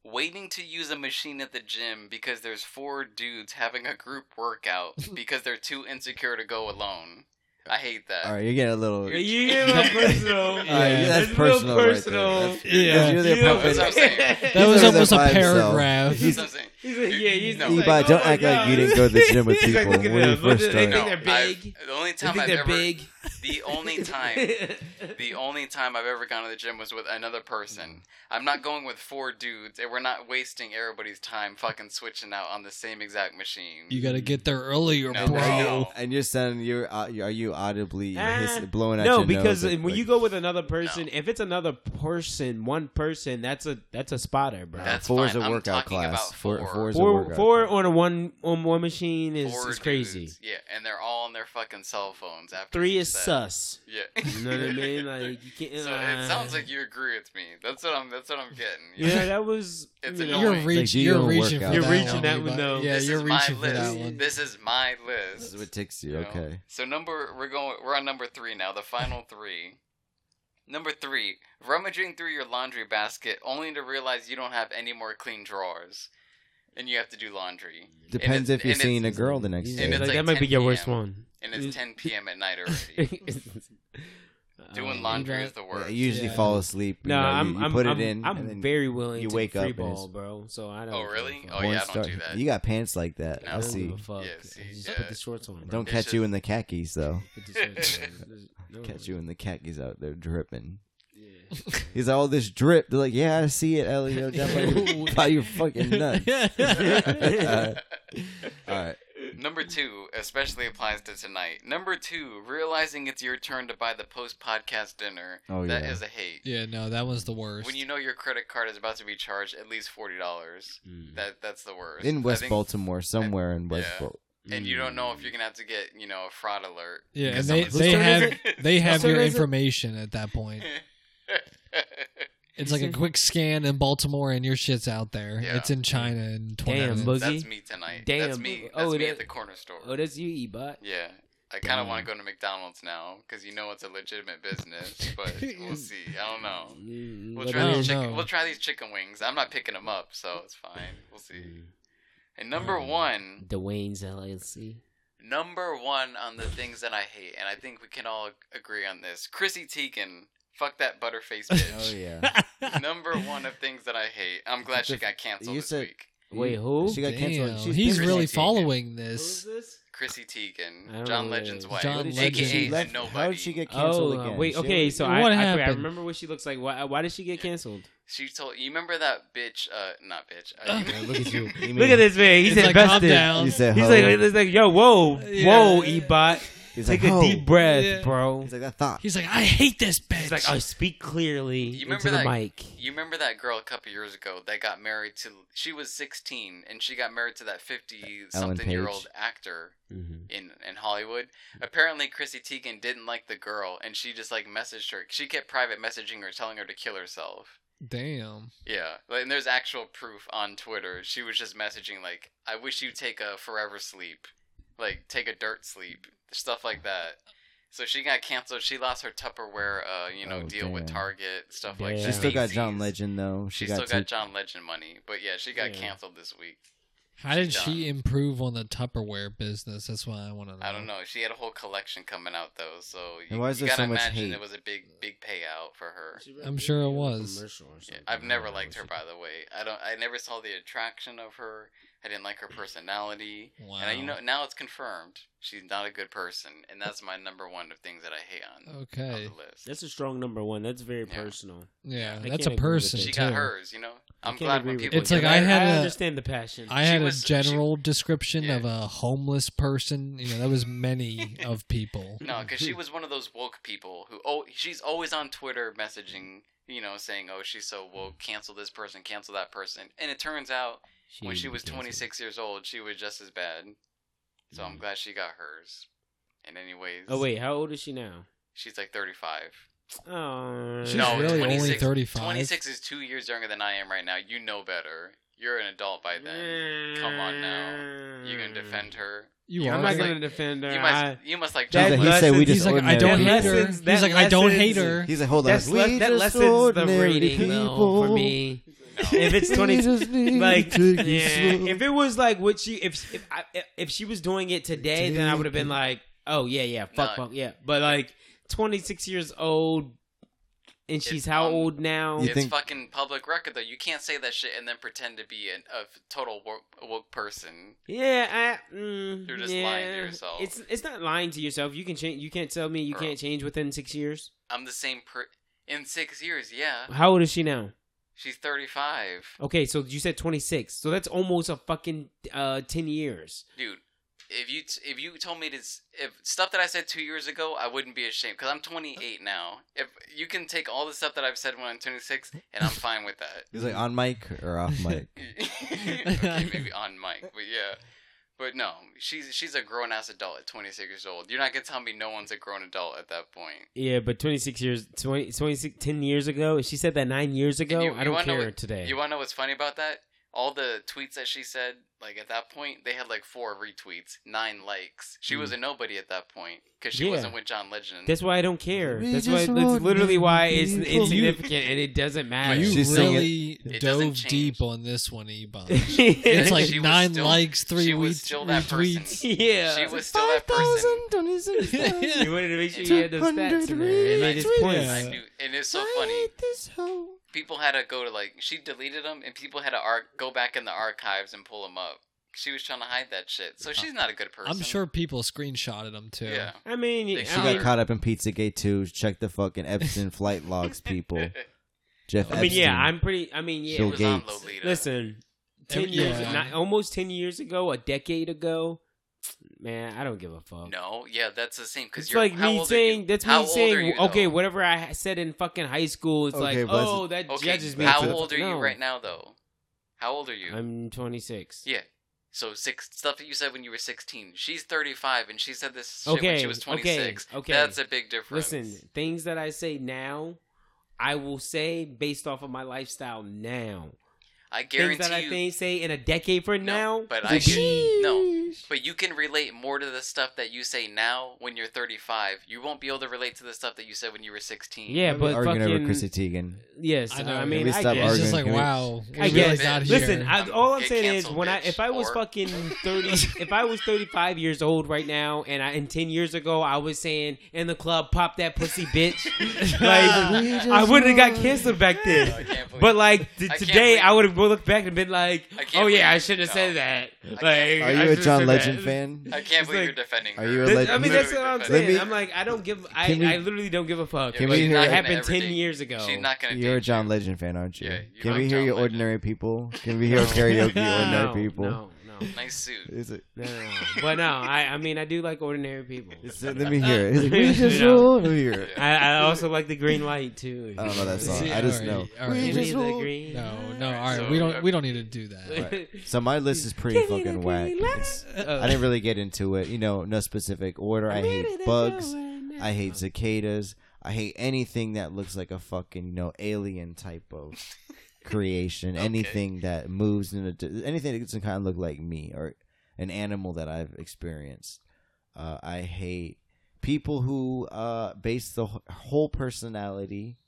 Speaker 4: waiting to use a machine at the gym because there's four dudes having a group workout because they're too insecure to go alone. I hate that.
Speaker 1: All right, you're getting a little.
Speaker 3: You get a little personal.
Speaker 1: All right,
Speaker 5: Yeah.
Speaker 1: that's
Speaker 3: It's real
Speaker 1: personal. right there.
Speaker 3: personal.
Speaker 1: That's-
Speaker 5: Yeah.
Speaker 1: you're the
Speaker 3: You know-
Speaker 1: appropriate-
Speaker 4: That's what I'm saying.
Speaker 5: That was
Speaker 1: over there
Speaker 5: almost a
Speaker 1: by himself.
Speaker 5: paragraph.
Speaker 4: That's what I'm saying.
Speaker 3: He's like, yeah, he's
Speaker 4: No.
Speaker 3: he's
Speaker 4: Eba,
Speaker 3: like,
Speaker 1: don't
Speaker 3: oh my
Speaker 1: act like you
Speaker 3: God.
Speaker 1: didn't go to the gym with
Speaker 3: He's like,
Speaker 1: people
Speaker 3: look at
Speaker 1: when you
Speaker 3: them. What
Speaker 1: first
Speaker 3: do They
Speaker 1: started.
Speaker 3: think they're
Speaker 4: No, I've-
Speaker 3: big.
Speaker 4: the only
Speaker 3: They
Speaker 4: time
Speaker 3: think
Speaker 4: I've
Speaker 3: they're
Speaker 4: ever
Speaker 3: big.
Speaker 4: the only time the only time I've ever gone to the gym was with another person. I'm not going with four dudes, and we're not wasting everybody's time fucking switching out on the same exact machine.
Speaker 5: You gotta get there earlier,
Speaker 4: No,
Speaker 5: bro.
Speaker 4: no.
Speaker 1: And you're sounding, you're, uh, you- are you audibly
Speaker 3: Ah,
Speaker 1: hiss- blowing at
Speaker 3: no,
Speaker 1: your
Speaker 3: because
Speaker 1: nose?
Speaker 3: when you go with another person, if it's another person, one person, that's a that's a spotter, bro.
Speaker 4: That's
Speaker 1: four is a
Speaker 4: fine. I'm
Speaker 1: workout
Speaker 4: talking
Speaker 1: class.
Speaker 4: about
Speaker 1: Four-
Speaker 4: four.
Speaker 1: four is a
Speaker 3: four
Speaker 1: workout
Speaker 3: four
Speaker 1: class.
Speaker 3: on a one on one machine is,
Speaker 4: Four
Speaker 3: is crazy.
Speaker 4: dudes. Yeah, and they're all on their fucking cell phones. After
Speaker 3: Three
Speaker 4: you
Speaker 3: is
Speaker 4: said-
Speaker 3: sus.
Speaker 4: Yeah.
Speaker 3: You know what I mean? Like you can't.
Speaker 4: So
Speaker 3: uh,
Speaker 4: it sounds like you agree with me. That's what I'm. That's what I'm getting. you know?
Speaker 3: yeah, that was.
Speaker 4: It's
Speaker 3: you know,
Speaker 5: You're,
Speaker 4: Like,
Speaker 5: reach,
Speaker 1: do
Speaker 5: you're
Speaker 1: your
Speaker 5: reaching for
Speaker 1: workout.
Speaker 3: You're
Speaker 5: that
Speaker 3: reaching
Speaker 5: one,
Speaker 3: that one,
Speaker 5: Levi.
Speaker 3: though.
Speaker 5: Yeah,
Speaker 4: This
Speaker 5: you're
Speaker 4: is my
Speaker 5: reaching for
Speaker 4: list.
Speaker 5: that one.
Speaker 4: This is my
Speaker 1: This
Speaker 4: list.
Speaker 1: is what ticks you.
Speaker 4: you know?
Speaker 1: Okay.
Speaker 4: So number we're going we're on number three now, the final three. Number three, rummaging through your laundry basket only to realize you don't have any more clean drawers, and you have to do laundry.
Speaker 1: Depends
Speaker 4: it's-
Speaker 1: if you're
Speaker 4: and it's-
Speaker 1: seeing a girl the next
Speaker 3: Yeah,
Speaker 4: And
Speaker 1: day.
Speaker 4: it's
Speaker 3: like,
Speaker 4: like
Speaker 3: that might be
Speaker 4: 10
Speaker 3: your worst
Speaker 4: PM.
Speaker 3: one.
Speaker 4: And it's 10 p.m. at night already.
Speaker 3: Doing
Speaker 4: Doing laundry
Speaker 5: right.
Speaker 4: is the
Speaker 1: I
Speaker 4: worst.
Speaker 1: usually
Speaker 5: Yeah.
Speaker 1: fall asleep. you
Speaker 3: No,
Speaker 1: know, you-
Speaker 3: I'm.
Speaker 1: you
Speaker 3: I'm.
Speaker 1: put
Speaker 3: I'm,
Speaker 1: it in. and
Speaker 3: I'm
Speaker 1: then
Speaker 3: very willing
Speaker 1: you
Speaker 3: to
Speaker 1: wake
Speaker 3: free
Speaker 1: up and
Speaker 3: ball,
Speaker 1: it's-
Speaker 3: bro. So I don't.
Speaker 4: Oh,
Speaker 3: give a
Speaker 4: really?
Speaker 3: fuck.
Speaker 4: Oh, yeah,
Speaker 1: porn
Speaker 4: I don't
Speaker 1: star-
Speaker 4: do that.
Speaker 1: You got pants like that.
Speaker 4: No.
Speaker 1: I
Speaker 4: I
Speaker 3: don't
Speaker 1: see.
Speaker 3: give a fuck.
Speaker 4: Yeah, see,
Speaker 3: Just
Speaker 4: yeah.
Speaker 3: Put the shorts on. Bro.
Speaker 1: Don't
Speaker 4: It's
Speaker 1: catch you
Speaker 4: just-
Speaker 1: in the khakis though.
Speaker 3: Put the shorts on.
Speaker 1: Catch you in the khakis out there dripping.
Speaker 3: Yeah.
Speaker 1: He's like, all this drip. They're like, yeah, I see it, Ellie. Yo, down by your, by your fucking nuts. all right.
Speaker 4: Number two, especially applies to tonight. Number two, realizing it's your turn to buy the post podcast dinner.
Speaker 1: Oh,
Speaker 4: That
Speaker 1: yeah.
Speaker 4: is a hate.
Speaker 5: yeah, no, that one's the worst.
Speaker 4: When you know your credit card is about to be charged at least forty dollars,
Speaker 3: Mm.
Speaker 4: that that's the worst. I
Speaker 1: In West
Speaker 4: think-
Speaker 1: Baltimore, somewhere in West
Speaker 4: Yeah.
Speaker 1: Baltimore.
Speaker 4: and you don't
Speaker 3: Mm.
Speaker 4: know if you're gonna have to get you know a fraud alert.
Speaker 5: yeah, and
Speaker 4: because
Speaker 5: they, they
Speaker 4: someone's-
Speaker 3: Whose turn is
Speaker 5: have they have
Speaker 3: turn
Speaker 5: your
Speaker 3: is it?
Speaker 5: information at that point. It's like a quick scan in Baltimore, and your shit's out there.
Speaker 4: Yeah.
Speaker 5: It's in China in twenty
Speaker 3: Damn,
Speaker 5: minutes.
Speaker 3: Boogie.
Speaker 4: that's me tonight. that's
Speaker 3: Damn.
Speaker 4: me. That's
Speaker 3: Oh,
Speaker 4: me
Speaker 3: that-
Speaker 4: at the corner store.
Speaker 3: Oh, that's you, Ebot.
Speaker 4: yeah, I kind of want to go to McDonald's now because you know it's a legitimate business, but we'll see. I don't know.
Speaker 3: Mm,
Speaker 4: We'll
Speaker 3: let
Speaker 4: try
Speaker 5: I
Speaker 3: me-
Speaker 5: don't
Speaker 4: these chicken.
Speaker 5: know.
Speaker 4: We'll try these chicken wings. I'm not picking them up, so it's fine. We'll see.
Speaker 1: Mm.
Speaker 4: And number one,
Speaker 3: Dwayne's LLC.
Speaker 4: number one on the things that I hate, and I think we can all agree on this. Chrissy Teigen, fuck that butterface
Speaker 1: Oh,
Speaker 4: bitch.
Speaker 1: yeah.
Speaker 4: number one of things that I hate. I'm glad she got canceled
Speaker 1: You
Speaker 4: this
Speaker 1: said-
Speaker 4: week.
Speaker 3: Wait, who?
Speaker 1: She got canceled.
Speaker 5: Damn,
Speaker 1: She's
Speaker 5: he's
Speaker 1: been-
Speaker 5: really
Speaker 4: Chrissy Teigen.
Speaker 5: following
Speaker 3: Who's
Speaker 5: this.
Speaker 3: this?
Speaker 4: Chrissy
Speaker 3: I don't
Speaker 4: Teigen, John
Speaker 3: know
Speaker 4: Legend's
Speaker 3: that.
Speaker 4: wife,
Speaker 5: John Legend.
Speaker 4: aka
Speaker 1: She left-
Speaker 4: nobody.
Speaker 1: How did she get canceled
Speaker 3: Oh, uh,
Speaker 1: again?
Speaker 3: wait.
Speaker 1: She-
Speaker 3: Okay, so I,
Speaker 5: What
Speaker 3: I, forgot- I
Speaker 5: happened?
Speaker 3: remember what she looks like. Why, why did she get canceled?
Speaker 4: She told you remember that bitch? Uh, not bitch. Uh,
Speaker 5: Uh,
Speaker 4: you-
Speaker 1: Look at you. You
Speaker 3: Look at this man. He's
Speaker 5: It's like, calm
Speaker 3: invested.
Speaker 5: down.
Speaker 1: You said,
Speaker 3: He's
Speaker 1: ho.
Speaker 3: like, he's like, yo, whoa,
Speaker 5: Yeah.
Speaker 3: whoa, Ebot.
Speaker 1: He's
Speaker 3: Take
Speaker 1: like,
Speaker 3: a
Speaker 1: ho.
Speaker 3: deep breath,
Speaker 5: Yeah.
Speaker 3: bro.
Speaker 1: He's like, that thought.
Speaker 5: He's like, I hate this bitch.
Speaker 3: He's like, oh, speak clearly
Speaker 4: remember
Speaker 3: into the
Speaker 4: that-
Speaker 3: mic.
Speaker 4: You remember that girl a couple years ago that got married to? She was 16 and she got married to that 50 something year old actor
Speaker 3: Mhm.
Speaker 4: in in Hollywood. Apparently, Chrissy Teigen didn't like the girl, and she just like messaged her. She kept private messaging her, telling her to kill herself.
Speaker 5: "Oh, Damn.
Speaker 4: Yeah, like, and there's actual proof on Twitter. She was just messaging like, "I wish you take a forever sleep, like take a dirt sleep, stuff like that." So she got canceled. She lost her Tupperware, uh, you know,
Speaker 1: Oh,
Speaker 4: deal with
Speaker 1: damn.
Speaker 4: Target, stuff like
Speaker 3: Damn.
Speaker 4: that.
Speaker 1: She still got
Speaker 4: Macy's.
Speaker 1: John Legend, though. She,
Speaker 4: She, still
Speaker 1: got,
Speaker 4: got
Speaker 1: two-
Speaker 4: John Legend money, but yeah, she got
Speaker 3: Yeah.
Speaker 4: canceled this week.
Speaker 5: How did
Speaker 4: She's
Speaker 5: she
Speaker 4: done.
Speaker 5: improve on the Tupperware business? That's what I want to know.
Speaker 4: I don't know. She had a whole collection coming out though, so you,
Speaker 1: And why is
Speaker 4: you
Speaker 1: there
Speaker 4: gotta
Speaker 1: so much
Speaker 4: imagine
Speaker 1: hate?
Speaker 4: it was a big, big payout for her.
Speaker 5: I'm sure it was.
Speaker 3: Commercial or something.
Speaker 4: I've
Speaker 3: I
Speaker 4: never
Speaker 3: don't know
Speaker 4: liked her,
Speaker 3: what
Speaker 4: by the way. I don't. I never saw the attraction of her. I didn't like her personality. And I, you
Speaker 5: Wow.
Speaker 4: know, now it's confirmed she's not a good person, and that's my number one of things that I hate on, on
Speaker 5: Okay.
Speaker 4: the list.
Speaker 3: she- That's a strong number one. That's very
Speaker 4: Yeah.
Speaker 3: personal. I
Speaker 5: Yeah, that's
Speaker 3: can't
Speaker 5: a
Speaker 3: agree with
Speaker 5: person.
Speaker 3: that.
Speaker 4: she
Speaker 5: too.
Speaker 4: got hers, you know. I'm
Speaker 3: can't
Speaker 4: glad
Speaker 3: agree
Speaker 4: when
Speaker 3: with
Speaker 4: people.
Speaker 5: It's
Speaker 4: do
Speaker 5: like
Speaker 4: that.
Speaker 5: I had
Speaker 3: I
Speaker 5: a-
Speaker 3: understand the passion.
Speaker 5: I had
Speaker 4: was-
Speaker 5: a
Speaker 4: she-
Speaker 5: general description
Speaker 4: Yeah.
Speaker 5: of a homeless person. You know, that was many of people.
Speaker 4: No, because she was one of those woke people who oh she's always on Twitter messaging, you know, saying oh she's so woke, cancel this person, cancel that person, and it turns out when she
Speaker 3: would
Speaker 4: was
Speaker 3: be canceled.
Speaker 4: 26 years old, she was just as bad. So I'm glad she got hers. And anyways,
Speaker 3: Mm. Oh wait, how old is she now?
Speaker 4: she's like 35.
Speaker 3: Oh,
Speaker 5: She's
Speaker 4: no,
Speaker 5: really only
Speaker 4: 26
Speaker 5: 35.
Speaker 4: 26 is two years younger than I am right now. You know better. You're an adult by then. Come on now. You gonna defend her?
Speaker 5: You
Speaker 4: Yeah,
Speaker 5: are.
Speaker 3: I'm not
Speaker 4: like-
Speaker 3: gonna defend her.
Speaker 4: You
Speaker 3: I-
Speaker 4: must. You must like.
Speaker 1: He's
Speaker 4: John
Speaker 1: like, he
Speaker 4: Legend.
Speaker 1: said we
Speaker 3: lessons-
Speaker 1: just
Speaker 5: He's like, I
Speaker 1: ordinary
Speaker 5: don't
Speaker 1: people.
Speaker 5: hate her.
Speaker 3: lessens-
Speaker 5: He's
Speaker 3: that
Speaker 5: like, I don't hate
Speaker 3: lessens-
Speaker 5: her.
Speaker 1: He's like, hold on.
Speaker 3: That's
Speaker 1: We
Speaker 3: le- that
Speaker 1: just
Speaker 3: lessens the
Speaker 1: ordinary
Speaker 3: rating though,
Speaker 1: people.
Speaker 3: for me. if it's twenty, like
Speaker 5: take it
Speaker 3: yeah,
Speaker 5: slow.
Speaker 3: if it was like what she if if I, if she was doing it today, then I would have been like, oh yeah, yeah, fuck,
Speaker 4: No.
Speaker 3: fuck, yeah. But like twenty six years old, and she's how
Speaker 4: um,
Speaker 3: old now?
Speaker 1: You
Speaker 4: it's
Speaker 1: think-
Speaker 4: fucking public record though. You can't say that shit and then pretend to be an, a total woke, woke person.
Speaker 3: Yeah, I, mm,
Speaker 4: You're just
Speaker 3: yeah.
Speaker 4: lying to yourself.
Speaker 3: It's it's not lying to yourself. You can change. You can't tell me you
Speaker 4: Bro.
Speaker 3: can't change within six years.
Speaker 4: I'm the same per in six years. Yeah,
Speaker 3: How old is she now?
Speaker 4: she's 35,
Speaker 3: Okay, so you said twenty six. So that's almost a fucking uh, ten years.
Speaker 4: dude. If you t- if you told me this if stuff that I said two years ago, I wouldn't be ashamed because I'm 28 now. If you can take all the stuff that I've said when I'm 26, and I'm fine with that.
Speaker 1: Is it on mic or off mic?
Speaker 4: okay, maybe on mic, but yeah. But no, she's she's a grown ass adult at 26 years old. You're not gonna tell me no one's a grown adult at that point.
Speaker 3: Yeah, but 26 years, 20, 26, 10 years ago, if she said that nine years ago,
Speaker 4: And you-
Speaker 3: I
Speaker 4: you
Speaker 3: don't
Speaker 4: wanna know
Speaker 3: care
Speaker 4: what-
Speaker 3: today.
Speaker 4: You want to know what's funny about that? All the tweets that she said, like at that point, they had like four retweets, nine likes. She was a nobody at that point because she
Speaker 3: Yeah.
Speaker 4: wasn't with John Legend.
Speaker 3: that's why I don't care.
Speaker 1: We
Speaker 3: That's why.
Speaker 1: just
Speaker 3: That's
Speaker 1: want
Speaker 3: literally why
Speaker 1: you
Speaker 3: it's
Speaker 1: to-
Speaker 3: insignificant and it doesn't matter.
Speaker 5: You
Speaker 1: She's singing-
Speaker 5: really
Speaker 4: It doesn't
Speaker 5: dove
Speaker 4: change.
Speaker 5: deep on this one, Ebon.
Speaker 3: it's
Speaker 5: It's like
Speaker 4: She was
Speaker 5: nine
Speaker 4: still-
Speaker 5: likes, three
Speaker 4: she was
Speaker 5: retweets-
Speaker 4: still that person.
Speaker 5: retweets.
Speaker 3: yeah.
Speaker 4: she was still that person.
Speaker 3: You wanted to make sure you had those stats in there. It made its
Speaker 4: I
Speaker 5: Yeah.
Speaker 3: points.
Speaker 4: knew, and it's so funny. People had to go to like she deleted them, and people had to ar- go back in the archives and pull them up. She was trying to hide that shit, so she's not a good person.
Speaker 5: I'm sure people screenshotted them too.
Speaker 4: Uh, Yeah.
Speaker 3: I mean,
Speaker 4: She
Speaker 1: She
Speaker 3: I
Speaker 1: got
Speaker 3: mean,
Speaker 1: caught up in Pizzagate too. Check the fucking Epstein flight logs, people. Jeff
Speaker 3: I mean,
Speaker 1: Epstein.
Speaker 3: yeah, I'm pretty. I mean, yeah.
Speaker 4: It
Speaker 1: Bill
Speaker 4: was on
Speaker 1: Gates.
Speaker 4: Lolita.
Speaker 3: Listen, ten
Speaker 5: Every-
Speaker 3: years,
Speaker 5: yeah.
Speaker 3: not, almost ten years ago, a decade ago. Man, I don't give a fuck.
Speaker 4: No, yeah, that's the same. Because
Speaker 3: It's
Speaker 4: you're
Speaker 3: like
Speaker 4: how
Speaker 3: me
Speaker 4: old are you?
Speaker 3: saying that's
Speaker 4: How
Speaker 3: me
Speaker 4: old are
Speaker 3: saying
Speaker 4: you,
Speaker 3: okay,
Speaker 4: though?
Speaker 3: whatever I ha- said in fucking high school, it's
Speaker 1: Okay,
Speaker 3: like
Speaker 1: but
Speaker 3: oh that
Speaker 4: Okay,
Speaker 3: judges me.
Speaker 4: how
Speaker 1: to the-
Speaker 4: old are you
Speaker 3: No.
Speaker 4: right now, though? How old are you?
Speaker 3: I'm 26.
Speaker 4: Yeah. So six stuff that you said when you were sixteen. She's thirty-five, and she said this shit when
Speaker 3: Okay,
Speaker 4: she was
Speaker 3: okay,
Speaker 4: twenty-six.
Speaker 3: okay.
Speaker 4: That's a big difference.
Speaker 3: Listen, things that I say now, I will say based off of my lifestyle now.
Speaker 4: I guarantee
Speaker 3: things that
Speaker 4: you.
Speaker 3: I think say in a decade from
Speaker 4: no,
Speaker 3: now,
Speaker 4: but
Speaker 3: will
Speaker 4: I
Speaker 3: be-
Speaker 4: can, no, but you can relate more to the stuff that you say now when you're thirty-five. You won't be able to relate to the stuff that you said when you were sixteen.
Speaker 3: yeah, but
Speaker 1: arguing over
Speaker 3: fucking
Speaker 1: Chrissy Teigen.
Speaker 3: yes,
Speaker 5: I
Speaker 3: I,
Speaker 5: know,
Speaker 3: mean,
Speaker 1: we
Speaker 3: I
Speaker 1: stop
Speaker 3: guess.
Speaker 5: It's
Speaker 1: Arguing,
Speaker 5: just like
Speaker 1: can we-
Speaker 5: wow, we
Speaker 3: I
Speaker 5: really
Speaker 3: guess.
Speaker 5: got here.
Speaker 3: Listen, I,
Speaker 4: Um,
Speaker 3: all I'm
Speaker 4: get
Speaker 3: saying is
Speaker 4: canceled,
Speaker 3: when I
Speaker 4: bitch,
Speaker 3: if I was
Speaker 4: or-
Speaker 3: fucking thirty, if I was thirty five years old right now, and I and ten years ago I was saying in the club, pop that pussy, bitch. like I wouldn't have got canceled back
Speaker 4: I
Speaker 3: then.
Speaker 4: can't believe
Speaker 3: But like t-
Speaker 4: Oh, I can't
Speaker 3: today,
Speaker 4: believe-
Speaker 3: I would have looked back and been like,
Speaker 4: I can't
Speaker 3: "Oh yeah,
Speaker 4: believe-
Speaker 3: I shouldn't have
Speaker 4: no.
Speaker 3: said that." Like,
Speaker 4: can't-
Speaker 1: Are
Speaker 3: I
Speaker 1: you a
Speaker 3: shouldn't
Speaker 1: John
Speaker 3: have said
Speaker 1: Legend
Speaker 3: that.
Speaker 1: fan?
Speaker 4: I can't
Speaker 3: It's
Speaker 4: believe you're
Speaker 3: like-
Speaker 4: defending.
Speaker 1: Are
Speaker 4: her.
Speaker 1: you a
Speaker 3: That-
Speaker 1: Let-
Speaker 3: I mean,
Speaker 1: let-
Speaker 3: that's what I'm
Speaker 4: let
Speaker 3: saying.
Speaker 1: me-
Speaker 3: I'm like, I don't give. I,
Speaker 1: Can we-
Speaker 3: I literally don't give a fuck.
Speaker 4: Yeah,
Speaker 1: we
Speaker 4: she's
Speaker 1: hear-
Speaker 4: not
Speaker 3: It
Speaker 4: gonna
Speaker 3: happened ten
Speaker 4: everything-
Speaker 3: years ago.
Speaker 4: She's not gonna.
Speaker 1: You're a
Speaker 4: date
Speaker 1: John
Speaker 4: you.
Speaker 1: Legend fan, aren't you?
Speaker 4: Yeah, you
Speaker 1: Can
Speaker 4: like
Speaker 1: we hear
Speaker 4: John
Speaker 1: you,
Speaker 4: Legend.
Speaker 1: ordinary people? Can we hear karaoke, ordinary
Speaker 3: No,
Speaker 1: people?
Speaker 3: No, no.
Speaker 4: Nice suit.
Speaker 1: Is it?
Speaker 3: No, no, no. but no, I, I mean, I do like ordinary people.
Speaker 1: is it- let me hear it. Is it we just
Speaker 3: Yeah.
Speaker 1: roll here?
Speaker 4: Yeah.
Speaker 3: I, I also like the green light too.
Speaker 1: I don't know that song.
Speaker 5: See,
Speaker 1: I just
Speaker 5: alright,
Speaker 1: know.
Speaker 5: alright,
Speaker 1: We
Speaker 5: we-
Speaker 1: just roll-
Speaker 5: No, no. All right,
Speaker 4: So,
Speaker 5: we don't.
Speaker 4: uh,
Speaker 5: we don't need to do that.
Speaker 1: So my list is pretty fucking whack. It's- I didn't really get into it. You know, no specific order. I hate bugs. I hate cicadas. I hate anything that looks like a fucking you know alien type of creation. Anything that moves in a di- anything that doesn't kind of look like me or an animal that I've experienced. Uh, I hate people who uh, base the wh- whole personality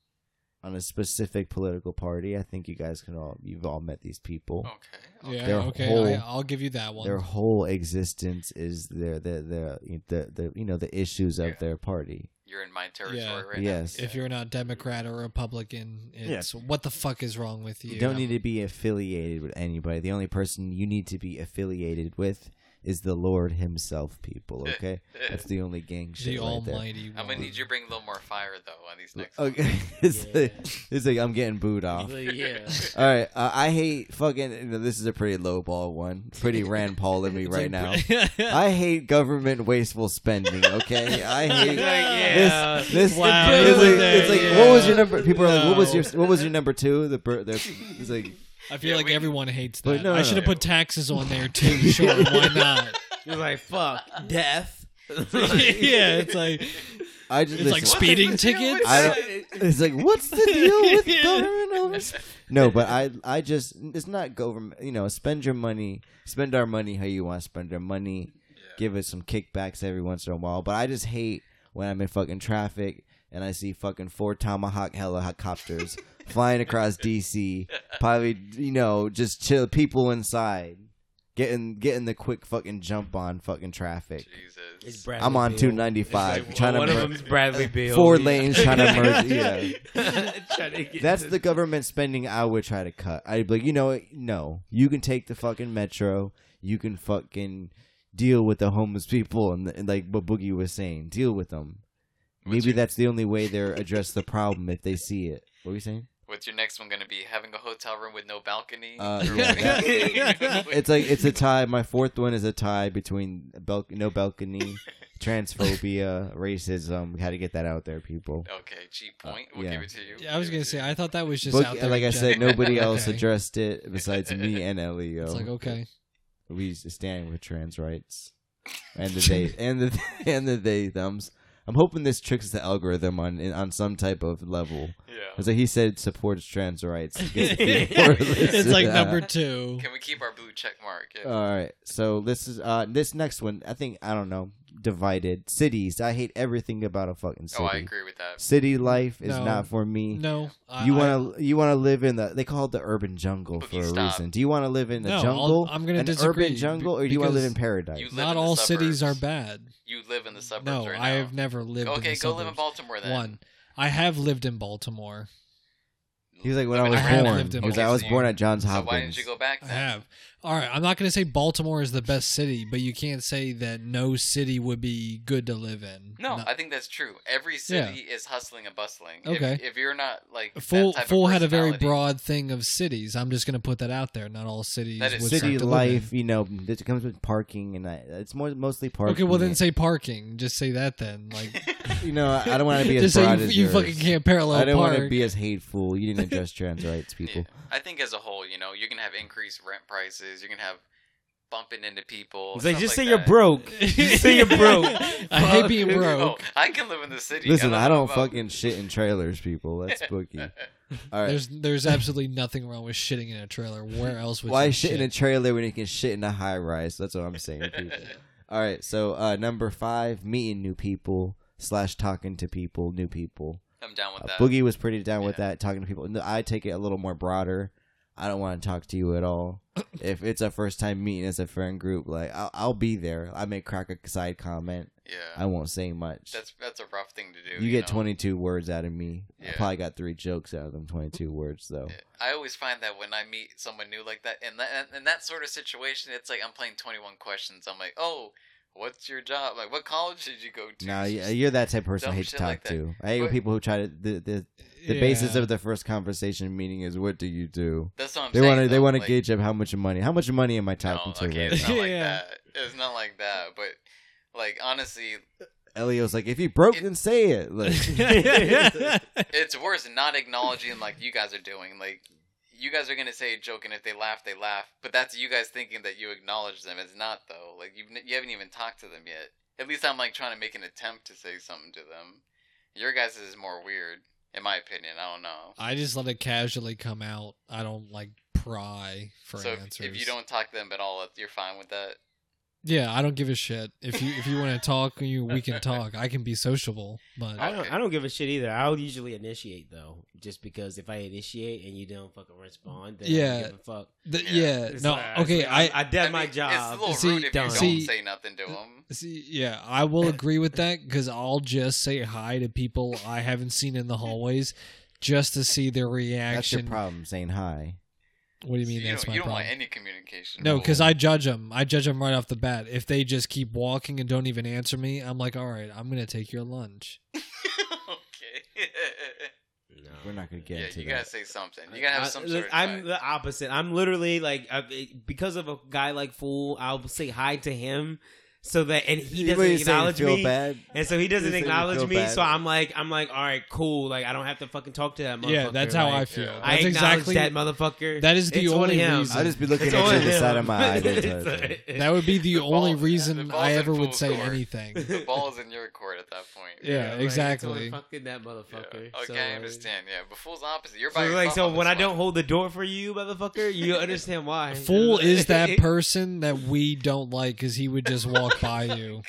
Speaker 1: on a specific political party. I think you guys can all you've all met these people.
Speaker 4: Oh, Okay. okay.
Speaker 5: Yeah.
Speaker 1: Their
Speaker 5: okay.
Speaker 1: whole-
Speaker 5: I, I'll give you that one.
Speaker 1: Their whole existence is their their their the, the you know the issues of
Speaker 4: Yeah.
Speaker 1: their party.
Speaker 4: You're in my territory
Speaker 5: Yeah.
Speaker 4: right now.
Speaker 1: yes.
Speaker 5: if you're not Democrat or Republican, it's what the um, fuck is wrong with you?
Speaker 1: You don't need to be affiliated with anybody. The only person you need to be affiliated with is the Lord Himself, people. Okay,
Speaker 4: eh.
Speaker 1: that's the only gang
Speaker 5: the
Speaker 1: shit right there.
Speaker 5: Almighty.
Speaker 4: I'm
Speaker 5: one.
Speaker 4: gonna need you to bring a little more fire though on these next. ones.
Speaker 1: Okay, it's,
Speaker 3: Yeah.
Speaker 1: like, it's like I'm getting booed off.
Speaker 3: yeah.
Speaker 1: All right, uh, I hate fucking. You know, this is a pretty low ball one. Pretty Rand Paul in me right now. I hate government wasteful spending. Okay, I hate.
Speaker 3: yeah.
Speaker 1: This, this
Speaker 5: Wow.
Speaker 1: it's like, it's like what was your
Speaker 5: Yeah.
Speaker 1: number? People are like, what was your
Speaker 5: No.
Speaker 1: what was your number two? The, bur- the it's like
Speaker 5: I feel
Speaker 4: Yeah,
Speaker 5: like
Speaker 4: we-
Speaker 5: everyone hates
Speaker 1: But
Speaker 5: that.
Speaker 1: no,
Speaker 5: I
Speaker 1: no,
Speaker 5: should have
Speaker 1: no.
Speaker 5: put taxes on there too. Sure, why not?
Speaker 3: You're like fuck death.
Speaker 5: yeah, it's like it's
Speaker 1: I just
Speaker 5: like
Speaker 1: listen.
Speaker 5: speeding tickets.
Speaker 1: I don't- It's like, what's the deal with government over? No, but I, I just, it's not government. You know, spend your money, spend our money how you want to spend our money. Give us some kickbacks every once in a while. But I just hate when I'm in fucking traffic and I see fucking four Tomahawk helicopters flying across DC, probably you know just chill people inside, getting getting the quick fucking jump on fucking traffic.
Speaker 3: It's
Speaker 4: Jesus.
Speaker 3: Bradley
Speaker 1: I'm on
Speaker 3: Beal.
Speaker 1: two ninety five,
Speaker 4: It's like,
Speaker 1: trying
Speaker 3: One
Speaker 1: to
Speaker 3: of
Speaker 1: mer-
Speaker 3: them's Bradley Beal.
Speaker 1: four lanes trying to merge. Yeah.
Speaker 3: Trying to get
Speaker 1: That's
Speaker 3: to-
Speaker 1: the government spending I would try to cut. I'd be like, you know what? No. You can take the fucking metro. You can fucking deal with the homeless people and, and like what Boogie was saying, deal with them.
Speaker 4: What's
Speaker 1: Maybe
Speaker 4: your-
Speaker 1: that's the only way they're address the problem if they see it. What were you saying?
Speaker 4: What's your next one going to be? Having a hotel room with no balcony?
Speaker 1: Uh,
Speaker 4: Or-
Speaker 1: yeah, It's like it's a tie. My fourth one is a tie between bel- no balcony, transphobia, racism. How to get that out there, people.
Speaker 4: Okay, cheap
Speaker 1: Uh,
Speaker 4: point. We'll
Speaker 1: yeah.
Speaker 4: give it to you.
Speaker 5: Yeah, I was
Speaker 4: Give it
Speaker 5: gonna
Speaker 4: to
Speaker 5: say
Speaker 4: you.
Speaker 5: I thought that was just
Speaker 1: Book-
Speaker 5: out there.
Speaker 1: like I
Speaker 5: in
Speaker 1: said,
Speaker 5: general.
Speaker 1: nobody else
Speaker 5: Okay.
Speaker 1: addressed it besides me and Elio.
Speaker 5: It's like okay,
Speaker 1: we stand with trans rights and the they and the and the they thumbs. I'm hoping this tricks the algorithm on on some type of level.
Speaker 4: Yeah.
Speaker 1: It's like he said, supports trans rights.
Speaker 5: it's
Speaker 1: it's
Speaker 5: like number two.
Speaker 4: Can we keep our blue check mark? Yeah. Oh,
Speaker 1: All right, so this is uh this next one. I think I don't know. Divided cities. I hate everything about a fucking city.
Speaker 4: oh, I agree with that.
Speaker 1: City life is
Speaker 5: No.
Speaker 1: not for me.
Speaker 5: No, I-
Speaker 1: You
Speaker 5: I-
Speaker 1: want to you want to live in the they call it the urban jungle
Speaker 4: Boogie,
Speaker 1: for a
Speaker 4: stop.
Speaker 1: reason. Do you want to live in the
Speaker 5: No, I'll-
Speaker 1: jungle?
Speaker 5: I'm gonna
Speaker 1: an
Speaker 5: disagree,
Speaker 1: urban
Speaker 5: be-
Speaker 1: jungle, or do you want to
Speaker 5: because
Speaker 1: live in paradise?
Speaker 4: You live in
Speaker 5: Not
Speaker 4: the
Speaker 5: all cities are
Speaker 4: suburbs.
Speaker 5: bad.
Speaker 4: You live in the suburbs
Speaker 5: No,
Speaker 4: right
Speaker 5: I
Speaker 4: now.
Speaker 5: have never lived.
Speaker 4: Okay,
Speaker 5: in the
Speaker 4: go live in
Speaker 5: suburbs.
Speaker 4: Baltimore then.
Speaker 5: One, I have lived in Baltimore.
Speaker 1: He's like when I
Speaker 4: Live in
Speaker 1: was
Speaker 5: I have
Speaker 4: Atlanta.
Speaker 1: born.
Speaker 5: lived in
Speaker 1: He was like, I was
Speaker 4: so
Speaker 1: born at Johns
Speaker 4: So
Speaker 1: Hopkins.
Speaker 4: why didn't you go back?
Speaker 5: I
Speaker 4: Then?
Speaker 5: have. All right, I'm not going to say Baltimore is the best city, but you can't say that no city would be good to live in.
Speaker 4: No,
Speaker 5: Not-
Speaker 4: I think that's true. Every city is hustling and bustling. If-
Speaker 5: Okay.
Speaker 4: If, you're not like that
Speaker 5: Full
Speaker 4: type of
Speaker 5: Full had a very
Speaker 4: personality-
Speaker 5: broad thing of cities. I'm just going to put that out there. Not all cities
Speaker 4: That is
Speaker 5: would
Speaker 1: City
Speaker 5: suck to live
Speaker 1: life, you know, it comes with parking, and I, it's more mostly
Speaker 5: in.
Speaker 1: parking.
Speaker 5: Okay, well then say parking. Just say that then. Like,
Speaker 1: you know, I I don't want to be as
Speaker 5: just say
Speaker 1: broad
Speaker 5: you,
Speaker 1: as
Speaker 5: you
Speaker 1: yours.
Speaker 5: fucking can't parallel
Speaker 1: I don't
Speaker 5: park.
Speaker 1: want to be as hateful. You didn't address trans rights,
Speaker 4: Yeah.
Speaker 1: people.
Speaker 4: I think as a whole, you know, you can have increased rent prices. You can have bumping into people.
Speaker 3: It's like,
Speaker 4: stuff
Speaker 3: just
Speaker 4: like
Speaker 3: say you're
Speaker 4: that.
Speaker 3: broke. Just say you're broke.
Speaker 5: I hate
Speaker 3: Fuck.
Speaker 5: being
Speaker 4: Oh,
Speaker 5: broke.
Speaker 4: I can live in the city.
Speaker 1: Listen, I
Speaker 4: know
Speaker 1: don't
Speaker 4: about-
Speaker 1: fucking shit in trailers, people. That's spooky. All right,
Speaker 5: There's there's absolutely nothing wrong with shitting in a trailer. Where else would
Speaker 1: why
Speaker 5: you
Speaker 1: shit in a trailer when you can shit in a high rise? That's what I'm saying, people. All right, so uh, number five, meeting new people slash talking to people, new people.
Speaker 4: I'm down with
Speaker 1: Uh,
Speaker 4: that.
Speaker 1: Boogie was pretty down with
Speaker 4: Yeah.
Speaker 1: that, talking to people. No, I take it a little more broader. I don't want to talk to you at all. if it's a first time meeting as a friend group, like I'll, I'll be there. I may crack a side comment. I
Speaker 4: Yeah,
Speaker 1: won't say much.
Speaker 4: that's that's a rough thing to do.
Speaker 1: you get
Speaker 4: know?
Speaker 1: 22 words out of me. I
Speaker 4: Yeah.
Speaker 1: probably got three jokes out of them 22 words though.
Speaker 4: Yeah. I always find that when I meet someone new like that, and that in that sort of situation, it's like I'm playing 21 questions. I'm like, oh, what's your job? Like, what college did you go to?
Speaker 1: Now you're that type of person I
Speaker 4: Dumb
Speaker 1: hate to
Speaker 4: shit like
Speaker 1: talk
Speaker 4: that.
Speaker 1: to. I hate when
Speaker 4: But-
Speaker 1: people who try to the the, the basis of the first conversation meeting is what do you do?
Speaker 4: That's what I'm
Speaker 1: They
Speaker 4: saying.
Speaker 1: want to they
Speaker 4: though,
Speaker 1: want to
Speaker 4: like,
Speaker 1: gauge up how much money how much money am I talking
Speaker 4: No, okay,
Speaker 1: to? Right?
Speaker 4: it's not like
Speaker 5: Yeah.
Speaker 4: that. It's not like that. But like honestly,
Speaker 1: Elio's like if you broke
Speaker 4: It-
Speaker 1: then say it. Like,
Speaker 4: it's worse not acknowledging like you guys are doing. Like you guys are gonna say a joke, and if they laugh, they laugh. But that's you guys thinking that you acknowledge them. It's not though. Like you you haven't even talked to them yet. At least I'm like trying to make an attempt to say something to them. Your guys is more weird, in my opinion. I don't know.
Speaker 5: I just let it casually come out. I don't like pry for
Speaker 4: so if,
Speaker 5: answers.
Speaker 4: if you don't talk to them at all, you're fine with that.
Speaker 5: yeah, I don't give a shit. If you if you want to talk, you we can talk. I can be sociable,
Speaker 3: I
Speaker 5: but
Speaker 3: don't, I don't give a shit either. I'll usually initiate though, just because if I initiate and you don't fucking respond, then yeah. I
Speaker 5: Yeah.
Speaker 3: don't give a fuck.
Speaker 5: the,
Speaker 4: Yeah.
Speaker 5: yeah,
Speaker 3: It's
Speaker 5: no,
Speaker 3: like,
Speaker 5: okay,
Speaker 3: I
Speaker 5: I,
Speaker 3: I did
Speaker 4: I mean,
Speaker 3: my
Speaker 4: It's a
Speaker 3: job.
Speaker 4: little
Speaker 5: See,
Speaker 4: rude if
Speaker 3: done.
Speaker 4: you
Speaker 5: see-
Speaker 4: don't say nothing to them.
Speaker 5: see, yeah, I will agree with that because I'll just say hi to people I haven't seen in the hallways just to see their
Speaker 1: That's your
Speaker 5: reaction.
Speaker 1: problem, saying hi.
Speaker 5: What do you mean?
Speaker 4: you
Speaker 5: that's
Speaker 4: don't,
Speaker 5: my
Speaker 4: you don't
Speaker 5: problem.
Speaker 4: want any communication.
Speaker 5: No,
Speaker 4: really.
Speaker 5: because I judge them. I judge them right off the bat. If they just keep walking and don't even answer me, I'm like, all right, I'm gonna take your lunch.
Speaker 4: okay.
Speaker 3: No.
Speaker 1: We're not gonna get
Speaker 4: yeah,
Speaker 1: into
Speaker 4: you
Speaker 1: that.
Speaker 4: gotta say something. You gotta have
Speaker 3: I-
Speaker 4: some
Speaker 3: look,
Speaker 4: sort of.
Speaker 3: I'm
Speaker 4: vibe.
Speaker 3: the opposite. I'm literally like I, because of a guy like Fool, I'll say hi to him so that and he doesn't
Speaker 1: What are you saying,
Speaker 3: acknowledge
Speaker 1: feel
Speaker 3: me.
Speaker 1: Bad?
Speaker 3: And so he
Speaker 1: You're
Speaker 3: doesn't
Speaker 1: saying you
Speaker 3: acknowledge
Speaker 1: feel
Speaker 3: me,
Speaker 1: bad.
Speaker 3: so I'm like, I'm like, all right, cool. Like I don't have to fucking talk to that motherfucker.
Speaker 5: Yeah, that's how I
Speaker 3: Like,
Speaker 5: feel.
Speaker 4: yeah.
Speaker 3: I
Speaker 5: That's
Speaker 3: acknowledge
Speaker 5: exactly
Speaker 3: that motherfucker.
Speaker 5: that is the
Speaker 3: It's on
Speaker 5: only
Speaker 3: him.
Speaker 5: reason.
Speaker 1: I'll just be looking
Speaker 3: It's
Speaker 1: at
Speaker 3: on
Speaker 1: you the
Speaker 3: him.
Speaker 1: side of my eye. the entire time.
Speaker 3: It's-
Speaker 5: that would be the,
Speaker 4: The ball-
Speaker 5: only
Speaker 4: the
Speaker 5: reason
Speaker 4: ball's
Speaker 5: I
Speaker 4: in
Speaker 5: ever
Speaker 4: full
Speaker 5: would say
Speaker 4: court.
Speaker 5: anything.
Speaker 4: the ball's in your court at that point.
Speaker 5: Yeah,
Speaker 3: like, it's
Speaker 5: exactly.
Speaker 3: on Fucking that
Speaker 4: Yeah.
Speaker 3: motherfucker.
Speaker 4: Okay,
Speaker 3: So,
Speaker 4: I
Speaker 3: like-
Speaker 4: understand. Yeah, but fool's opposite. You're
Speaker 3: So,
Speaker 4: by
Speaker 3: like,
Speaker 4: yourself
Speaker 3: so
Speaker 4: on
Speaker 3: when
Speaker 4: this
Speaker 3: I don't
Speaker 4: one.
Speaker 3: hold the door for you, motherfucker, you understand why. Oh
Speaker 5: Fool is that person that we don't like because he would just walk by you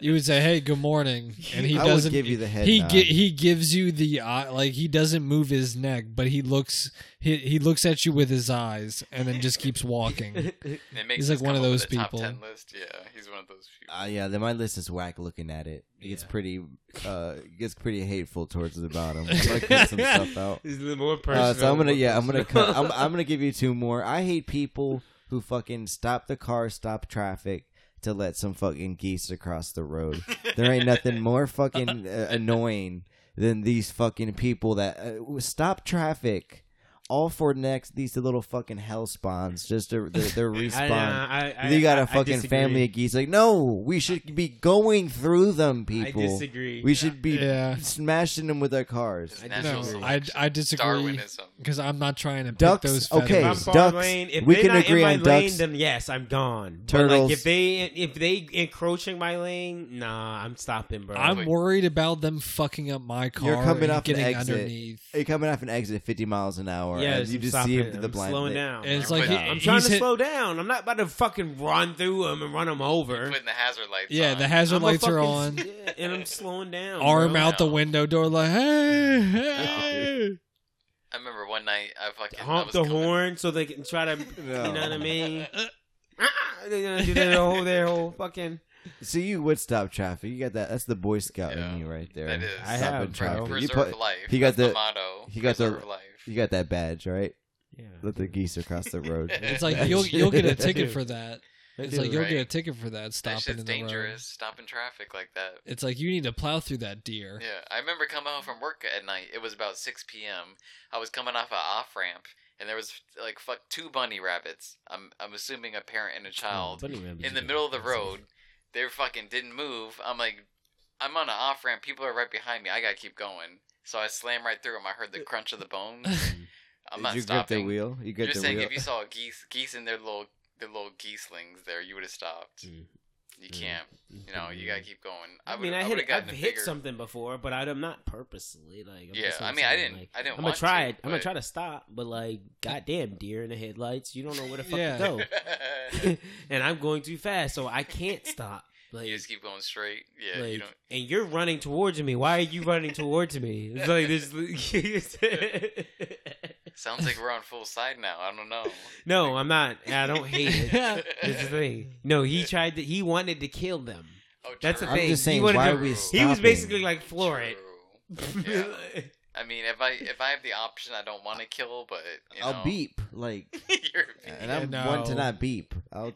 Speaker 5: You would say, "Hey, good morning," and he
Speaker 1: I would
Speaker 5: doesn't
Speaker 1: give you the head
Speaker 5: He
Speaker 1: nod.
Speaker 5: gi- he gives you the eye, like he doesn't move his neck, but he looks he he looks at you with his eyes, and then just keeps walking.
Speaker 4: It makes
Speaker 5: He's like
Speaker 4: us
Speaker 5: one
Speaker 4: come
Speaker 5: of
Speaker 4: up with
Speaker 5: those
Speaker 4: a top
Speaker 5: people.
Speaker 4: 10 list. Yeah, he's one of those people.
Speaker 1: Uh, yeah, then my list is whack. Looking at it, it gets
Speaker 3: Yeah.
Speaker 1: pretty, uh, it gets pretty hateful towards the bottom. I'm gonna cut some stuff out.
Speaker 3: It's a little more personal.
Speaker 1: Uh, so I'm gonna,
Speaker 3: more
Speaker 1: yeah, I'm gonna,
Speaker 3: personal.
Speaker 1: cut, I'm, I'm gonna give you two more. I hate people who fucking stop the car, stop traffic to let some fucking geese across the road. There ain't nothing more fucking uh, annoying than these fucking people that uh, stop traffic. All for next these little fucking hell spawns just to they're, they're respawn.
Speaker 3: I, uh, I, I,
Speaker 1: uh, you got
Speaker 3: I- I
Speaker 1: a fucking
Speaker 3: disagree.
Speaker 1: family of geese. Like, no, we should be going through them,
Speaker 3: I
Speaker 1: people.
Speaker 3: disagree.
Speaker 1: We should be
Speaker 5: Yeah.
Speaker 1: smashing them with our cars.
Speaker 3: I
Speaker 5: No,
Speaker 3: disagree.
Speaker 5: I I disagree
Speaker 4: Darwinism.
Speaker 5: because I'm not trying to pick
Speaker 1: Ducks,
Speaker 5: those.
Speaker 1: okay.
Speaker 3: if I'm
Speaker 5: feathers.
Speaker 3: far
Speaker 1: ducks,
Speaker 3: lane, if
Speaker 1: we
Speaker 3: they're
Speaker 1: can
Speaker 3: not
Speaker 1: agree
Speaker 3: in my
Speaker 1: on
Speaker 3: lane,
Speaker 1: ducks.
Speaker 3: then yes, I'm gone. But
Speaker 1: Turtles.
Speaker 3: like if they if they encroaching my lane, nah, I'm stopping, bro.
Speaker 5: I'm worried about them fucking up my car.
Speaker 1: You're coming
Speaker 5: and
Speaker 1: off an
Speaker 5: getting
Speaker 1: exit.
Speaker 5: underneath.
Speaker 1: You're coming off an exit at 50 miles an hour,
Speaker 3: yes,
Speaker 1: and you
Speaker 3: I'm
Speaker 1: just
Speaker 3: stopping.
Speaker 1: see him through the
Speaker 3: I'm
Speaker 1: blind.
Speaker 3: slowing
Speaker 1: light.
Speaker 3: down.
Speaker 5: And it's
Speaker 4: You're
Speaker 5: like
Speaker 4: putting-
Speaker 5: he-
Speaker 4: I'm
Speaker 3: I'm
Speaker 5: he's
Speaker 3: trying to
Speaker 5: hit-
Speaker 3: slow down. I'm not about to fucking run through them and run them over.
Speaker 4: Putting the hazard lights
Speaker 5: Yeah,
Speaker 4: on.
Speaker 5: the hazard
Speaker 3: I'm a
Speaker 5: lights are
Speaker 3: fucking-
Speaker 5: on.
Speaker 3: yeah, and I'm slowing down.
Speaker 5: Arm
Speaker 3: bro.
Speaker 5: out the window door, like hey, hey.
Speaker 4: I remember one night I fucking I
Speaker 3: honk
Speaker 4: was
Speaker 3: the
Speaker 4: coming-
Speaker 3: horn so they can try to. You know what I mean?
Speaker 5: Uh,
Speaker 3: Ah, They're gonna do their whole their whole fucking.
Speaker 1: So you would stop traffic. You got that. That's the Boy Scout
Speaker 4: Yeah.
Speaker 1: in you right there.
Speaker 4: That is.
Speaker 3: I
Speaker 1: Stopping
Speaker 3: have, bro.
Speaker 1: traffic.
Speaker 4: Preserve
Speaker 1: You, put-
Speaker 4: life.
Speaker 1: he got
Speaker 4: That's the,
Speaker 1: the-
Speaker 4: motto.
Speaker 1: he got the-
Speaker 4: Preserve life.
Speaker 1: you got that badge, right?
Speaker 3: Yeah.
Speaker 1: Let the geese across the road.
Speaker 5: It's like you'll you'll get a ticket for that. It's
Speaker 3: do,
Speaker 5: like you'll get a
Speaker 4: right?
Speaker 5: ticket for that
Speaker 4: That
Speaker 5: stopping
Speaker 4: shit's
Speaker 5: in the
Speaker 4: dangerous.
Speaker 5: road.
Speaker 4: Stopping traffic like that.
Speaker 5: It's like you need to plow through that deer.
Speaker 4: Yeah, I remember coming home from work at night. It was about 6 p.m. I was coming off a off ramp, and there was like fuck two bunny rabbits. I'm I'm assuming a parent
Speaker 3: Oh,
Speaker 4: and a child in the middle of the road. They fucking didn't move. I'm like, I'm on an off ramp. People are right behind me. I gotta keep going. So I slammed right through them. I
Speaker 3: Uh,
Speaker 4: heard the crunch of the bones. I'm
Speaker 1: Did
Speaker 4: not
Speaker 1: you grip
Speaker 4: stopping.
Speaker 1: the wheel? You
Speaker 4: You're
Speaker 1: grip the
Speaker 4: saying
Speaker 1: wheel.
Speaker 4: if you saw geese, geese in their little their little geeselings there, you would have stopped.
Speaker 3: Mm.
Speaker 4: You
Speaker 3: Mm.
Speaker 4: can't. You know, you gotta keep going.
Speaker 3: I,
Speaker 4: would've-
Speaker 3: mean, I
Speaker 4: would've
Speaker 3: hit, I've
Speaker 4: gotten a
Speaker 3: hit
Speaker 4: bigger-
Speaker 3: something before, but I- I'm not purposely like. I'm
Speaker 4: Yeah,
Speaker 3: just
Speaker 4: I mean, I
Speaker 3: saying,
Speaker 4: didn't-
Speaker 3: Like,
Speaker 4: I didn't
Speaker 3: I'm gonna
Speaker 4: want to,
Speaker 3: try it. I'm gonna
Speaker 4: but-
Speaker 3: try to stop, but like, goddamn, deer in the headlights. You don't know where the fuck
Speaker 5: Yeah.
Speaker 3: to go, and I'm going too fast, so I can't stop. Like,
Speaker 4: you just keep going straight. Yeah,
Speaker 3: like,
Speaker 4: you don't.
Speaker 3: and you're running towards me. Why are you running towards me? It's like this.
Speaker 4: Sounds like we're on full side now. I don't know.
Speaker 3: no, I'm not. I don't hate it.
Speaker 5: Yeah.
Speaker 3: That's the thing. No, he tried to. He wanted to kill them.
Speaker 4: Oh,
Speaker 3: That's the
Speaker 4: true.
Speaker 1: I'm
Speaker 3: thing.
Speaker 1: just
Speaker 3: He
Speaker 1: saying,
Speaker 3: wanted
Speaker 1: why
Speaker 3: to-
Speaker 1: are we
Speaker 3: He was
Speaker 1: stopping?
Speaker 3: basically like floor it.
Speaker 4: True. Yeah. I mean, if I if I have the option, I don't want to kill, but you know,
Speaker 1: I'll beep, like,
Speaker 4: you're
Speaker 1: and I'm
Speaker 5: Yeah,
Speaker 1: one
Speaker 5: no.
Speaker 1: to not beep. I'll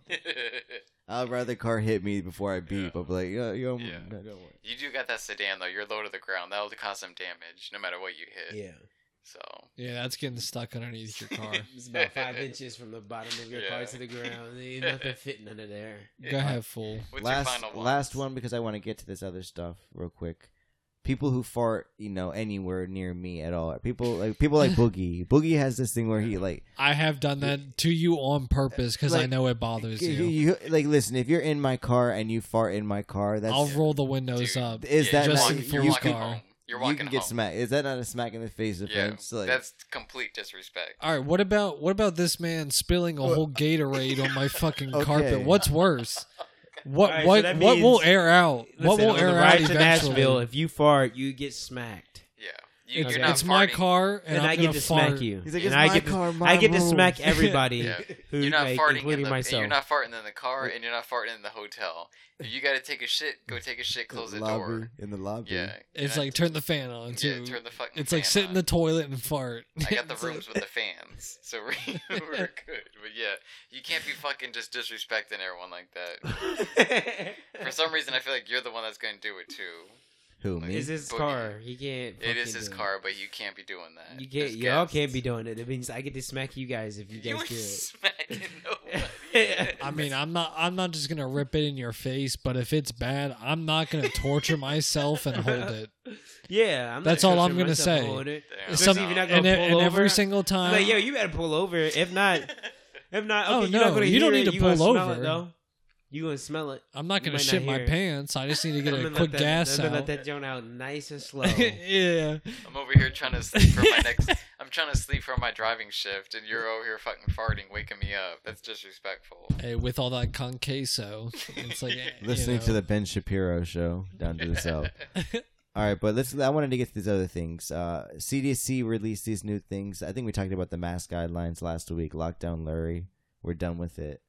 Speaker 1: I'd rather car hit me before I beep. I'm like, yo, yo,
Speaker 4: Yeah.
Speaker 1: I don't want-
Speaker 4: you do got that sedan though. You're low to the ground. That'll cause some damage, no matter what you hit.
Speaker 3: Yeah,
Speaker 4: So
Speaker 5: Yeah, that's getting stuck underneath your car.
Speaker 3: it's about five inches from the bottom of your car
Speaker 4: Yeah.
Speaker 3: to the ground. There ain't nothing fitting under there.
Speaker 5: Go ahead, fool.
Speaker 4: what's your
Speaker 1: last
Speaker 4: final one?
Speaker 1: last one because I want to get to this other stuff real quick. People who fart, you know, anywhere near me at all. People like people like Boogie. Boogie has this thing where he like
Speaker 5: I have done that to you on purpose because I
Speaker 1: Like,
Speaker 5: know it bothers
Speaker 1: you,
Speaker 5: you.
Speaker 1: you- like listen. If you're in my car and you fart in my car, that's
Speaker 5: I'll roll the windows
Speaker 4: Dude,
Speaker 5: up.
Speaker 1: is that
Speaker 4: you're
Speaker 1: not-
Speaker 5: just in
Speaker 4: walking, you're
Speaker 5: fool's
Speaker 4: walking
Speaker 5: car.
Speaker 4: home. You're
Speaker 1: you
Speaker 4: walking
Speaker 1: can get
Speaker 4: home.
Speaker 1: smacked. Is that not a smack in the face offense?
Speaker 4: Yeah,
Speaker 1: like,
Speaker 4: that's complete disrespect.
Speaker 5: All right, what about what about this man spilling a whole Gatorade on my fucking
Speaker 1: Okay.
Speaker 5: carpet? What's worse? What
Speaker 3: All right, so
Speaker 5: what
Speaker 3: that
Speaker 5: what will
Speaker 3: means-
Speaker 5: air out? what
Speaker 3: Listen,
Speaker 5: will
Speaker 3: on
Speaker 5: air
Speaker 3: the
Speaker 5: out
Speaker 3: ride to Nashville?
Speaker 5: eventually?
Speaker 3: If you fart, you get smacked,
Speaker 4: Yeah, you,
Speaker 5: It's,
Speaker 4: you're
Speaker 3: okay.
Speaker 4: not
Speaker 5: it's my
Speaker 4: farting.
Speaker 5: car, and,
Speaker 3: and,
Speaker 5: I'm
Speaker 3: I get
Speaker 5: gonna
Speaker 3: to smack
Speaker 5: fart.
Speaker 3: you.
Speaker 1: He's like,
Speaker 3: and
Speaker 1: "It's
Speaker 3: I
Speaker 1: my
Speaker 3: get to,
Speaker 1: car, my
Speaker 3: I get to
Speaker 1: rules."
Speaker 3: smack everybody,
Speaker 4: Yeah.
Speaker 3: who,
Speaker 4: you're not
Speaker 3: like,
Speaker 4: farting in
Speaker 3: including
Speaker 4: the,
Speaker 3: myself.
Speaker 4: You're not farting in the car, and you're not farting in the hotel. If you got to take a shit, go take a shit. Close the
Speaker 1: lobby,
Speaker 4: door.
Speaker 1: in the lobby.
Speaker 4: Yeah,
Speaker 5: It's
Speaker 4: yeah.
Speaker 5: like turn the fan on too.
Speaker 4: yeah, turn the fucking.
Speaker 5: it's like
Speaker 4: fan
Speaker 5: sit in
Speaker 4: on.
Speaker 5: the toilet and fart.
Speaker 4: I got the
Speaker 5: It's like-
Speaker 4: rooms with the fans, so we're, we're good. But yeah, you can't be fucking just disrespecting everyone like that. For some reason, I feel like you're the one that's going to do it too.
Speaker 1: Who me?
Speaker 3: it's his
Speaker 4: Boogie.
Speaker 3: car. He can't.
Speaker 4: It is
Speaker 3: fucking
Speaker 4: his
Speaker 3: do
Speaker 4: car, but you can't be doing that.
Speaker 3: You can't.
Speaker 4: As
Speaker 3: Y'all
Speaker 4: guests.
Speaker 3: can't be doing it. It means I get to smack you guys if you
Speaker 4: You
Speaker 3: guys
Speaker 4: were
Speaker 3: do it.
Speaker 4: smacking nobody.
Speaker 5: I mean, I'm not. I'm not just gonna rip it in your face, but if it's bad, I'm not gonna torture myself and hold it.
Speaker 3: yeah, I'm not
Speaker 5: That's all
Speaker 3: torturing
Speaker 5: I'm gonna
Speaker 3: myself
Speaker 5: say.
Speaker 3: on it.
Speaker 4: Damn,
Speaker 3: Especially
Speaker 5: Some-
Speaker 3: if you're
Speaker 4: no.
Speaker 3: not
Speaker 5: and,
Speaker 3: gonna
Speaker 5: it-
Speaker 3: pull
Speaker 5: and
Speaker 3: over.
Speaker 5: every single time,
Speaker 3: Like, yo, you better pull over. If not, if not, okay,
Speaker 5: Oh,
Speaker 3: you're
Speaker 5: no,
Speaker 3: not gonna
Speaker 5: you don't
Speaker 3: hear
Speaker 5: need
Speaker 3: it.
Speaker 5: to
Speaker 3: You gonna
Speaker 5: pull
Speaker 3: smell
Speaker 5: over.
Speaker 3: It, though. You gonna smell it.
Speaker 5: I'm not
Speaker 3: You might
Speaker 5: gonna
Speaker 3: not
Speaker 5: shit my
Speaker 3: hear it.
Speaker 5: pants. I just need to get
Speaker 3: I'm
Speaker 5: a
Speaker 3: gonna let
Speaker 5: quick
Speaker 3: that,
Speaker 5: gas
Speaker 3: I'm gonna
Speaker 5: out.
Speaker 3: let that joint out nice and slow.
Speaker 5: yeah.
Speaker 4: I'm over here trying to sleep for my next. I'm trying to sleep for my driving shift, and you're over here fucking farting, waking me up. That's disrespectful.
Speaker 5: Hey, with all that con queso, it's like eh, you
Speaker 1: Listening to
Speaker 5: know.
Speaker 1: the Ben Shapiro show down to the south. All right, but let's. I wanted to get to these other things. Uh, CDC released these new things. I think we talked about the mask guidelines last week. Lockdown, Larry. We're done with it.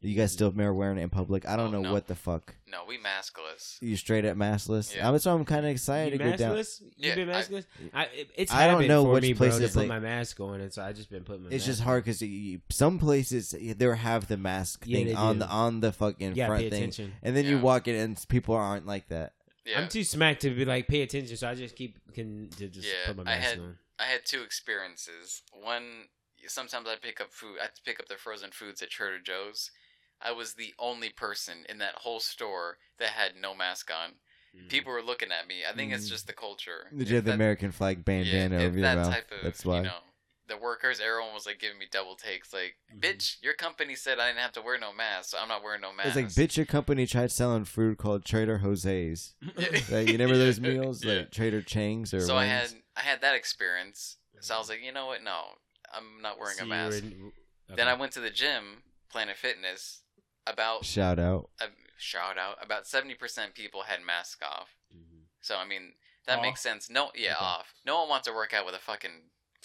Speaker 1: You guys still are wearing it in public? I don't know
Speaker 4: Oh, no.
Speaker 1: what the fuck.
Speaker 4: No, we maskless.
Speaker 1: You straight up maskless.
Speaker 4: Yeah.
Speaker 1: I'm so I'm kind of excited
Speaker 3: You
Speaker 1: to go down.
Speaker 3: maskless? You
Speaker 4: Yeah,
Speaker 3: been
Speaker 4: I-
Speaker 3: maskless? I, it- it's
Speaker 1: I don't
Speaker 3: habit
Speaker 1: know
Speaker 3: for
Speaker 1: which
Speaker 3: me, bro,
Speaker 1: places,
Speaker 3: to put
Speaker 1: like-
Speaker 3: my mask on, and so I just been putting my.
Speaker 1: It's
Speaker 3: mask
Speaker 1: just hard because some places they have the mask
Speaker 3: Yeah,
Speaker 1: thing
Speaker 3: they
Speaker 1: on
Speaker 3: do.
Speaker 1: the on the fucking
Speaker 3: You gotta
Speaker 1: front
Speaker 3: pay
Speaker 1: thing,
Speaker 3: attention.
Speaker 1: and then you
Speaker 4: Yeah.
Speaker 1: walk in and people aren't like that.
Speaker 4: Yeah.
Speaker 3: I'm too smacked to be like pay attention, so I just keep can to just
Speaker 4: Yeah,
Speaker 3: put my
Speaker 4: I
Speaker 3: mask
Speaker 4: had-
Speaker 3: on.
Speaker 4: I had two experiences. One, sometimes I pick up food. I pick up the frozen foods at Trader Joe's. I was the only person in that whole store that had no mask on.
Speaker 3: Mm.
Speaker 4: People were looking at me. I think it's
Speaker 1: Mm.
Speaker 4: just the culture.
Speaker 1: Hmm. Did
Speaker 4: If
Speaker 1: you have the
Speaker 4: that-
Speaker 1: American flag bandana
Speaker 4: if
Speaker 1: over your
Speaker 4: that
Speaker 1: mouth?
Speaker 4: type of,
Speaker 1: That's
Speaker 4: you
Speaker 1: why.
Speaker 4: know, the workers, everyone was like giving me double takes. Like,
Speaker 1: Mm-hmm.
Speaker 3: Mhm.
Speaker 4: bitch, your company said I didn't have to wear no mask, so I'm not wearing no
Speaker 1: It's
Speaker 4: mask.
Speaker 1: like bitch, your company tried selling food called Trader Jose's. Like, you remember those meals,
Speaker 4: Yeah.
Speaker 1: like Trader Chang's or Mm-hmm.
Speaker 4: so I had
Speaker 1: Wings?
Speaker 4: I had that experience. So I was like, you know what? No, I'm not wearing
Speaker 3: So
Speaker 4: a
Speaker 3: you
Speaker 4: mask.
Speaker 3: were- okay.
Speaker 4: Then I went to the gym, Planet Fitness. About
Speaker 1: shout out.
Speaker 4: a shout out. About seventy percent people had masks off.
Speaker 1: Mm-hmm.
Speaker 3: Mhm.
Speaker 4: So I mean, that
Speaker 5: Off?
Speaker 4: makes sense. No, yeah,
Speaker 3: Okay.
Speaker 4: off. No one wants to work out with a fucking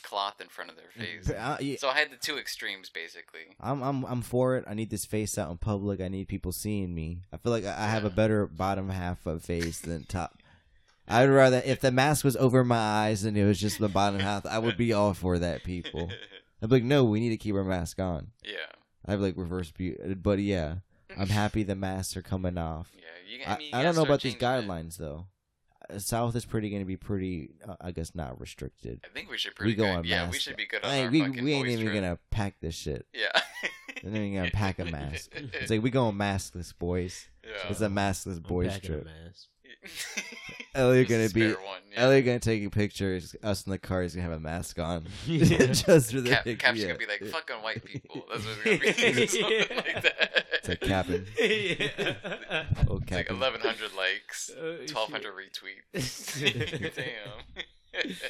Speaker 4: cloth in front of their face.
Speaker 1: Mm-hmm. But I- yeah,
Speaker 4: So I had the two extremes basically.
Speaker 1: I'm I'm I'm for it. I need this face out in public. I need people seeing me. I feel like I, I have a
Speaker 4: Yeah.
Speaker 1: better bottom half of face than top. I'd rather if the mask was over my eyes and it was just the bottom half, I would be all for that. People, I'd be like, no, we need to keep our mask on.
Speaker 4: yeah,
Speaker 1: I'd be like reverse beauty, but yeah, I'm happy the masks are coming off.
Speaker 4: yeah. You, I,
Speaker 1: I,
Speaker 4: mean, you
Speaker 1: I don't
Speaker 4: gotta
Speaker 1: know
Speaker 4: start
Speaker 1: about these
Speaker 4: changing it.
Speaker 1: guidelines though. Uh, South is pretty going to be pretty, uh, I guess, not restricted.
Speaker 4: I think we should Uh, pretty
Speaker 1: we go
Speaker 4: good.
Speaker 1: on
Speaker 4: yeah, we
Speaker 1: mask.
Speaker 4: should be good on
Speaker 1: I
Speaker 4: our
Speaker 1: ain't, we
Speaker 4: fucking
Speaker 1: we ain't
Speaker 4: voice
Speaker 1: even
Speaker 4: trip.
Speaker 1: going to pack this shit.
Speaker 4: Yeah.
Speaker 1: We're not even going to pack a mask. It's like we going maskless, boys.
Speaker 4: yeah.
Speaker 1: It's a maskless
Speaker 3: I'm
Speaker 1: boys
Speaker 3: packing a
Speaker 1: trip.
Speaker 3: mask.
Speaker 1: Ellie
Speaker 4: Just a
Speaker 1: gonna be
Speaker 4: spare one, yeah.
Speaker 1: Ellie gonna take pictures. Us in the car is gonna have a mask on.
Speaker 3: Yeah.
Speaker 1: Just for the
Speaker 4: Cap,
Speaker 1: pic-
Speaker 4: Cap's
Speaker 1: yeah.
Speaker 4: gonna be like, "Fucking white people." That's what it's gonna be. Something like that.
Speaker 1: It's like capping.
Speaker 3: Yeah.
Speaker 1: Oh,
Speaker 4: It's like
Speaker 1: capping.
Speaker 4: 1,100 likes,
Speaker 3: Oh,
Speaker 4: 1,200 retweets. Damn.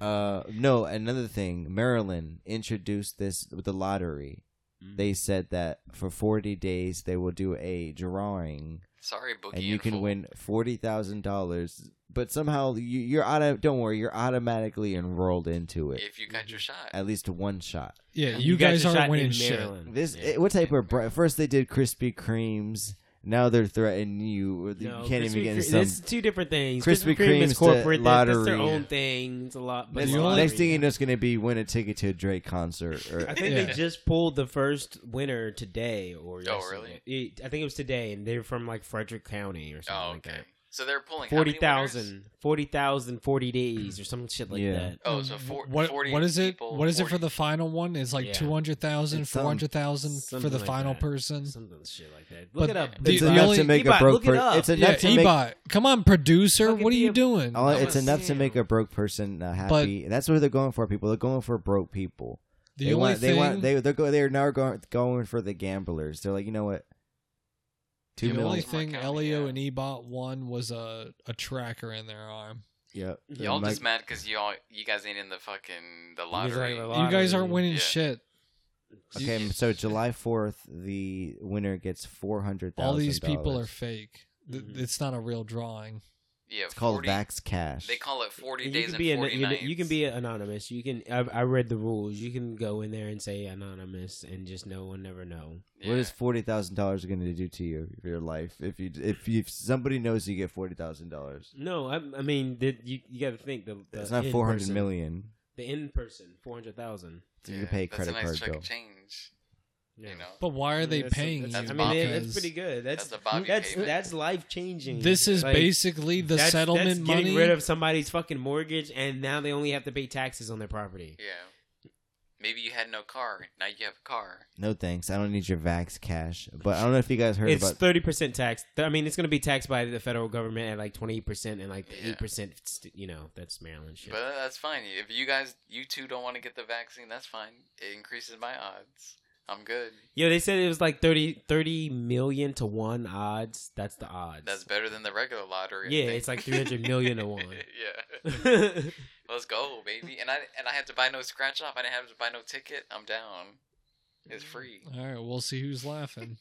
Speaker 1: Uh, no, another thing. Maryland introduced this with the lottery.
Speaker 3: shit.
Speaker 1: They said that for 40 days they will do a drawing
Speaker 4: Sorry, Boogie.
Speaker 1: and you
Speaker 4: and
Speaker 1: can
Speaker 4: Fool.
Speaker 1: win forty thousand dollars. But somehow you, you're auto. Don't worry, you're automatically enrolled into it.
Speaker 4: if you got your shot.
Speaker 1: At least one shot.
Speaker 5: yeah, you,
Speaker 3: got
Speaker 5: guys
Speaker 3: your shot
Speaker 5: aren't
Speaker 3: in
Speaker 5: winning shit.
Speaker 3: Maryland.
Speaker 1: This
Speaker 3: Yeah.
Speaker 1: eh, what type of bri- first they did Krispy Kremes. Now they're threatening you. or You
Speaker 3: No,
Speaker 1: can't
Speaker 3: Krispy
Speaker 1: even get
Speaker 3: Kreme-
Speaker 1: in some.
Speaker 3: It's two different things.
Speaker 1: Krispy
Speaker 3: Krispy Kreme
Speaker 1: Kreme's
Speaker 3: is
Speaker 1: to
Speaker 3: corporate. that- That's their
Speaker 1: lottery.
Speaker 3: own thing. It's a lot. But
Speaker 1: Next,
Speaker 5: the
Speaker 1: next thing you
Speaker 3: lottery-
Speaker 1: know, it's going to be win a ticket to a Drake concert. Or,
Speaker 3: I think
Speaker 5: Yeah.
Speaker 3: they just pulled the first winner today or
Speaker 4: Oh, really?
Speaker 3: yesterday. It- I think it was today, and they're from like Frederick County or something
Speaker 4: Oh,
Speaker 3: like
Speaker 4: okay.
Speaker 3: that.
Speaker 4: So they're pulling how many
Speaker 3: 40,000, 40,000, 40 days or some shit like
Speaker 1: Yeah.
Speaker 3: that.
Speaker 4: winners? Oh, so four,
Speaker 5: what,
Speaker 4: 40
Speaker 5: what is it?
Speaker 4: people,
Speaker 5: what is it for
Speaker 4: 40
Speaker 5: the final one? It's like
Speaker 3: Yeah.
Speaker 5: 200,000,
Speaker 1: It's some-
Speaker 5: 400,000 for
Speaker 3: something
Speaker 5: the
Speaker 3: like
Speaker 5: final
Speaker 3: that.
Speaker 5: person.
Speaker 3: Something shit like that. Look
Speaker 5: But
Speaker 3: it up.
Speaker 5: the-
Speaker 1: it's
Speaker 5: the
Speaker 1: enough
Speaker 5: only-
Speaker 1: to make a
Speaker 3: Ebot,
Speaker 1: broke
Speaker 3: look it
Speaker 1: person.
Speaker 3: up.
Speaker 1: It's
Speaker 5: Yeah,
Speaker 1: enough to make.
Speaker 5: Ebot, come on, producer,
Speaker 3: Fucking
Speaker 5: what are you
Speaker 3: Ebot.
Speaker 5: doing?
Speaker 1: all-
Speaker 4: I'm
Speaker 1: it's
Speaker 4: a
Speaker 1: enough to
Speaker 4: Sam.
Speaker 1: make a broke person uh, happy. That's what they're going for. People, they're going for broke people.
Speaker 5: the
Speaker 1: they
Speaker 5: only
Speaker 1: want,
Speaker 5: thing,
Speaker 1: they want, they they're go, they're now going going for the gamblers. They're like, you know what? Two
Speaker 5: the
Speaker 1: mil.
Speaker 5: only
Speaker 4: mils.
Speaker 5: thing
Speaker 4: Mark County,
Speaker 5: Elio
Speaker 4: yeah.
Speaker 5: and Ebot won was a a tracker in their arm.
Speaker 1: Yeah.
Speaker 4: Y'all
Speaker 1: Mike-
Speaker 4: just mad because y'all you guys ain't in the fucking the
Speaker 3: guys
Speaker 4: lottery.
Speaker 3: ain't in the
Speaker 5: You guys
Speaker 3: Lottery,
Speaker 5: aren't winning
Speaker 4: yeah.
Speaker 5: shit.
Speaker 1: Okay, so July fourth, the winner gets four hundred thousand.
Speaker 5: All these people are fake. Th-
Speaker 4: Mm-hmm.
Speaker 3: Mhm.
Speaker 5: It's not a real drawing.
Speaker 4: yeah,
Speaker 1: It's called
Speaker 4: 40
Speaker 1: Vax Cash.
Speaker 4: They call it 40
Speaker 3: You
Speaker 4: days
Speaker 3: can
Speaker 4: and
Speaker 3: be
Speaker 4: 40
Speaker 3: an, you,
Speaker 4: nights.
Speaker 3: you can be anonymous. You can. I, I read the rules. You can go in there and say anonymous, and just no one never know.
Speaker 1: What is forty thousand dollars going to do to you for your life if you if you if somebody knows you get forty thousand dollars?
Speaker 3: No, I, I mean the, you. You got to think the. the
Speaker 1: It's not
Speaker 3: in
Speaker 1: four hundred
Speaker 3: person-
Speaker 1: million.
Speaker 3: The in person, four hundred thousand.
Speaker 1: So you can pay a
Speaker 4: that's
Speaker 1: credit
Speaker 4: a nice
Speaker 1: card
Speaker 4: chunk
Speaker 1: bill.
Speaker 4: of change. You know,
Speaker 5: But why are they
Speaker 3: That's-
Speaker 5: paying
Speaker 3: that's-
Speaker 5: you?
Speaker 3: I mean,
Speaker 4: Bobby.
Speaker 3: it- that's
Speaker 5: Because
Speaker 3: pretty good. That's
Speaker 4: That's a Bobby
Speaker 3: that's
Speaker 4: payment.
Speaker 3: that's life changing.
Speaker 5: This is basically the settlement
Speaker 3: that's
Speaker 5: money.
Speaker 3: Getting rid of somebody's fucking mortgage, and now they only have to pay taxes on their property.
Speaker 4: yeah. Maybe you had no car. Now you have a car.
Speaker 1: No thanks. I don't need your Vax Cash. But I don't know if you guys heard
Speaker 3: It's
Speaker 1: about.
Speaker 3: thirty percent tax. Th- I mean, it's going to be taxed by the federal government at like twenty eight percent, and like the eight
Speaker 4: Yeah.
Speaker 3: percent. You know, that's Maryland shit.
Speaker 4: But that's fine. If you guys, you two don't want to get the vaccine, that's fine. It increases my odds. I'm good.
Speaker 3: Yeah, they said it was like 30, 30 million to one odds. That's the odds.
Speaker 4: That's better than the regular lottery. I
Speaker 3: Yeah,
Speaker 4: think.
Speaker 3: it's like 300 million to one.
Speaker 4: yeah.
Speaker 3: That's
Speaker 4: Let's go, baby. And I and I had to buy no scratch off. I didn't have to buy no ticket. I'm down. It's free.
Speaker 5: All right, we'll see who's laughing.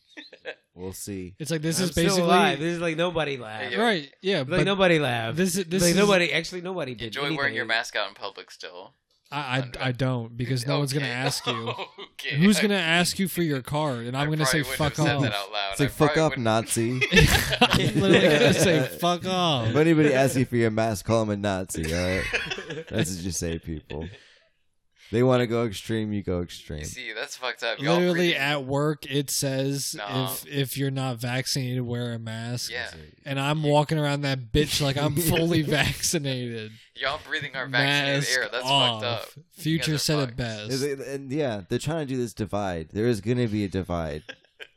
Speaker 1: We'll see.
Speaker 5: It's like this
Speaker 3: I'm
Speaker 5: is basically
Speaker 3: still alive. This is like nobody laughed.
Speaker 4: Yeah.
Speaker 5: right. Yeah,
Speaker 3: Like
Speaker 5: but
Speaker 3: nobody laughed.
Speaker 5: this is this
Speaker 3: like
Speaker 5: is
Speaker 3: nobody. Actually, nobody did.
Speaker 4: Enjoy wearing your
Speaker 3: anything.
Speaker 4: mask out in public still.
Speaker 5: I, I I don't because no one's gonna
Speaker 4: Okay.
Speaker 5: ask you.
Speaker 4: okay.
Speaker 5: Who's gonna ask you for your card? And
Speaker 4: I
Speaker 5: I'm gonna
Speaker 4: probably
Speaker 5: say
Speaker 4: wouldn't
Speaker 5: fuck
Speaker 4: have said
Speaker 5: off.
Speaker 4: Oh, That out loud.
Speaker 1: It's like
Speaker 4: I
Speaker 1: fuck
Speaker 4: probably
Speaker 1: up,
Speaker 4: wouldn't-
Speaker 1: Nazi.
Speaker 5: I'm literally gonna say fuck
Speaker 1: if
Speaker 5: off.
Speaker 1: anybody asks you for your mask, call them a Nazi. All right, that's what you say, people. They want to go extreme, you go extreme.
Speaker 4: See, that's fucked up. Y'all
Speaker 5: Literally
Speaker 4: really-
Speaker 5: at work, it says
Speaker 4: Nah.
Speaker 5: if if you're not vaccinated, wear a mask.
Speaker 4: Yeah,
Speaker 5: And I'm walking around that bitch like I'm fully vaccinated.
Speaker 4: y'all breathing our vaccinated
Speaker 5: Mask
Speaker 4: air. That's
Speaker 5: off.
Speaker 4: fucked up.
Speaker 5: Future
Speaker 4: are
Speaker 5: said
Speaker 4: fucked.
Speaker 5: it best.
Speaker 1: Is it- And yeah, they're trying to do this divide. There is going to be a divide.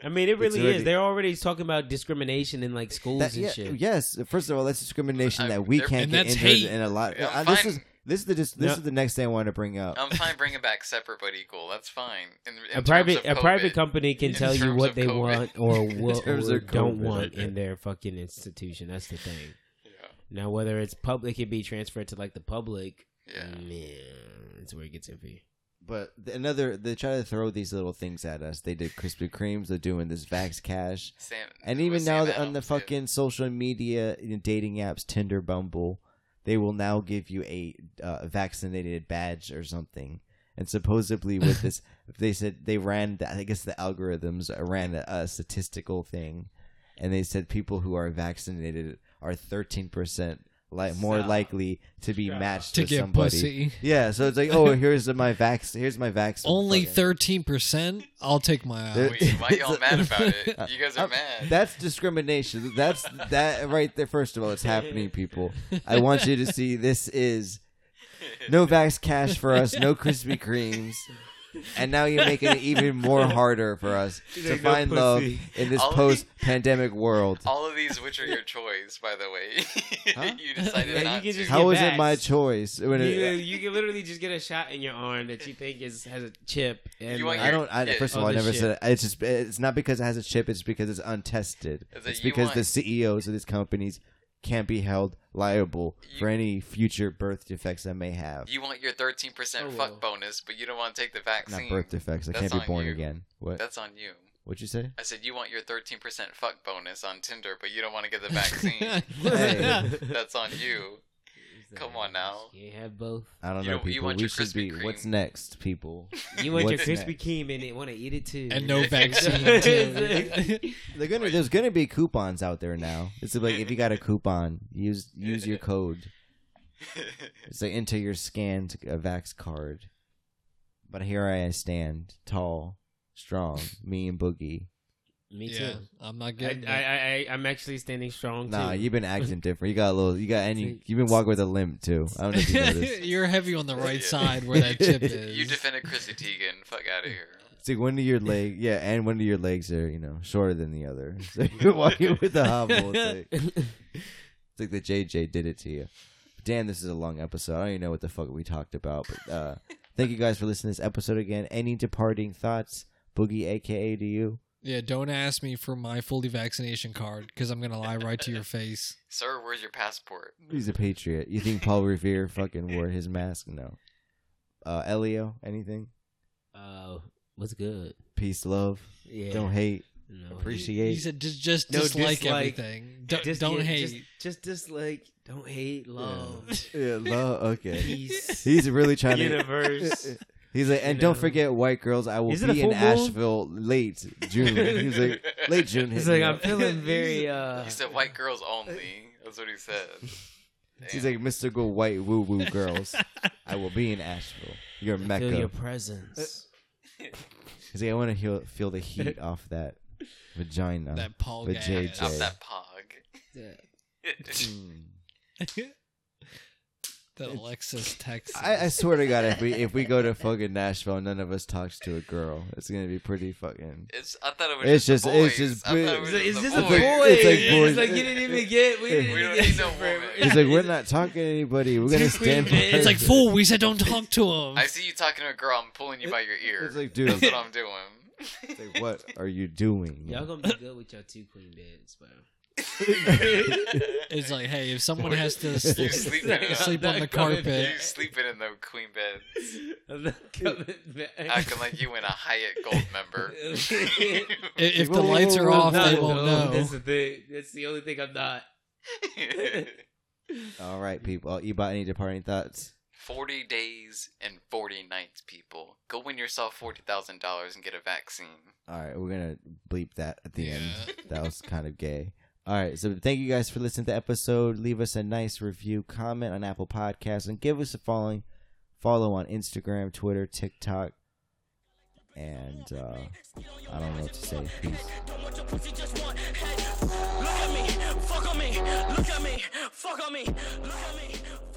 Speaker 3: I mean, it really
Speaker 1: already-
Speaker 3: is. They're already talking about discrimination in like schools
Speaker 1: That-
Speaker 3: and
Speaker 1: yeah,
Speaker 3: shit.
Speaker 1: Yes, first of all, that's discrimination
Speaker 4: I-
Speaker 1: that we
Speaker 4: they're-
Speaker 1: can't
Speaker 5: And
Speaker 1: get
Speaker 5: that's
Speaker 1: entered
Speaker 5: hate.
Speaker 1: in a lot.
Speaker 4: Yeah,
Speaker 1: uh, this
Speaker 4: fine.
Speaker 1: is this is the dis- this
Speaker 3: Yeah.
Speaker 1: is the next thing I want to bring up.
Speaker 4: I'm fine bringing back separate but equal. That's fine. In, in
Speaker 3: a
Speaker 4: terms
Speaker 3: private
Speaker 4: of
Speaker 3: a private
Speaker 4: COVID.
Speaker 3: company can
Speaker 4: In
Speaker 3: tell you
Speaker 4: terms
Speaker 3: what
Speaker 4: of
Speaker 3: they
Speaker 4: COVID.
Speaker 3: want or what
Speaker 1: terms
Speaker 3: or
Speaker 1: of
Speaker 3: don't
Speaker 1: COVID,
Speaker 3: want
Speaker 1: okay.
Speaker 3: in their fucking institution. That's the thing.
Speaker 4: Yeah.
Speaker 3: Now, whether it's public, it be transferred to like the public.
Speaker 4: Yeah.
Speaker 3: man, that's where it gets iffy.
Speaker 1: But th- another, they try to throw these little things at us. They did Krispy Kremes. They're doing this Vax Cash,
Speaker 4: Sam,
Speaker 1: and
Speaker 4: it
Speaker 1: even
Speaker 4: was
Speaker 1: now
Speaker 4: Sam
Speaker 1: on the
Speaker 4: Adams, yeah.
Speaker 1: fucking social media you know, dating apps, Tinder, Bumble, they will now give you a uh, vaccinated badge or something. And supposedly with this, they said they ran. The, I guess the algorithms ran a, a statistical thing, and they said people who are vaccinated are thirteen percent like more
Speaker 3: Stop.
Speaker 1: likely to be matched
Speaker 5: to
Speaker 1: with
Speaker 5: get
Speaker 1: somebody.
Speaker 5: pussy.
Speaker 1: Yeah, so it's like, oh, here's my vax. Here's my vax.
Speaker 5: Only
Speaker 1: fucking-
Speaker 5: thirteen percent. I'll take my
Speaker 1: There-
Speaker 5: out.
Speaker 4: Wait, why y'all mad about it? You guys are
Speaker 1: I'm-
Speaker 4: mad.
Speaker 1: That's discrimination. That's that right there. First of all, it's happening, people. I want you to see this is no vax cash for us, no Krispy Kremes. And now you're making it even more harder for us to
Speaker 3: like, no
Speaker 1: find
Speaker 3: pussy.
Speaker 1: love in this
Speaker 4: All of these-
Speaker 1: post-pandemic world.
Speaker 4: All of these, which are your choice, by the way.
Speaker 1: Huh?
Speaker 4: you decided
Speaker 3: Yeah, you
Speaker 4: not
Speaker 3: can
Speaker 4: to.
Speaker 3: just
Speaker 1: How
Speaker 3: get
Speaker 1: is it my
Speaker 3: vaxxed.
Speaker 1: choice? When
Speaker 3: You,
Speaker 1: it- uh,
Speaker 3: you can literally just get a shot in your arm that you think is has a chip. And
Speaker 4: You want
Speaker 3: like,
Speaker 1: I don't. I,
Speaker 4: Yeah.
Speaker 1: first of all, I
Speaker 3: Other
Speaker 1: never
Speaker 3: shit.
Speaker 1: said it. It's just. It's not because it has a chip. It's because it's untested.
Speaker 4: It's
Speaker 1: It's,
Speaker 4: that you
Speaker 1: because the
Speaker 4: want-
Speaker 1: CEOs of these companies can't be held liable for
Speaker 4: You-
Speaker 1: any future birth defects I may have.
Speaker 4: You want your 13%
Speaker 3: Oh,
Speaker 4: fuck
Speaker 3: well.
Speaker 4: bonus, but you don't want to take the
Speaker 1: Not
Speaker 4: vaccine.
Speaker 1: birth defects. I
Speaker 4: That's
Speaker 1: can't be
Speaker 4: on
Speaker 1: born
Speaker 4: you.
Speaker 1: again. What?
Speaker 4: That's on you.
Speaker 1: What'd you say?
Speaker 4: I said you want your 13% fuck bonus on Tinder, but you don't want to get the vaccine.
Speaker 1: Hey.
Speaker 4: That's on you. Come on now.
Speaker 3: You can't have both.
Speaker 1: I don't
Speaker 4: You
Speaker 1: know,
Speaker 4: don't- you
Speaker 1: people.
Speaker 4: want
Speaker 1: we
Speaker 4: your
Speaker 1: should be.
Speaker 4: Krispy Kreme.
Speaker 1: What's next, people?
Speaker 3: You want your
Speaker 1: What's
Speaker 3: Krispy
Speaker 1: next?
Speaker 3: Kreme and want to eat it too.
Speaker 5: and no vaccine.
Speaker 3: Exactly.
Speaker 5: too.
Speaker 1: They're gonna. There's gonna be coupons out there now. It's like if you got a coupon, use use your code. It's like enter your scanned uh, vax card. But here I stand, tall, strong, me and Boogie.
Speaker 3: Me too.
Speaker 5: yeah, I'm not
Speaker 3: I,
Speaker 5: getting.
Speaker 3: I,
Speaker 5: it.
Speaker 3: I, I'm actually standing strong too.
Speaker 1: Nah, you've been acting different. You got a little. You got any?
Speaker 3: See?
Speaker 1: You've been walking with a limp too. I don't know if you noticed.
Speaker 5: You're heavy on the right
Speaker 4: Yeah.
Speaker 5: side where that chip is.
Speaker 4: you defended Chrissy Teigen. Fuck out of here.
Speaker 1: It's like one of your leg, yeah, and one of your legs are you know shorter than the other. So you're walking with the hobble. It's like, it's like the JJ did it to you. Damn, this is a long episode. I don't even know what the fuck we talked about. But uh, thank you guys for listening to this episode again. Any departing thoughts, Boogie, aka to you?
Speaker 5: Yeah, don't ask me for my fully vaccination card because I'm gonna lie right to your face.
Speaker 4: Sir, where's your passport?
Speaker 1: He's a patriot. You think Paul Revere fucking wore his mask? No. Uh, Elio, anything?
Speaker 3: Uh, what's good?
Speaker 1: Peace, love.
Speaker 3: Yeah.
Speaker 1: Don't hate.
Speaker 3: No,
Speaker 5: He
Speaker 1: Appreciate.
Speaker 5: said just, just
Speaker 3: No,
Speaker 5: dislike,
Speaker 3: dislike.
Speaker 5: everything. Don't,
Speaker 3: Just-
Speaker 5: don't
Speaker 3: yeah,
Speaker 5: hate.
Speaker 3: Just, just dislike. Don't hate. Love.
Speaker 1: Yeah, love. Okay.
Speaker 3: Peace.
Speaker 1: He's really trying to.
Speaker 3: Universe.
Speaker 1: He's like, and
Speaker 3: You
Speaker 1: don't
Speaker 3: know.
Speaker 1: forget, white girls. I will
Speaker 3: Is it a
Speaker 1: be in
Speaker 3: full moon?
Speaker 1: Asheville late June. He's like, late June. hit
Speaker 3: He's
Speaker 1: me
Speaker 3: like,
Speaker 1: up.
Speaker 3: I'm feeling very. uh
Speaker 4: He said white girls only. That's what he said.
Speaker 1: He's like mystical white woo woo girls. I will be in Asheville, your mecca.
Speaker 3: Feel your presence.
Speaker 1: He's like, I want to feel, feel the heat off that vagina.
Speaker 5: that Paul
Speaker 1: But
Speaker 5: guy.
Speaker 1: JJ.
Speaker 4: Off that pog.
Speaker 3: Yeah.
Speaker 1: Mm.
Speaker 5: that Alexis Texas.
Speaker 1: I, I swear to God, if we if we go to fucking Nashville, and none of us talks to a girl. It's gonna be pretty fucking.
Speaker 4: It's, I thought it was
Speaker 1: It's
Speaker 4: just,
Speaker 1: just-
Speaker 4: the
Speaker 1: it's
Speaker 4: boys.
Speaker 1: just
Speaker 4: I thought
Speaker 1: big.
Speaker 4: it
Speaker 3: It's
Speaker 4: was
Speaker 3: like, is
Speaker 4: just
Speaker 3: this
Speaker 4: the
Speaker 3: a boy?
Speaker 4: boys.
Speaker 1: It's like boy-
Speaker 3: It's like you didn't even get. We didn't
Speaker 4: We
Speaker 3: even
Speaker 4: don't
Speaker 3: get
Speaker 4: need no
Speaker 3: separate.
Speaker 4: woman.
Speaker 1: He's like, we're not talking to anybody. We're gonna
Speaker 3: It's like
Speaker 1: stand.
Speaker 3: we-
Speaker 1: by
Speaker 5: it's like
Speaker 1: her."
Speaker 5: fool. We said don't talk to him.
Speaker 4: I see you talking to a girl. I'm pulling you by your ear.
Speaker 1: It's like, dude.
Speaker 4: That's what I'm doing.
Speaker 1: It's like, what are you doing?
Speaker 3: Y'all gonna be good with your two queen beds, bro.
Speaker 5: It's like, hey, if someone has to
Speaker 4: you
Speaker 5: sleep,
Speaker 4: sleeping in
Speaker 5: sleep on the
Speaker 4: you
Speaker 5: carpet,
Speaker 4: sleeping in the queen bed,
Speaker 3: I'm not coming back.
Speaker 4: acting like you in a Hyatt Gold member.
Speaker 5: i- if
Speaker 1: Whoa,
Speaker 5: the lights
Speaker 1: whoa,
Speaker 5: are
Speaker 1: whoa,
Speaker 5: off,
Speaker 1: no,
Speaker 5: they won't
Speaker 1: no,
Speaker 5: know.
Speaker 3: That's the thing. That's the only thing I'm not.
Speaker 1: All right, people. You bought any departing thoughts?
Speaker 4: forty days and forty nights, people. Go win yourself forty thousand dollars and get a vaccine.
Speaker 1: All right, we're gonna bleep that at the end.
Speaker 5: Yeah.
Speaker 1: That was kind of gay. All right, so thank you guys for listening to the episode. Leave us a nice review, comment on Apple Podcasts, and give us a following. Follow on Instagram, Twitter, TikTok, and uh, I don't know what to say. Peace.
Speaker 2: Don't want your pussy, just want head. Look at me, fuck on me, look at me, fuck on me, look at me.